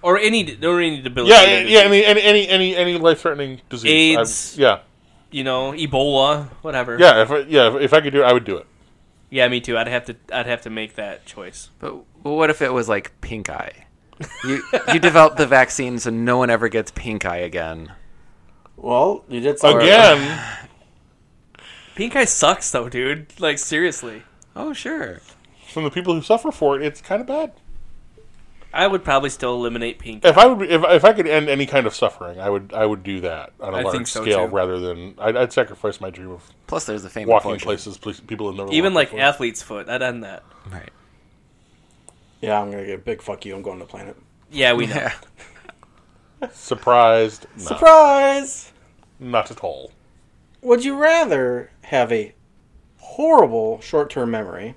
S2: or any or any
S3: Yeah,
S2: debilitating.
S3: yeah,
S2: disease.
S3: any any any any, any life threatening disease. I'd-
S2: AIDS.
S3: yeah.
S2: you know, Ebola, whatever.
S3: Yeah, if I, yeah, if- if I could do it, I would do it.
S2: yeah, me too. I'd have to I'd have to make that choice.
S4: But well, what if it was like pink eye? You you develop the vaccine so no one ever gets pink eye again.
S1: Well, you did something.
S3: Again,
S2: Pink eye sucks though, dude. Like seriously.
S4: Oh sure.
S3: from the people who suffer for it, it's kind of bad.
S2: I would probably still eliminate pink.
S3: If I would, if, if I could end any kind of suffering, I would, I would do that on a
S2: I
S3: large
S2: think so,
S3: scale
S2: too.
S3: rather than I'd, I'd sacrifice my dream of
S4: Plus there's the famous
S3: walking
S4: portion.
S3: places place, people have never
S2: Even
S3: walked
S2: like
S3: before.
S2: athlete's foot, I'd end that.
S4: Right.
S1: Yeah, I'm gonna get a big fuck you. I'm going to the planet.
S2: Yeah, we know.
S4: Yeah.
S3: surprised. Nah.
S1: Surprise!
S3: Not at all.
S1: Would you rather have a horrible short term memory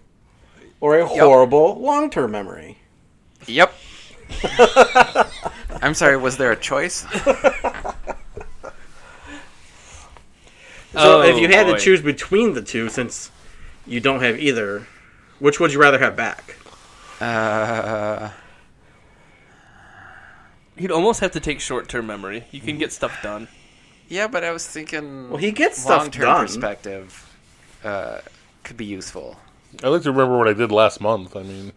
S1: or a horrible long term memory?
S4: Yep. I'm sorry. Was there a choice?
S1: So
S2: Oh,
S1: if you had
S2: boy.
S1: to choose between the two, since you don't have either, which would you rather have back?
S4: Uh,
S2: You'd almost have to take short-term memory. You can get stuff done.
S4: yeah, but I was thinking.
S1: Well, he gets stuff
S4: long-term
S1: done.
S4: perspective uh, could be useful.
S3: I like to remember what I did last month. I mean,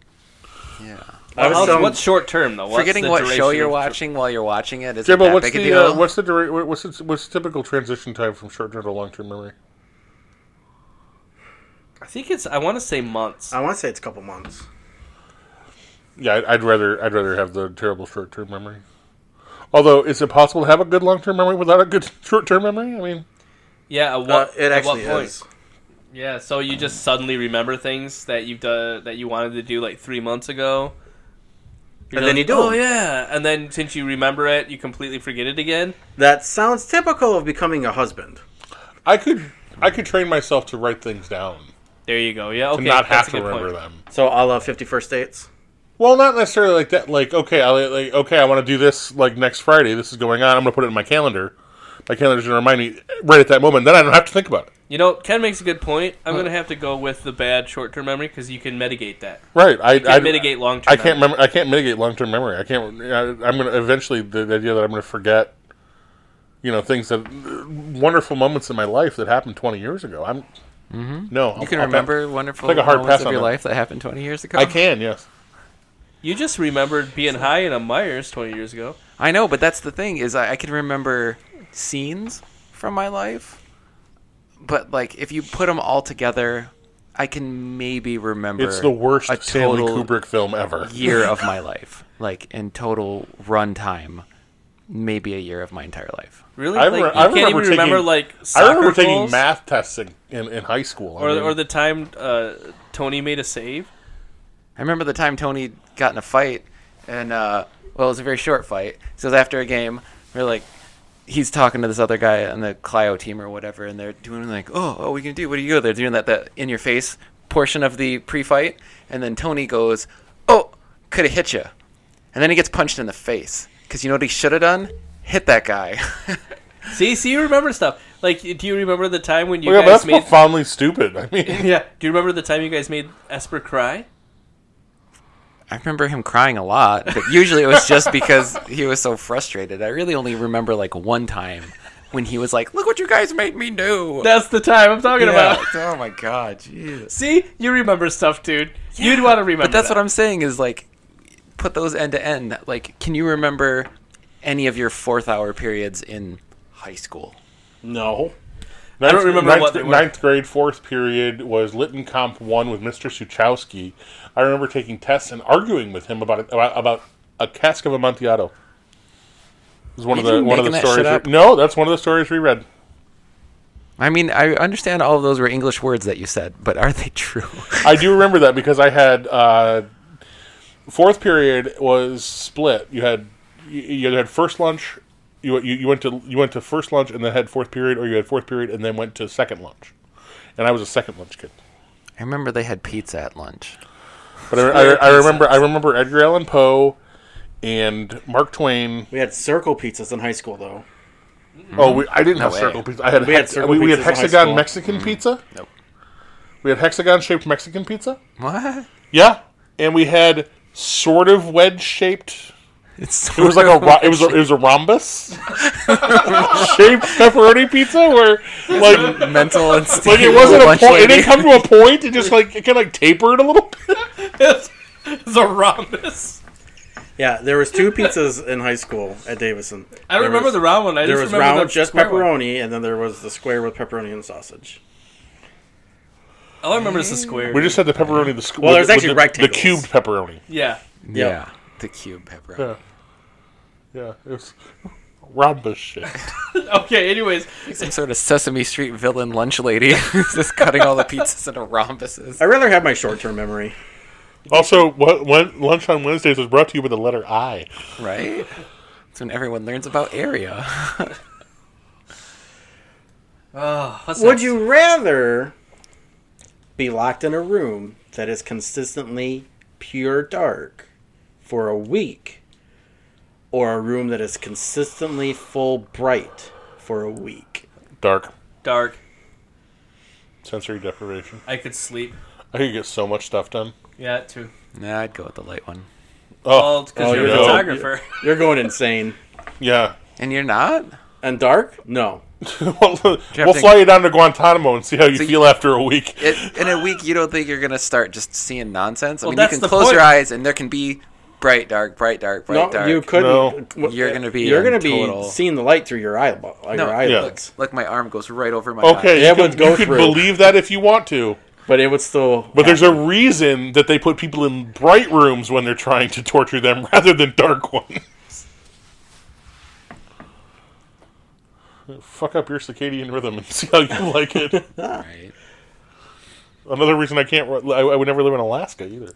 S4: Yeah.
S1: I
S2: How's-
S1: was um, some-
S2: what's short-term though? What's
S4: Forgetting
S2: the
S4: what show
S2: duration
S4: you're
S2: of-
S4: watching while you're watching it isn't
S3: yeah, but
S4: that
S3: what's
S4: big a
S3: the,
S4: deal.
S3: uh, what's the dura- what's the, what's the typical transition time from short term to long term memory?
S2: I think it's. I want to say months.
S1: I want to say it's a couple months.
S3: Yeah, I'd, I'd rather I'd rather have the terrible short term memory. Although, is it possible to have a good long term memory without a good short term memory? I mean,
S2: yeah, at
S1: Uh,
S2: what,
S1: it
S2: at what
S1: actually
S2: point?
S1: is.
S2: Yeah, so you just suddenly remember things that you've done that you wanted to do like three months ago, You're
S1: And then
S2: like,
S1: you do
S2: Oh
S1: them."
S2: yeah, and then since you remember it, you completely forget it again.
S1: That sounds typical of becoming a husband.
S3: I could I could train myself to write things down
S2: There you go. Yeah, okay,
S3: to not
S2: that's
S3: have
S2: a
S3: to
S2: good
S3: remember
S2: point.
S3: them.
S1: So a la 51st Dates.
S3: Well, not necessarily like that. Like, okay, I li- like okay, I want to do this like next Friday. This is going on. I'm going to put it in my calendar. My calendar's going to remind me right at that moment. Then I don't have to think about it.
S2: You know, Ken makes a good point. I'm gonna have to go with the bad short-term memory because you can mitigate that.
S3: Right. I
S2: You can
S3: I-
S2: mitigate long-term.
S3: I can't
S2: memory.
S3: remember. I can't mitigate long term memory. I can't. I, I'm gonna eventually the, the idea that I'm gonna forget. You know things that wonderful moments in my life that happened 20 years ago. I'm
S2: Mm-hmm.
S3: no.
S4: You can remember wonderful
S3: take a hard
S4: moments
S3: pass
S4: of
S3: on
S4: your
S3: that.
S4: life that happened 20 years ago.
S3: I can. Yes.
S2: You just remembered being high in a Myers 20 years ago.
S4: I know, but that's the thing is I, I can remember scenes from my life, but like if you put them all together, I can maybe remember.
S3: It's the worst
S4: a
S3: Stanley
S4: total
S3: Kubrick film ever.
S4: year of my life, like in total run time, maybe a year of my entire life.
S2: Really?
S3: I,
S2: like,
S3: re-
S2: you
S3: I
S2: can't
S3: remember
S2: even
S3: taking,
S2: remember like
S3: I
S2: soccer
S3: remember taking
S2: goals?
S3: math tests in, in, in high school. I
S2: or,
S3: mean,
S2: or the time uh, Tony made a save.
S4: I remember the time Tony got in a fight, and uh, well, it was a very short fight. So it was after a game. We're like, he's talking to this other guy on the Clio team or whatever, and they're doing like, oh, oh, we can do. What do you go? They're doing that that in your face portion of the pre-fight, and then Tony goes, oh, could have hit you, and then he gets punched in the face because you know what he should have done? Hit that guy.
S2: See, see, you remember stuff. Like, do you remember the time when you
S3: Well, yeah, but
S2: guys
S3: that's
S2: made?
S3: profoundly stupid. I mean,
S2: Yeah. Do you remember the time you guys made Esper cry?
S4: I remember him crying a lot, but usually it was just because he was so frustrated. I really only remember like one time when he was like, "Look what you guys made me do."
S2: That's the time I'm talking about.
S4: oh my god, jeez.
S2: See, you remember stuff, dude. You'd want to remember.
S4: But that's what I'm saying is like, put those end to end. Like, can you remember any of your fourth hour periods in high school?
S1: No.
S3: Ninth,
S2: don't remember
S3: ninth,
S2: what they were.
S3: ninth grade fourth period was Litton Comp one with Mr. Suchowski. I remember taking tests and arguing with him about about, about a cask of Amontillado. It was one
S4: Were
S3: of
S4: you
S3: the one
S4: making
S3: of the
S4: that shit
S3: stories. we-
S4: up?
S3: no, that's one of the stories we read.
S4: I mean, I understand all of those were English words that you said, but are they true?
S3: I do remember that because I had uh, fourth period was split. You had you, you had first lunch. You, you, you went to you went to first lunch and then had fourth period, or you had fourth period and then went to second lunch. And I was a second lunch kid.
S4: I remember they had pizza at lunch.
S3: But I, I, I remember I remember Edgar Allan Poe and Mark Twain.
S1: We had circle pizzas in high school, though.
S3: Oh, we, I didn't have
S4: way. Mm-hmm.
S3: circle pizza. I had
S1: Mm-hmm. We had
S3: hex-
S1: circle
S3: we, we had
S1: pizzas in high
S3: hexagon
S1: school.
S3: Mexican pizza.
S4: Nope.
S3: We had hexagon shaped Mexican pizza.
S4: What?
S3: Yeah, and we had sort of wedge shaped.
S4: It's
S3: It was like a ro- it was a, it was a rhombus shaped pepperoni pizza where like
S4: mental and
S3: like it wasn't a point. It didn't come to a point. It just like it kind of like tapered a little bit.
S2: it's, it's a rhombus.
S1: Yeah, there was two pizzas in high school at Davison.
S2: I
S1: There
S2: don't remember
S1: was-
S2: the round one. I
S1: There
S2: just
S1: was
S2: remember
S1: round
S2: the
S1: just
S2: square one.
S1: pepperoni, and then there was the square with pepperoni and sausage.
S2: All I remember is the square.
S3: We just had the pepperoni. The squ-
S1: Well, there's
S3: with
S1: actually
S3: the,
S1: rectangles.
S3: The cubed pepperoni.
S2: yeah.
S4: Yeah.
S1: Yeah.
S4: The cube pepperoni.
S3: Yeah. Yeah, it was rhombus shit.
S2: Okay. Anyways,
S4: Some sort of Sesame Street villain lunch lady who's just cutting all the pizzas into rhombuses.
S1: I'd rather have my short term memory.
S3: also, what, when, lunch on Wednesdays was brought to you with the letter I.
S4: Right? That's when everyone learns about area.
S2: Oh, what's
S1: Would
S2: next?
S1: you rather be locked in a room that is consistently pure dark for a week or a room that is consistently full bright for a week?
S3: Dark
S2: Dark.
S3: sensory deprivation.
S2: I could sleep.
S3: I could get so much stuff done.
S2: Yeah, too.
S4: Nah, I'd go with the light one.
S2: Well,
S3: Oh,
S2: it's because
S1: Oh,
S2: you're a
S1: you're dope.
S2: photographer.
S1: You're going insane.
S3: yeah.
S4: And you're not?
S1: And dark? No.
S3: we'll we'll fly you down to Guantanamo and see how you feel after a week.
S4: It, in a week, you don't think you're going to start just seeing nonsense? I
S2: Well,
S4: mean, you
S2: that's
S4: can
S2: the
S4: close
S2: point.
S4: your eyes and there can be bright, dark, bright, dark, bright,
S1: no,
S4: dark.
S1: you couldn't.
S3: No.
S4: You're gonna be
S1: You're
S4: in
S1: gonna be
S4: total-
S1: seeing the light through your eyeball.
S4: No,
S1: your
S4: look,
S1: eyelids,
S4: Look, my arm goes right over my eye.
S3: Okay,
S1: It
S3: you
S1: would
S3: could,
S1: go
S3: you could
S1: through.
S3: believe that if you want to,
S1: but it would still.
S3: but there's a reason that they put people in bright rooms when they're trying to torture them rather than dark ones. Fuck up your circadian rhythm and see how you like it.
S4: Right.
S3: Another reason I can't. ru- I, I would never live in Alaska either.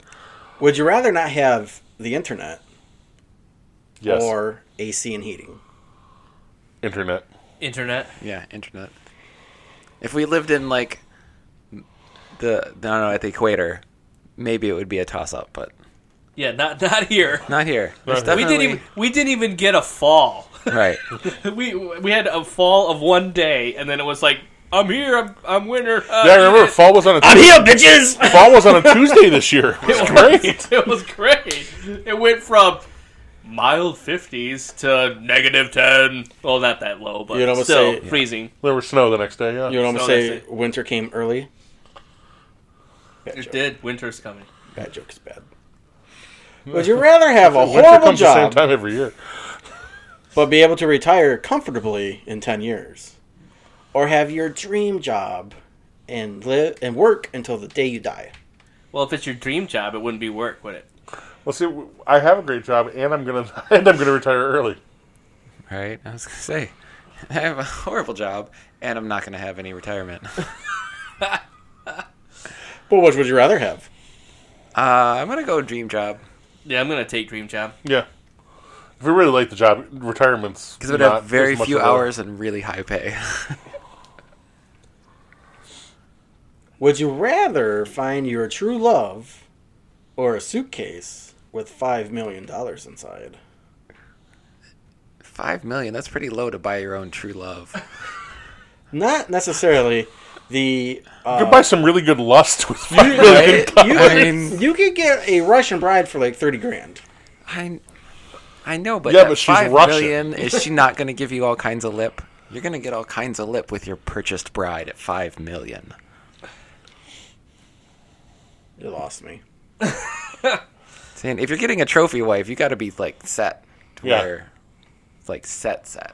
S1: Would you rather not have the internet
S3: Yes,
S1: or AC and heating?
S3: internet.
S2: Internet.
S4: Yeah, internet. If we lived in like the no no at the equator, maybe it would be a toss up, but
S2: Yeah, not not here.
S4: not here. There's
S3: Not
S2: We
S4: definitely
S2: didn't even we didn't even get a fall.
S4: right.
S2: we we had a fall of one day, and then it was like, I'm here, I'm I'm winner. Uh,
S3: Yeah, I remember
S2: eat it.
S3: fall was on a
S1: I'm here, bitches.
S3: fall was on a Tuesday this year. It was great.
S2: It was great. It went from mild fifties to negative ten. Well, not that low, but
S1: You'd almost
S2: still
S1: say-
S2: freezing.
S3: There was snow the next day. Yeah,
S1: You would almost
S2: So that's
S1: say
S2: it.
S1: winter came early.
S2: It did. Winter's coming.
S1: That joke is bad.
S4: Hmm.
S1: Would you rather have a
S3: winter
S1: horrible
S3: comes the same
S1: job
S3: time every year.
S1: but be able to retire comfortably in ten years, or have your dream job and live and work until the day you die?
S2: Well, if it's your dream job, it wouldn't be work, would it?
S3: Well, see, w- I have a great job, and I'm gonna and I'm gonna retire early.
S4: Right. I was gonna say I have a horrible job and I'm not gonna have any retirement. uh,
S1: But which would you rather have?
S4: I'm gonna go dream job
S2: Yeah, I'm gonna take dream job.
S3: Yeah. If we really like the job, retirement's
S4: because it would
S3: not
S4: have very
S3: as much
S4: few
S3: of a-
S4: hours and really high pay.
S1: Would you rather find your true love or a suitcase with five million dollars inside?
S4: Five million. That's pretty low to buy your own true love.
S1: Not necessarily the
S3: You could
S1: uh,
S3: buy some really good lust with five million
S4: Right?
S1: you,
S4: I
S1: could-
S4: mean-
S1: you could get a Russian bride for like thirty grand.
S4: I, I know, but
S3: Yeah,
S4: at
S3: but she's
S4: five
S3: Russian.
S4: million, is she not going to give you all kinds of lip? You're going to get all kinds of lip with your purchased bride at five million.
S1: You lost me.
S4: Saying if you're getting a trophy wife, you got to be like set to
S3: Yeah.
S4: where, it's like set set.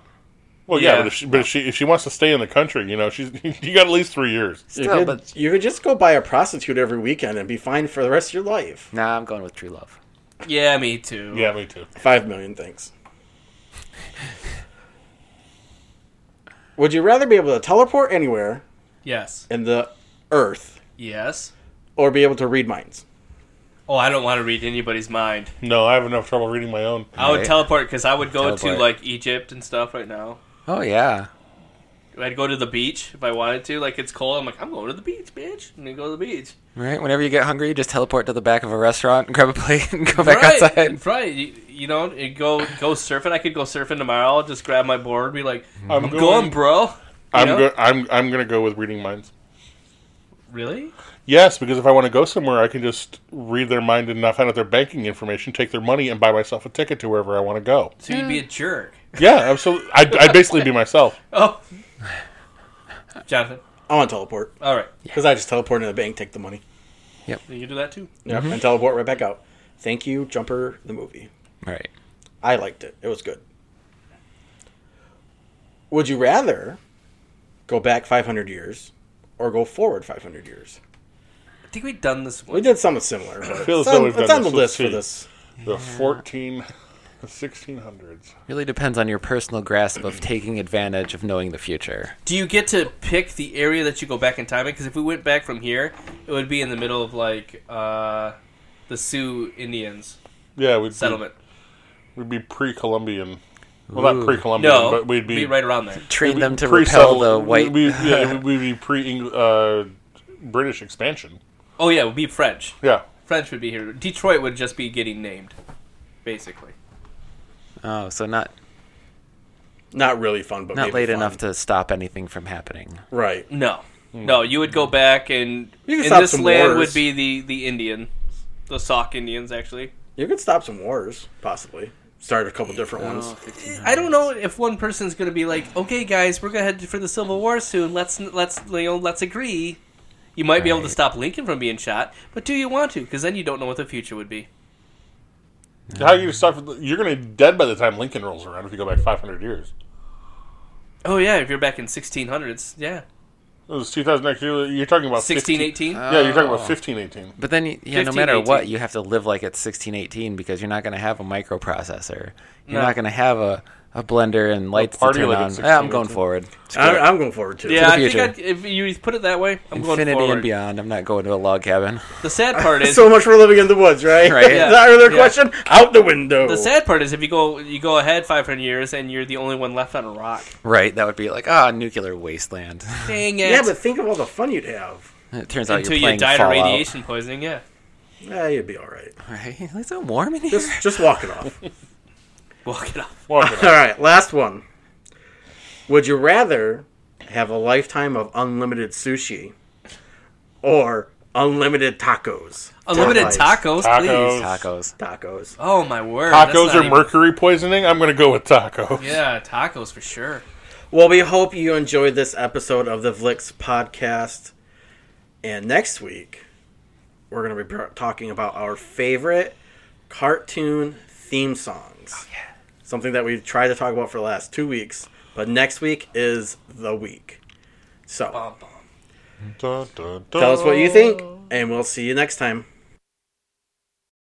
S3: Well, yeah,
S2: Yeah.
S3: but, if she, but if she if she wants to stay in the country, you know, she's you got at least three years.
S1: You,
S4: Still,
S1: could,
S4: but
S1: you could just go buy a prostitute every weekend and be fine for the rest of your life.
S4: nah, I'm going with true love.
S2: Yeah, me too.
S3: Yeah, me too.
S1: Five million things. Would you rather be able to teleport anywhere
S2: Yes.
S1: in the earth
S2: Yes.
S1: or be able to read minds?
S2: Oh, I don't want to read anybody's mind.
S3: No, I have enough trouble reading my own.
S2: I would
S4: Right.
S2: teleport because I would go
S4: Teleport.
S2: to like Egypt and stuff right now.
S4: Oh yeah,
S2: I'd go to the beach if I wanted to. Like it's cold, I'm like I'm going to the beach, bitch. And then go to the beach.
S4: right. Whenever you get hungry, you just teleport to the back of a restaurant and grab a plate and go back
S2: right,
S4: outside.
S2: right. You, you know, and go go surfing. I could go surfing tomorrow. I'll just grab my board, be like,
S3: I'm,
S2: I'm going, bro. You
S3: I'm
S2: know?
S3: go, I'm I'm gonna go with reading minds.
S2: Really?
S3: Yes, because if I want to go somewhere, I can just read their mind and not find out their banking information, take their money, and buy myself a ticket to wherever I want to go.
S2: So you'd be a jerk.
S3: Yeah, absolutely. I'd, I'd basically be myself.
S2: Oh, Jonathan.
S1: I want to teleport
S2: All right,
S1: because I just teleport into the bank, take the money,
S2: you can do that too.
S1: yep,
S3: Mm-hmm.
S1: and teleport right back out. Thank you, Jumper. The movie.
S4: Right.
S1: I liked it. It was good. Would you rather go back 500 years or go forward 500 years?
S2: I think we've done this one.
S1: We did something similar, but
S3: feel as
S1: it's
S3: though
S1: on,
S3: we've done
S1: it's on the
S3: this.
S1: list
S3: Let's
S1: for this.
S3: see. The 14, 1600s.
S4: Really depends on your personal grasp of taking advantage of knowing the future.
S2: Do you get to pick the area that you go back in time in? Because if we went back from here, it would be in the middle of like uh, the Sioux Indians
S3: Yeah, we'd
S2: settlement.
S3: Be, we'd be pre-Columbian. Well, not pre-Columbian,
S2: No,
S3: but we'd be,
S2: right around there.
S4: Train them to
S3: pre
S4: repel the white.
S3: We, we, yeah, we'd be pre uh, British expansion.
S2: Oh yeah, it would be French.
S3: Yeah,
S2: French would be here. Detroit would just be getting named, basically.
S4: oh, so not
S1: Not really fun, but
S4: not
S1: maybe
S4: late
S1: fun.
S4: enough to stop anything from happening.
S1: Right.
S2: No,
S3: Hmm.
S2: no, you would go back and,
S1: You can
S2: and
S1: stop
S2: this
S1: some
S2: land
S1: wars.
S2: would be the the Indian, the Sauk Indians actually.
S1: You could stop some wars, possibly. Start a couple different ones.
S2: I don't know if one person's gonna be like, okay, guys, we're gonna head for the Civil War soon. Let's let's you know, let's agree. You might be able to
S4: Right.
S2: stop Lincoln from being shot, but do you want to? Because then you don't know what the future would be.
S3: how you stop? You're gonna be dead by the time Lincoln rolls around if you go back 500 years.
S2: Oh yeah, if you're back in 1600s, yeah,
S3: It was 2019. You're talking about 15
S2: 1618.
S3: Yeah, you're talking about 1518.
S4: But then, you, yeah, no
S2: 15,
S4: matter what,
S2: 18.
S4: you have to live like it's 1618 because you're not going to have a microprocessor. You're
S2: No.
S4: not going to have a, a blender and lights to
S3: party
S4: turn
S3: like
S4: on.
S3: it's
S4: Eh, I'm going
S3: 1618.
S4: forward. Screw
S1: I,
S4: it.
S1: I'm going forward too.
S2: yeah, I
S4: future.
S2: think I'd, if you put it that way, I'm
S4: Infinity
S2: going
S4: and
S2: forward.
S4: beyond. I'm not going to a log cabin.
S2: The sad part is
S1: So much for living in the woods, right?
S4: Right.
S1: Is that earlier
S2: Yeah.
S1: question? Out the window.
S2: the sad part is if you go you go ahead 500 years and you're the only one left on a rock.
S4: Right? That would be like ah, nuclear wasteland.
S2: Dang it!
S1: yeah, but think of all the fun you'd have.
S4: it turns out
S2: until
S4: you're playing
S2: you died of
S4: Fallout.
S2: radiation poisoning, yeah.
S1: Yeah, Eh, you'd be all right.
S4: Right? At least it's warm in here.
S1: Just, just walk it off.
S2: Walk it off.
S3: Walk it
S1: all
S3: up.
S1: right, last one. Would you rather have a lifetime of unlimited sushi or unlimited tacos?
S2: Unlimited
S1: Twice.
S2: tacos,
S3: Tacos.
S2: please.
S4: Tacos.
S1: Tacos.
S2: Oh my word! that's
S3: Tacos
S2: not
S3: or
S2: even-
S3: mercury poisoning? I'm gonna go with tacos.
S2: Yeah, tacos for sure.
S1: Well, we hope you enjoyed this episode of the Vlix podcast. And next week, we're going to be pr- talking about our favorite cartoon theme songs. Something that we've tried to talk about for the last two weeks. But next week is the week. So
S2: Bum, bum.
S3: Dun, dun, dun.
S1: tell us what you think, and we'll see you next time.